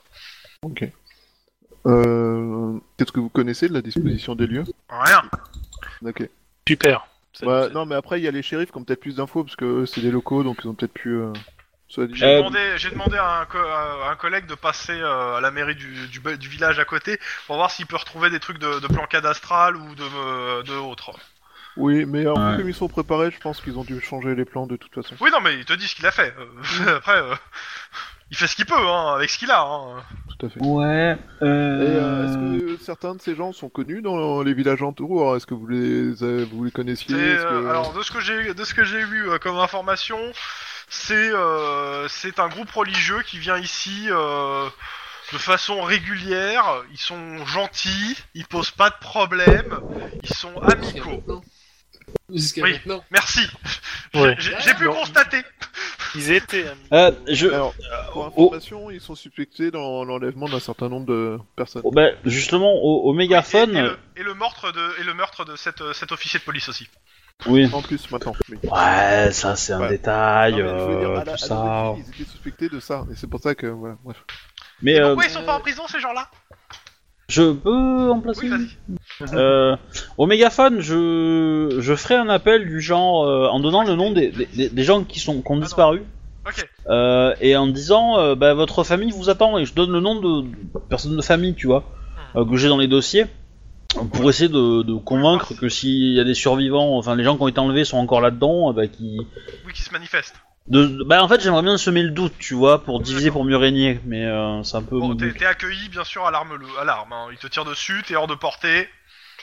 Ok. Euh, Qu'est-ce que vous connaissez de la disposition des lieux
Rien.
Ok.
Super. Ça-
Bah,
ça-
non, mais après, il y a les shérifs qui ont peut-être plus d'infos parce que eux, c'est des locaux, donc ils ont peut-être pu. euh, soit dit-
J'ai
Euh,
demandé, j'ai demandé à un, co- à un collègue de passer euh, à la mairie du, du, ba- du village à côté pour voir s'il peut retrouver des trucs de, de plan cadastral ou de, euh, de autres.
Eh.
Oui, mais en
Ouais.
fait, comme ils sont préparés, je pense qu'ils ont dû changer les plans de toute façon.
Oui, non, mais il te dit ce qu'il a fait. Euh, Après, euh, il fait ce qu'il peut, hein, avec ce qu'il a. Hein.
Tout à fait.
Ouais.
Et, euh, est-ce que certains de ces gens sont connus dans les villages entours Est-ce que vous les, euh, vous les connaissiez
C'est,
Est-ce que-
euh, alors, de ce que j'ai, de ce que j'ai eu euh, comme information, c'est, euh, c'est un groupe religieux qui vient ici euh, de façon régulière. Ils sont gentils, ils posent pas de problème, ils sont
Jusqu'à
amicaux.
maintenant. Jusqu'à
Oui.
maintenant.
Merci.
Ouais.
J'ai j'ai pu
Non.
constater.
Ils étaient
Ah,
amis.
Euh, je...
Alors, pour
oh.
information, ils sont suspectés dans l'enlèvement d'un certain nombre de personnes.
oh, bah, justement, au, au mégaphone.
Et, et le, et le meurtre de, et le meurtre de cette, euh, cet officier de police aussi.
Oui.
En plus, maintenant. oui.
Ouais, ça c'est un
Ouais.
détail,
Non, mais je veux dire,
euh,
à la-
tout
à
ça.
l'origine, ils étaient suspectés de ça, et c'est pour ça que voilà. Bref.
Mais euh,
Ah
Pourquoi ils sont pas en prison ces gens-là
je peux en
Oui,
placer une
vas-y.
euh, Au mégaphone, je, je ferai un appel du genre euh, en donnant le nom des, des- des, des gens qui sont qui ont
non.
disparu
Ok.
euh, et en disant euh, bah, votre famille vous attend et je donne le nom de, de personnes de famille, tu vois, euh, que j'ai dans les dossiers pour essayer de, de convaincre que s'il y a des survivants, enfin les gens qui ont été enlevés sont encore là-dedans, euh, bah, qui
Oui, qui se manifestent.
de, de- bah en fait j'aimerais bien semer le doute, tu vois, pour diviser pour mieux régner, mais euh, c'est un peu mon
Bon, t'es
but.
t'es accueilli bien sûr à l'arme, le- à l'arme. Hein. Ils te tirent dessus, t'es hors de portée.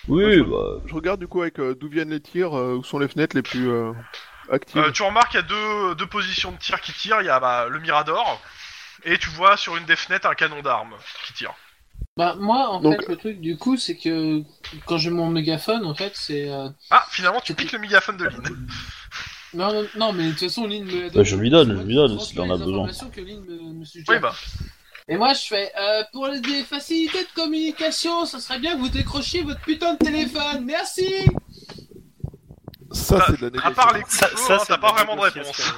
Oui, bah,
Je regarde du coup avec euh, d'où viennent les tirs, euh, où sont les fenêtres les plus euh, actives.
Euh, tu remarques il y a deux, deux positions de tir qui tirent. Il y a bah, le Mirador et tu vois sur une des fenêtres un canon d'armes qui tire.
Bah, moi, en
Donc-
fait, le truc du coup, c'est que quand j'ai mon mégaphone, en fait, c'est. euh,
Ah, finalement tu piques le mégaphone de Lynn.
Non, non, non, mais de toute façon, Lynn me.
Bah, je lui donne, je lui donne,
Parce
s'il
que
en a
les
besoin.
informations que Lynn me- me suggère.
Oui, bah.
Et moi, je fais euh, pour les des facilités de communication, ça serait bien que vous décrochiez votre putain de téléphone. Merci.
Ça,
ça-
c'est de la
À
négociation.
part les coups
Ça,
de feu,
ça,
hein,
c'est
t'as pas
la
vraiment de réponse.
négociation.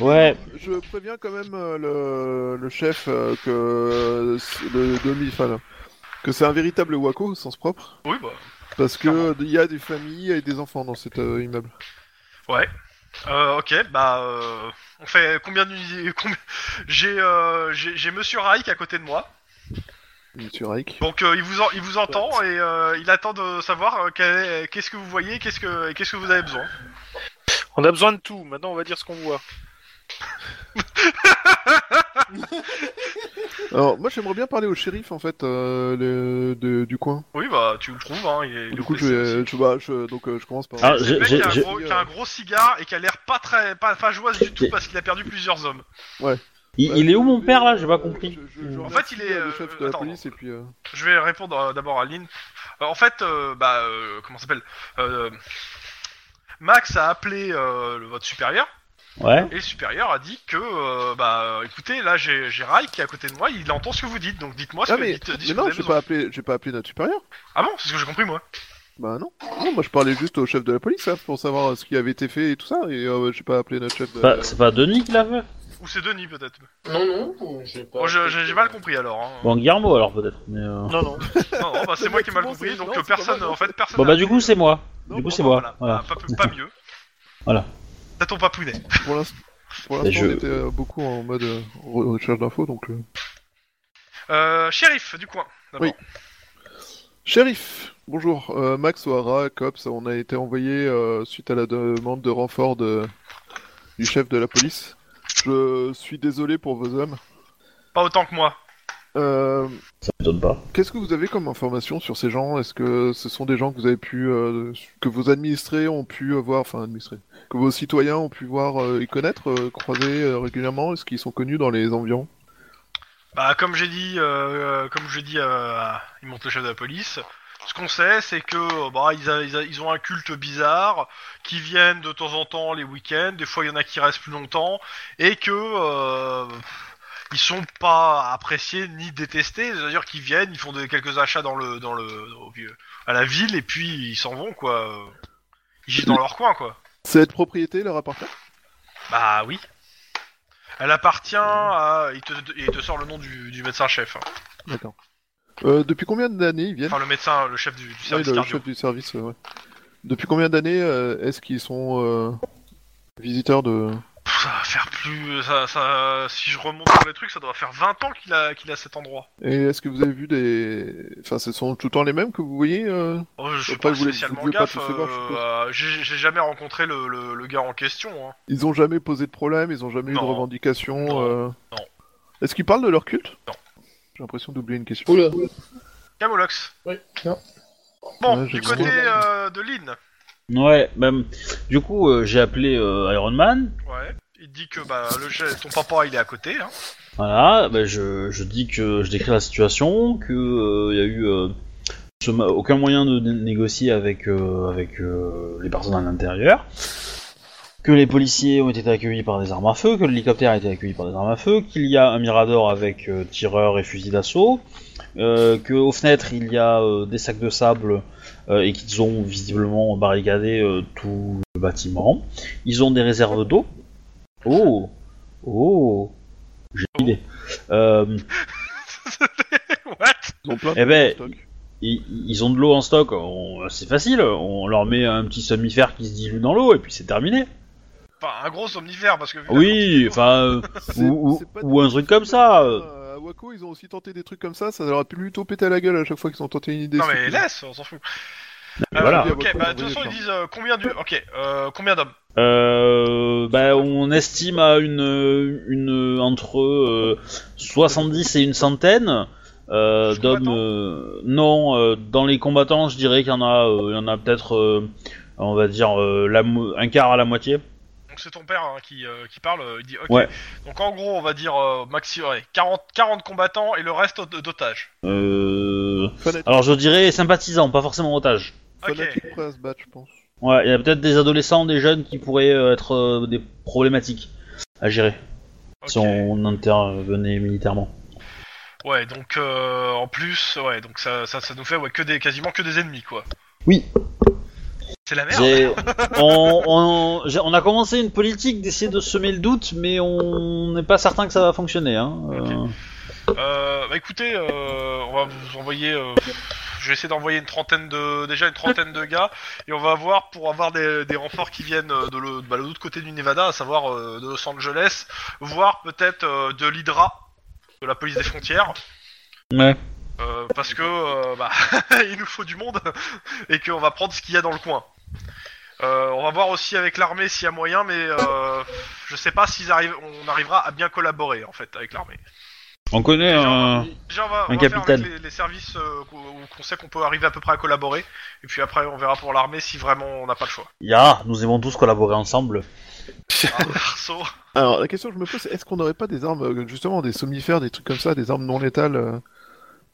ouais,
Je préviens quand même euh, le, le chef euh, que c'est le demi, enfin, là, que c'est un véritable wako au sens propre,
Oui, bah.
parce que il y a des familles et des enfants dans cet euh, immeuble.
Euh, ok, bah, euh, on fait combien d'unités combien... J'ai, euh, j'ai, j'ai Monsieur Reich à côté de moi,
Monsieur Reich.
donc euh, il vous, en- il vous entend et euh, il attend de savoir euh, quel est- qu'est-ce que vous voyez, qu'est-ce que, et qu'est-ce que vous avez besoin.
On a besoin de tout. Maintenant, on va dire ce qu'on voit.
Alors moi, j'aimerais bien parler au shérif en fait euh, le- de- du coin.
Oui, bah, tu le trouves, hein. Il est, il
Du
est
coup, je,
blessé aussi.
vais- je, bah, je- donc euh, je commence par.
Ah,
C'est
j'ai-
le mec
j'ai-
qui a, un
j'ai-
gros, qui a un gros cigare et qui a l'air pas très, pas, pas joyeuse du tout parce qu'il a perdu plusieurs hommes.
il, il est où mon père là J'ai pas compris.
en fait, il est le chef de la
attends.
police et puis. euh,
Je vais répondre euh, d'abord à Lynn. Euh, en fait, euh, bah, euh, comment ça s'appelle Euh, Max a appelé euh, le- votre supérieur.
Ouais.
Et le supérieur a dit que, euh, bah, écoutez, là, j'ai j'ai Rai qui est à côté de moi, il entend ce que vous dites, donc dites-moi ce
Ah
que
mais,
dites, dites ce que
mais non,
vous avez
j'ai
besoin.
pas appelé, j'ai pas appelé notre supérieur.
Ah bon C'est ce que j'ai compris, moi.
Bah non. Non, moi je parlais juste au chef de la police là, pour savoir euh, ce qui avait été fait et tout ça. Et euh, j'ai pas appelé notre chef. De...
Bah, c'est pas Denis qui l'a fait
Ou c'est Denis, peut-être.
Non, non, j'ai pas.
Bon, Oh, je- j'ai j'ai mal compris, alors. hein.
Bon, Guillermo alors peut-être. mais, euh.
Non, non.
Non, non, bah, c'est
Le
moi
mec,
qui ai mal
bon,
compris,
c'est-
donc
non,
euh,
c'est
personne,
pas mal,
en fait, personne...
Bon
n'a-
bah du coup c'est moi.
Non,
Du coup
bon,
c'est
Bon,
moi.
bah, voilà,
Voilà.
bah, Pas, pas mieux.
Voilà.
T'as ton papounet.
pour l'instant, pour
Mais
l'instant,
je-
on était euh, beaucoup en mode euh, re- recherche d'infos donc. euh.
Euh, shérif du coin. d'abord.
Oui. Shérif, bonjour. Euh, Max O'Hara, cops, on a été envoyé euh, suite à la demande de renfort de... du chef de la police. Je suis désolé pour vos hommes.
Pas autant que moi.
Euh,
Ça m'étonne pas.
Qu'est-ce que vous avez comme information sur ces gens Est-ce que ce sont des gens que vous avez pu, euh, que vos administrés ont pu euh, voir, enfin administrés, que vos citoyens ont pu voir euh, et connaître, euh, croiser euh, régulièrement Est-ce qu'ils sont connus dans les environs
Bah, comme j'ai dit, euh, euh, comme j'ai dit, euh, il monte le chef de la police. Ce qu'on sait, c'est que euh, bah, ils, a- ils a- ils ont un culte bizarre, qui viennent de temps en temps les week-ends. Des fois, il y en a qui restent plus longtemps, et que euh, ils sont pas appréciés ni détestés. C'est-à-dire qu'ils viennent, ils font des, quelques achats dans le, dans le, au vieux- à la ville, et puis ils s'en vont quoi. Ils vivent dans leur coin quoi.
Cette propriété leur appartient
Bah oui. Elle appartient à. Il te, il te sort le nom du, du médecin-chef. hein.
D'accord. Euh, depuis combien d'années ils viennent
Enfin, le médecin, le chef du, du service
Ouais, le
cardio.
chef du service, euh, ouais. Depuis combien d'années euh, est-ce qu'ils sont euh, visiteurs de...
Pff, ça va faire plus. Ça, ça- si je remonte sur les trucs, ça doit faire 20 ans qu'il a, qu'il a cet endroit.
Et est-ce que vous avez vu des... Enfin, ce sont tout le temps les mêmes que vous voyez euh
Oh, je suis
Après,
pas
vous voulez-
spécialement
vous voulez pas
gaffe.
tous les voir, je
euh,
suppose.
euh, J'ai j'ai jamais rencontré le, le- le gars en question. hein.
Ils ont jamais posé de problème, ils ont jamais eu de
Non.
revendication
Non.
euh
Non.
Est-ce qu'ils parlent de leur culte
Non.
J'ai l'impression d'oublier une question.
Oula.
Camolox.
Oui, non.
Bon,
Ouais, je
du
sais.
côté euh, de Lynn.
Ouais, ben, du coup, euh, j'ai appelé euh, Iron Man.
Ouais. Il dit que bah, le chef- ton papa il est à côté. Hein.
Voilà, ben, je, je dis que je décris la situation, que euh, y a eu euh, ce ma- aucun moyen de né- négocier avec, euh, avec euh, les personnes à l'intérieur, que les policiers ont été accueillis par des armes à feu, que l'hélicoptère a été accueilli par des armes à feu, qu'il y a un mirador avec euh, tireurs et fusils d'assaut, euh, que aux fenêtres il y a euh, des sacs de sable euh, et qu'ils ont visiblement barricadé euh, tout le bâtiment. Ils ont des réserves d'eau. Oh, oh. J'ai une idée. Euh,
What
Ils ont plein de
eh ben,
stock.
ils, ils ont de l'eau en stock, on- c'est facile, on leur met un petit somnifère qui se dilue dans l'eau et puis c'est terminé.
Enfin, un gros omnivore parce que. vu la
Oui, enfin, euh,
C'est-
ou,
c'est
ou-
pas
ou un
des-
truc comme ça. euh.
Euh, À Waco, ils ont aussi tenté des trucs comme ça, ça leur a pu plutôt péter à la gueule à chaque fois qu'ils ont tenté une idée.
Non mais
stupide.
laisse, on s'en fout.
mais
Euh,
voilà.
Ok, bah de toute façon ils disent euh, combien du. Ok, euh, combien d'hommes
Euh, bah, on estime à une, une entre euh, 70 et une centaine euh,
Des
d'hommes.
combattants
euh, non, euh, dans les combattants, je dirais qu'il y en a, euh, il y en a peut-être, euh, on va dire euh, la mo- un quart à la moitié.
Donc c'est ton père hein, qui, euh, qui parle, euh, il dit ok.
Ouais.
Donc en gros on va dire euh, maxi ouais, 40, 40 combattants et le reste d- d'otages.
Euh,
Fanatique,
alors, je dirais sympathisant, pas forcément otage.
Ok.
fanatique prêt à se battre, je pense.
Ouais, il y a peut-être des adolescents, des jeunes qui pourraient euh, être euh, des problématiques à gérer
ok.
si on intervenait militairement.
Ouais donc euh, en plus ouais donc ça, ça, ça nous fait ouais, que des quasiment que des ennemis quoi.
Oui.
C'est la merde.
J'ai- on, on- j'ai- on a commencé une politique d'essayer de semer le doute, mais on n'est pas certain que ça va fonctionner. Hein. euh.
Euh, bah écoutez, euh, on va vous envoyer. euh, je vais essayer d'envoyer une trentaine de déjà une trentaine de gars et on va voir pour avoir des, des renforts qui viennent euh, de le- bah, de l'autre côté du Nevada, à savoir euh, de Los Angeles, voire peut-être euh, de l'Hydra, de la police des frontières.
Ouais.
Euh, parce que euh, bah, il nous faut du monde et qu'on va prendre ce qu'il y a dans le coin. Euh, on va voir aussi avec l'armée s'il y a moyen, mais euh, je sais pas s'ils arrivent, on arrivera à bien collaborer en fait avec l'armée.
On connaît hein. un.
Déjà, on va, on
Un
va faire
capitaine.
avec les, les services euh, qu'on- qu'on sait qu'on peut arriver à peu près à collaborer. Et puis après, on verra pour l'armée si vraiment on n'a pas le choix.
Ya, nous aimons tous collaborer ensemble.
Ah, perso.
Alors, la question que je me pose, c'est est-ce qu'on n'aurait pas des armes, euh, justement, des somnifères, des trucs comme ça, des armes non létales euh,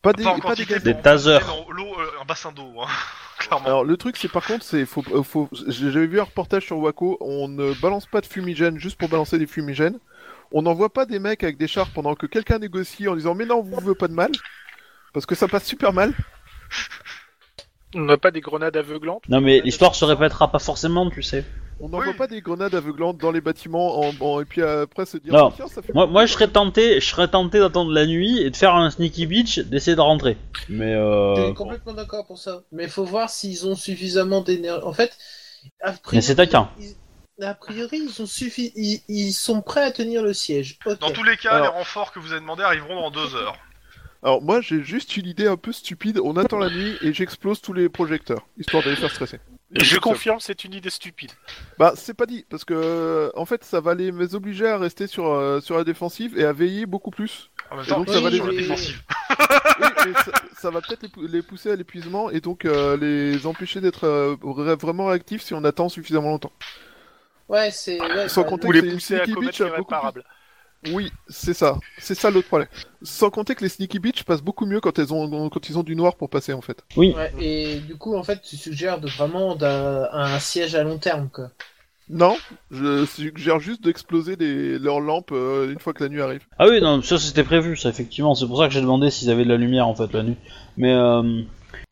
Pas des,
Pas en
pas des
quantité,
gaz-
mais
Des
en-
tasers.
dans l'eau, euh, un bassin d'eau, hein, clairement.
Alors, le truc, c'est par contre, c'est faut, euh, faut... j'ai- j'avais vu un reportage sur Waco, on ne balance pas de fumigène juste pour balancer des fumigènes. On n'envoie pas des mecs avec des chars pendant que quelqu'un négocie en disant mais non, vous voulez pas de mal parce que ça passe super mal.
On n'a pas des grenades aveuglantes
Non, mais l'histoire se répétera pas forcément, tu sais.
On n'envoie
Oui.
pas des grenades aveuglantes dans les bâtiments en, en- et puis après se dire
Non.
oh, tiens, ça fait
Moi, moi je serais tenté, je serais tenté d'attendre la nuit et de faire un sneaky beach, d'essayer de rentrer. Mais
Je
euh...
suis complètement d'accord pour ça. Mais il faut voir s'ils ont suffisamment d'énergie. En fait, a priori,
Mais c'est taquin.
Ils... A priori, ils, ont suffi... ils... ils sont prêts à tenir le siège. Ok.
Dans tous les cas,
Alors-
les renforts que vous avez demandés arriveront dans deux heures.
Alors moi j'ai juste une idée un peu stupide, on attend la nuit et j'explose tous les projecteurs, histoire de les faire stresser.
Je confirme, c'est une idée stupide.
Bah c'est pas dit, parce que euh, en fait ça va les les obliger à rester sur, euh, sur la défensive et à veiller beaucoup plus.
En même
Et
temps,
donc,
ils
ça
sont
va
sur la
les-
défensive.
Oui, mais ça, ça va peut-être les, pou- les pousser à l'épuisement et donc euh, les empêcher d'être euh, vra- vraiment réactifs si on attend suffisamment longtemps.
Ouais, c'est. ouais,
Sans
bah,
compter
Ou
que
les
les
pousser à
Sneaky Beach
commettre
a beaucoup plus-
l'irréparable.
Oui, c'est ça, c'est ça l'autre problème. Sans compter que les Sneaky Beach passent beaucoup mieux quand, elles ont, quand ils ont du noir pour passer en fait.
ouais, et du coup, en fait, tu suggères de vraiment d'un un siège à long terme, quoi.
Non, je suggère juste d'exploser des- leurs lampes euh, une fois que la nuit arrive.
Ah oui, non, ça c'était prévu, ça effectivement. C'est pour ça que j'ai demandé s'ils avaient de la lumière en fait la nuit. Mais hein. euh...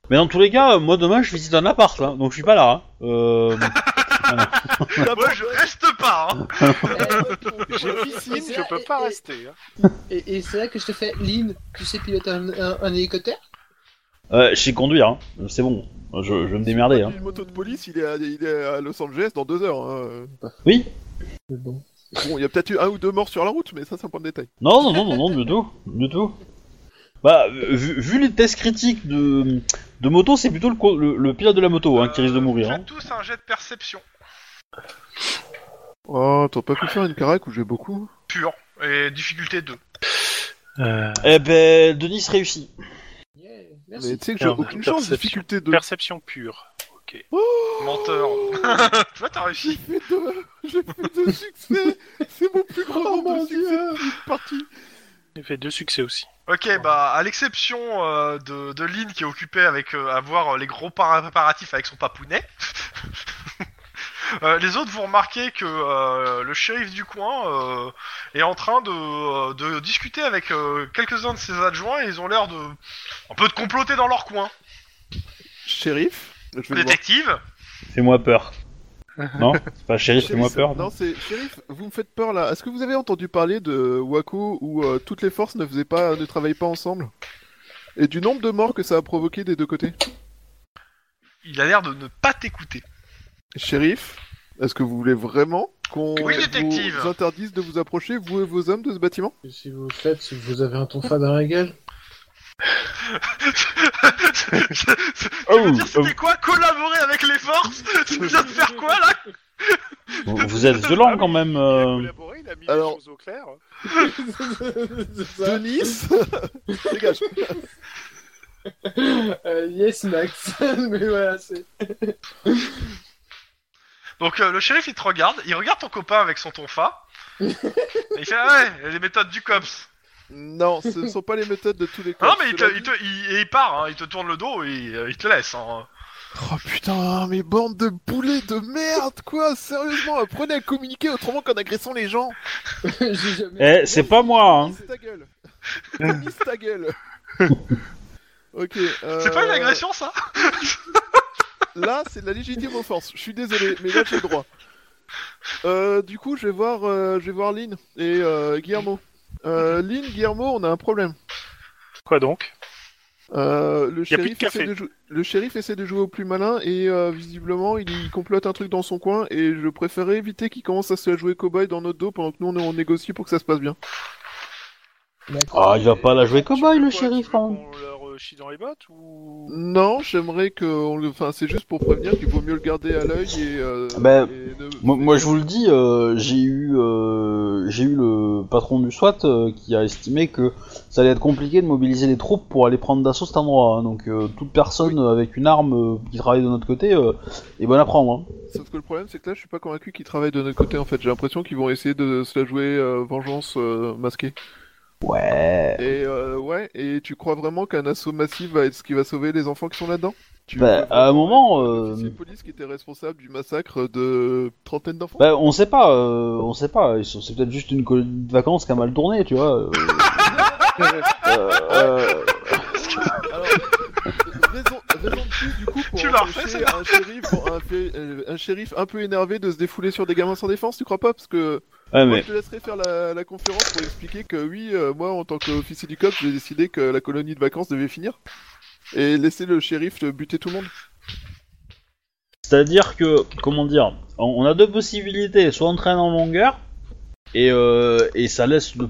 mais dans tous les cas, euh, moi demain je visite un appart là, donc je suis pas là. hein. Euh...
Moi, je reste pas. Hein.
J'ai piscine,
c'est
je
là-
peux
et-
pas
et-
rester. hein.
Et, et c'est là que je te fais, Lynn, tu sais piloter un, un- un hélicoptère
Euh, je sais conduire, hein. c'est bon. Je, je vais me démerder. Hein.
Une moto de police, il est à, il est à Los Angeles dans deux heures. hein.
Oui
Bon.
Bon, il y a peut-être eu un ou deux morts sur la route, mais ça, c'est un point de détail.
Non, non, non, non, non, du tout. Du tout. Bah, vu, vu les tests critiques de, de moto, c'est plutôt le, co- le, le pilote de la moto hein, qui risque de mourir.
Vous
Hein.
faites tous un jet de perception
Oh, t'as pas pu faire une carac où j'ai beaucoup
pure et difficulté 2.
Euh,
Eh ben, Denis réussit.
Yeah,
Mais
merci.
tu sais que j'ai
Merde,
aucune chance,
perception.
difficulté de.
Perception pure.
Menteur. tu vois, t'as réussi.
J'ai fait deux- j'ai fait deux succès C'est mon plus grand nombre de succès de cette partie
J'ai fait deux succès aussi.
Ok, bah à l'exception euh, de, de Lynn qui est occupée avec euh, à voir euh, les gros para- préparatifs avec son papounet. euh, les autres, vous remarquez que euh, le shérif du coin euh, est en train de, euh, de discuter avec euh, quelques-uns de ses adjoints et ils ont l'air de un peu de comploter dans leur coin.
Shérif Je vais le voir.
Détective,
Fais-moi peur. Non C'est pas chérie, fais-moi
Shérif,
peur.
Non, c'est shérif. Vous me faites peur là. Est-ce que vous avez entendu parler de Waco où euh, toutes les forces ne faisaient pas, ne travaillaient pas ensemble et du nombre de morts que ça a provoqué des deux côtés
il a l'air de ne pas t'écouter.
Shérif, est-ce que vous voulez vraiment qu'on
Oui, détective.
vous interdise de vous approcher, vous et vos hommes, de ce bâtiment
Si vous faites, si vous avez un tonfa dans la gueule.
Tu veux dire c'était quoi collaborer avec les forces Tu viens de faire quoi là
Vous- Vous êtes violent quand même.
Il a
euh.
collaboré, il a mis les
alors-
choses au clair.
C'est ça.
Denis Dégage
Euh, yes, Max. Mais voilà, c'est.
Donc euh, le shérif il te regarde, il regarde ton copain avec son tonfa. et il fait ah ouais, les méthodes du cops.
Non, ce ne sont pas les méthodes de tous les
Ah non
corps,
mais il
cela
te, il
dit.
te- il- et il part, hein, il te tourne le dos et il, euh, il te laisse. hein.
Oh putain, mes bandes de boulets de merde, quoi Sérieusement, apprenez à communiquer autrement qu'en agressant les gens
J'ai jamais.
Eh, c'est pas moi. Hein.
Nice ta gueule Nice ta gueule Ok. euh,
C'est pas une agression ça
Là, c'est de la légitime offense. Je suis désolé, mais là, j'ai le droit. Euh, du coup, je vais voir, euh, je vais voir Lynn et euh, Guillermo. Euh, Lynn, Guillermo, on a un problème.
Quoi donc
Euh, le,
Y a plus de
shérif essaie
café.
de jou- le shérif essaie de jouer au plus malin et euh, visiblement il, il complote un truc dans son coin et je préférais éviter qu'il commence à se la jouer cow-boy dans notre dos pendant que nous on, on négocie pour que ça se passe bien.
Ah, il va pas la jouer
Tu veux
cow-boy le
quoi Tu veux
shérif. hein.
qu'on leur euh, chie dans les bottes ou
Non, j'aimerais que... on le- Enfin, c'est juste pour prévenir qu'il vaut mieux le garder à l'œil et... euh,
Ben,
et ne-
Moi, moi, je vous le dis, euh, j'ai eu, euh, j'ai eu le patron du SWAT euh, qui a estimé que ça allait être compliqué de mobiliser les troupes pour aller prendre d'assaut cet endroit. hein. Donc euh, toute personne euh, avec une arme euh, qui travaille de notre côté euh, est bonne à prendre. hein.
Sauf que le problème, c'est que là, je suis pas convaincu qu'ils travaillent de notre côté, en fait. J'ai l'impression qu'ils vont essayer de se la jouer euh, vengeance euh, masquée.
Ouais.
Et euh, ouais, et tu crois vraiment qu'un assaut massif va être ce qui va sauver les enfants qui sont là-dedans Tu
Bah,
veux
à un
vraiment
moment,
être
euh,
l'officier de police qui était responsable du massacre de trentaine d'enfants
Bah, on sait pas, euh, on sait pas. Ils sont- C'est peut-être juste une colonie de vacances qui a mal tourné, tu vois. euh. Euh, euh,
Alors, raison, raison de plus, du coup, pour
Tu l'as
empêcher
refait,
un shérif, pour un, fé- euh, un shérif un peu énervé de se défouler sur des gamins sans défense, tu crois pas Parce que
Ouais, Ah,
Moi,
mais
je te laisserai faire la, la conférence pour expliquer que oui, euh, moi en tant qu'officier du COP, j'ai décidé que la colonie de vacances devait finir. Et laisser le shérif euh, buter tout le monde.
C'est-à-dire que, comment dire, on- on a deux possibilités, soit on traîne en longueur, et, euh, et ça laisse le,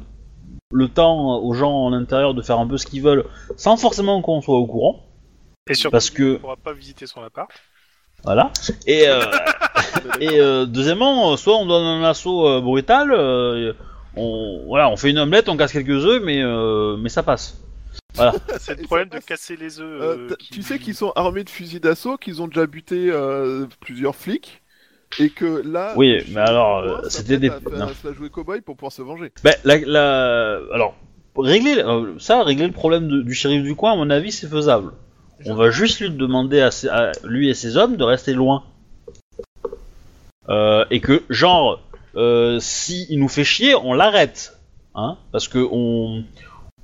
le temps aux gens à l'intérieur de faire un peu ce qu'ils veulent, sans forcément qu'on soit au courant,
Et surtout,
parce
on
que,
pourra pas visiter son appart.
voilà, et, euh, et euh, deuxièmement, euh, soit on donne un assaut euh, brutal, euh, on, voilà, on fait une omelette, on casse quelques œufs, mais, euh, mais ça passe.
C'est le
Et
problème
ça
de
passe.
casser les œufs.
Euh,
euh,
t'as-
qui-
Tu sais qu'ils sont armés de fusils d'assaut, qu'ils ont déjà buté euh, plusieurs flics. Et que là.
Oui,
le
mais
shérif,
alors,
moi,
euh,
s'apprête
c'était des-
à faire-
non.
à se la jouer cow-boy pour pouvoir se venger.
Ben, la, la- alors, régler, euh, ça, régler le problème de- du shérif du coin, à mon avis, c'est faisable. On va juste lui demander à, ses- à lui et ses hommes de rester loin. Euh, et que, genre, euh, si il nous fait chier, on l'arrête. Hein Parce que on,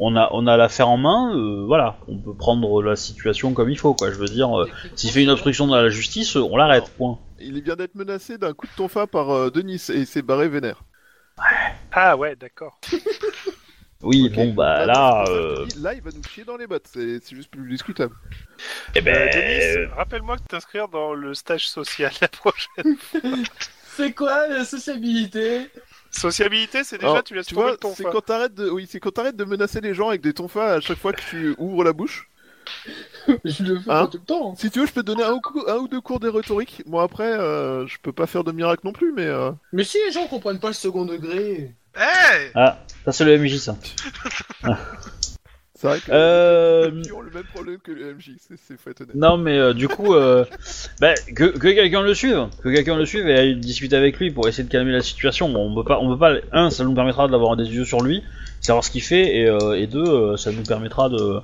on a, on a l'affaire en main, euh, voilà. On peut prendre la situation comme il faut, quoi. Je veux dire, euh, s'il fait une obstruction à la justice, on l'arrête, point.
Et il vient d'être menacé d'un coup de tonfa par euh, Denis et il s'est barré vénère.
Ah ouais, d'accord.
Oui,
Ok.
bon, bah
Ah,
là.
c'est pour ça que
euh,
je dis, Là, il va nous chier dans les bottes, c'est c'est juste plus discutable.
eh
Bah,
ben.
Euh, Denis, rappelle-moi de t'inscrire dans le stage social la prochaine.
C'est quoi la sociabilité
Sociabilité, c'est déjà,
Alors,
tu laisses
Tu
tomber
vois,
le ton.
c'est quand t'arrêtes de, oui, c'est quand t'arrêtes de menacer les gens avec des tonfas à chaque fois que tu ouvres la bouche.
Je le fais
Hein
tout le temps.
Si tu veux, je peux te donner un ou, cou- un ou deux cours de rhétorique. Bon après, euh, je peux pas faire de miracle non plus, mais euh,
Mais si les gens comprennent pas le second degré.
Hey
Ah, ça c'est le MJ ça.
c'est vrai que
Euh.
ils ont le même problème que le MJ, c'est- c'est faut être honnête.
Non, mais euh, du coup, euh, bah, que, que quelqu'un le suive, que quelqu'un le suive et aille discuter avec lui pour essayer de calmer la situation. Bon, on peut pas, on peut pas. Un, ça nous permettra d'avoir des yeux sur lui, savoir ce qu'il fait, et, euh, et deux, euh, ça nous permettra de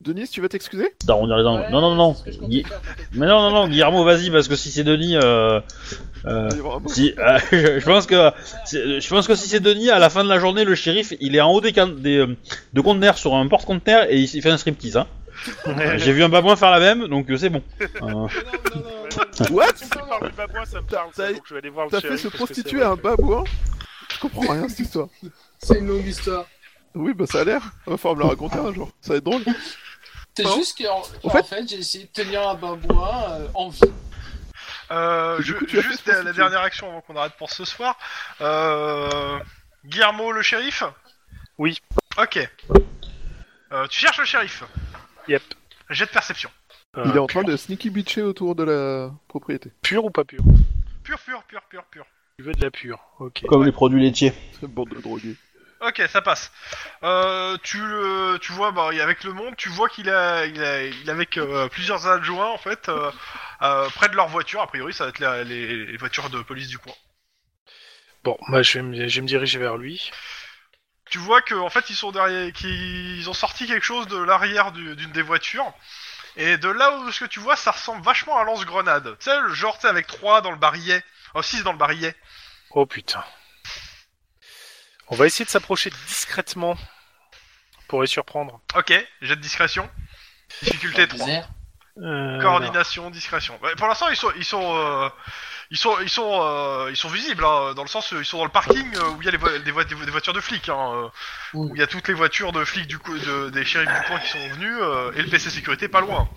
Denis, tu vas t'excuser
d'arrondir les angles.
Ouais,
non, non, non.
c'est ce que je comptais
Gui-
faire, en fait.
Mais non, non, non, Guillermo, vas-y, parce que si c'est Denis, euh, euh,
Il y aura un mot.
si, euh, je pense que, c'est- je pense que si c'est Denis, à la fin de la journée, le shérif, il est en haut des, can- des euh, de conteneurs sur un porte-conteneur et il s'y fait un striptease. Hein. Euh, J'ai vu un babouin faire la même, donc euh, c'est bon. Euh,
Non, non, non, non,
What
Ça parle de babouin, ça me parle. ça,
T'as-
donc je vais aller voir le
T'as fait
shérif
se
parce que c'est
prostituer
vrai
hein, à un
que-
babouin Je comprends rien cette histoire.
C'est une longue histoire.
Oui, bah ça a l'air. Va falloir me la raconter un jour. Ça va être drôle.
C'est
Hein
juste qu'en en
fait-
fait, j'ai essayé de tenir un babouin euh, en vie.
Euh,
Du
je-
coup, tu as fait
Juste
ce
la,
que tu
dernière action avant qu'on arrête pour ce soir. Euh, Guillermo le shérif
Oui.
Ok. Euh, tu cherches le shérif
Yep.
Jet de perception.
Euh,
bah. Il est en train de sneaky bitcher autour de la propriété.
Pur ou pas pur
Pur, pur, pur, pur, pur.
Tu veux de la pure, ok.
comme les produits laitiers.
Bande de drogués.
Ok, ça passe. Euh, tu le, tu vois, bah, et avec le monde, tu vois qu'il a, il a, il est avec euh, plusieurs adjoints en fait, euh, euh, près de leur voiture. A priori, ça va être la- les, les voitures de police du coin.
Bon, moi je vais, me, je vais me diriger vers lui.
Tu vois que en fait, ils sont derrière, qu'ils ont sorti quelque chose de l'arrière du- d'une des voitures. Et de là où ce que tu vois, ça ressemble vachement à un lance-grenade. Tu sais, le genre, tu sais, avec trois dans le barillet, oh, six dans le barillet.
Oh putain. On va essayer de s'approcher discrètement pour les surprendre.
Ok, jet de discrétion. Difficulté 3.
Misère.
Euh,
Coordination, discrétion. Ouais, pour l'instant, ils sont, ils sont, euh, ils sont, ils sont, euh, ils sont visibles, hein, dans le sens, euh, ils sont dans le parking euh, où il y a les vo- des, vo- des vo- des voitures de flics, hein, euh,
Oui.
où il y a toutes les voitures de flics du coup, de- des shérifs du coin qui sont venus euh, et le PC sécurité pas loin.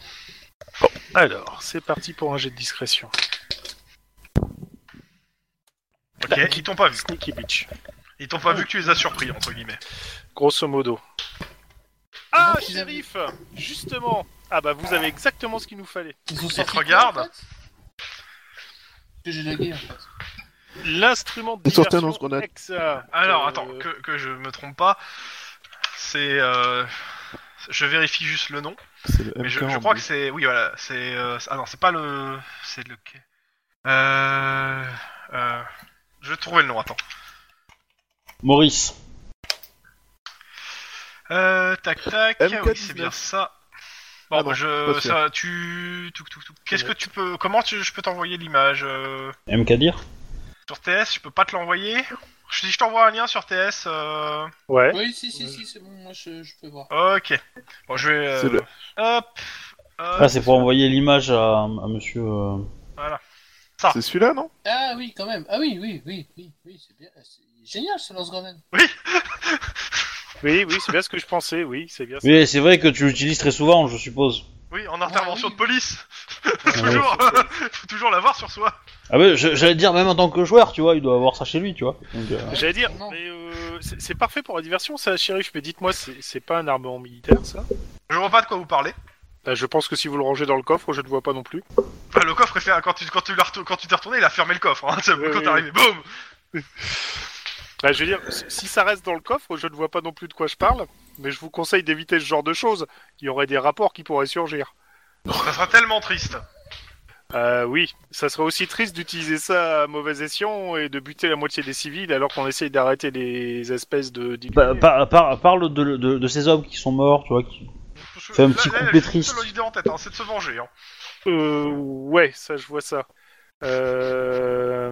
Alors, c'est parti pour un jet de discrétion. Bah,
Ok, ils t'ont pas vu.
Sneaky bitch.
Ils t'ont pas vu que tu les as surpris entre guillemets.
Grosso modo. Ah,
Donc, ils avaient-
shérif Justement Ah bah, vous avez exactement ce qu'il nous fallait.
Ils ont sorti
te regardent.
quoi, en fait Que j'ai lagué hein. en fait.
L'instrument de
Ils sortaient un
diversion
lance-grenade.
Hexa.
Alors,
Euh,
attends, que, que je me trompe pas, c'est, euh, je vérifie juste le nom.
C'est le
Mais je,
M40.
je crois que c'est. Oui, voilà. C'est. euh, ah non, c'est pas le. C'est le. Euh. euh, je vais trouver le nom, attends.
Maurice.
Euh. Tac, tac.
MK19.
oui, c'est bien ça. Bon, bah,
Ah non,
je.
pas sûr.
Ça, tu. touc, touc, touc. Qu'est-ce que tu peux. Comment tu- je peux t'envoyer l'image euh,
M. Kadir
Sur TS, je peux pas te l'envoyer Je- Si je t'envoie un lien sur TS. Euh...
Ouais.
Oui, si, si, si, c'est bon, moi je, je peux voir.
Ok. Bon, je vais. euh,
C'est le-
Hop. hop,
Ah, c'est pour envoyer l'image à, à monsieur. euh,
ça.
C'est celui-là, non
Ah oui, quand même. Ah oui, oui, oui, oui, oui, c'est bien. C'est génial ce lance-grenade.
Oui, oui, c'est bien ce que je pensais, oui, c'est bien ça.
Oui, c'est vrai que tu l'utilises très souvent, je suppose.
Oui, en intervention
Ah, oui.
de police. toujours. Faut toujours l'avoir sur soi.
Ah, bah, je- j'allais dire, même en tant que joueur, tu vois, il doit avoir ça chez lui, tu vois. Donc, euh,
J'allais dire,
Non.
mais euh, c'est c'est parfait pour la diversion, ça, shérif. Mais dites-moi, c'est c'est pas un armement militaire, ça
Je vois pas de quoi vous parlez.
Bah, Je pense que si vous le rangez dans le coffre, je ne vois pas non plus.
Bah, le coffre est fait, quand tu quand tu l'as retou- quand tu t'es retourné, il a fermé le coffre. Hein, c'est-
Oui,
quand
oui,
t'es arrivé, boum.
Bah, je veux dire, si- si ça reste dans le coffre, je ne vois pas non plus de quoi je parle. Mais je vous conseille d'éviter ce genre de choses. Il y aurait des rapports qui pourraient surgir.
Ça sera tellement triste.
Euh, oui, ça serait aussi triste d'utiliser ça à mauvais escient et de buter la moitié des civils alors qu'on essaye d'arrêter les espèces de.
pa-
d'illuminés.
pa- par- parle de, de- de ces hommes qui sont morts, tu vois. qui- Fais un petit coupé triste.
C'est l'idée en tête, hein, c'est de se venger. Hein.
Euh, ouais, ça, je vois ça. Euh...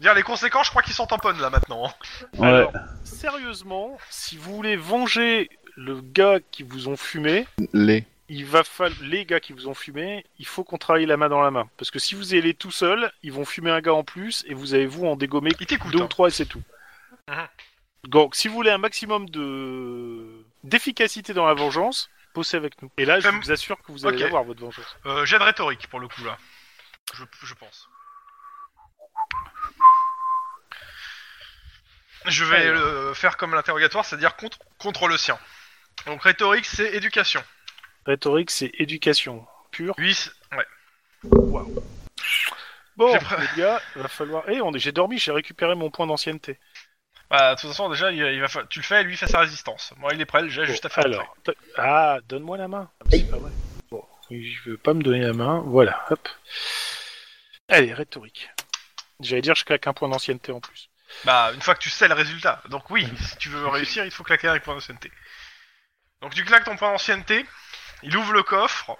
Dire les conséquences, je crois qu'ils s'en tamponnent là maintenant. hein.
Ouais.
Alors, sérieusement, si vous voulez venger le gars qui vous ont fumé,
Les.
il va falloir les gars qui vous ont fumé, il faut qu'on travaille la main dans la main. Parce que si vous y allez tout seul, ils vont fumer un gars en plus et vous allez vous en dégommer
Il t'écoute.
deux
hein.
ou trois et c'est tout.
Mhm.
Donc, si vous voulez un maximum de d'efficacité dans la vengeance, bossez avec nous. Et là, je
Comme-
vous assure que vous allez
Ok.
avoir votre vengeance.
Euh, jet de rhétorique pour le coup là. Je, je pense. Je vais
Alors.
euh, faire comme l'interrogatoire, c'est-à-dire contre, contre le sien. Donc rhétorique, c'est éducation.
Rhétorique, c'est éducation pure.
Lui, c'est- ouais.
Bon,
J'ai pr-
les gars, va falloir. Eh, on est... j'ai dormi, j'ai récupéré mon point d'ancienneté.
Bah, de toute façon, déjà, il, il va fa- tu le fais, lui il fait sa résistance. Moi, il est prêt, j'ai
Bon,
juste à faire.
alors. t- Ah, donne-moi la main. Ah, mais C'est pas vrai. Bon, je veux pas me donner la main. Voilà, hop. Allez, rhétorique. J'allais dire, je claque un point d'ancienneté en plus.
Bah, une fois que tu sais le résultat. Donc oui, si tu veux réussir, il te faut claquer un point d'ancienneté. Donc tu claques ton point d'ancienneté, il ouvre le coffre,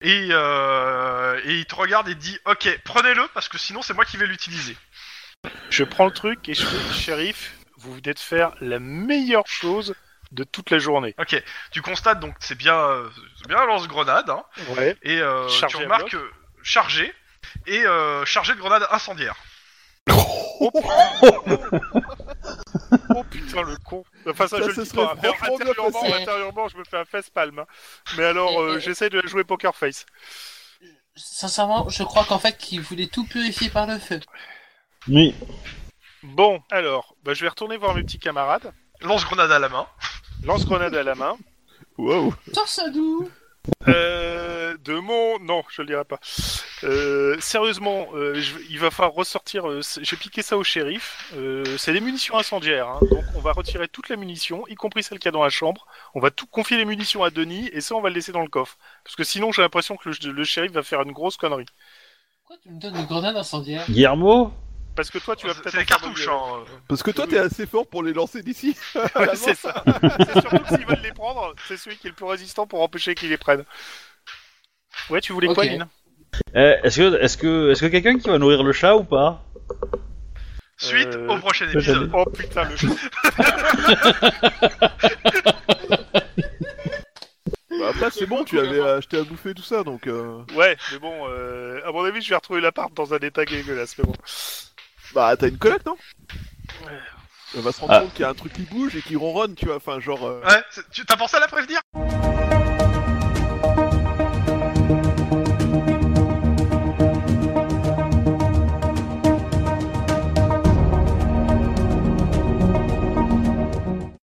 et, euh, et il te regarde et te dit, ok, prenez-le, parce que sinon c'est moi qui vais l'utiliser.
Je prends le truc et je fais, shérif, vous venez de faire la meilleure chose de toute la journée.
Ok, tu constates donc c'est bien, euh, c'est bien un lance-grenade, hein,
Ouais.
et euh,
Chargé
tu
à
remarques euh, chargé, et euh, chargé de grenade incendiaire.
Oh putain, le con. Enfin, ça,
Ça,
je
ce
le dis
serait
pas. Alors,
franchement bien
intérieurement,
passé.
intérieurement, je me fais un face palme. hein. Mais alors, euh, j'essaye de jouer Poker Face.
Sincèrement, je crois qu'en fait, qu'il voulait tout purifier par le feu.
Oui.
Bon, alors, bah, je vais retourner voir mes petits camarades.
Lance-grenade à la main.
Lance grenade à la main.
Waouh
Torsadou
Euh, de mon. Non, je le dirai pas. Euh, sérieusement, euh, je- il va falloir ressortir. euh, c- J'ai piqué ça au shérif. Euh, c'est des munitions incendiaires. hein. donc, on va retirer toutes les munitions, y compris celles qu'il y a dans la chambre. On va tout confier les munitions à Denis et ça, on va le laisser dans le coffre. Parce que sinon, j'ai l'impression que le, le shérif va faire une grosse connerie.
Pourquoi tu me donnes une grenade incendiaire
Guillermo
Parce que toi, tu vas peut-être.
C'est des
en faire euh,
cartouches.
de-
Hein.
Parce que toi, t'es assez fort pour les lancer d'ici.
Ouais, c'est ça. c'est surtout que s'ils veulent les prendre, c'est celui qui est le plus résistant pour empêcher qu'ils les prennent. Ouais, tu voulais quoi,
Ok.
Lynn
Eh, Est-ce que, est-ce que, est-ce que quelqu'un qui va nourrir le chat ou pas
Suite
Euh,
au prochain épisode.
Oh putain, le
Bah, après, c'est bon, tu avais acheté à bouffer tout ça, donc. euh,
Ouais, mais bon, euh, à mon avis, je vais retrouver l'appart dans un état dégueulasse, mais bon.
Bah, t'as une collecte, non On va se rendre
Ah.
Ah. compte qu'il y a un truc qui bouge et qui ronronne, tu vois. Enfin, genre. euh,
Ouais, c'est- tu- t'as pensé à la prévenir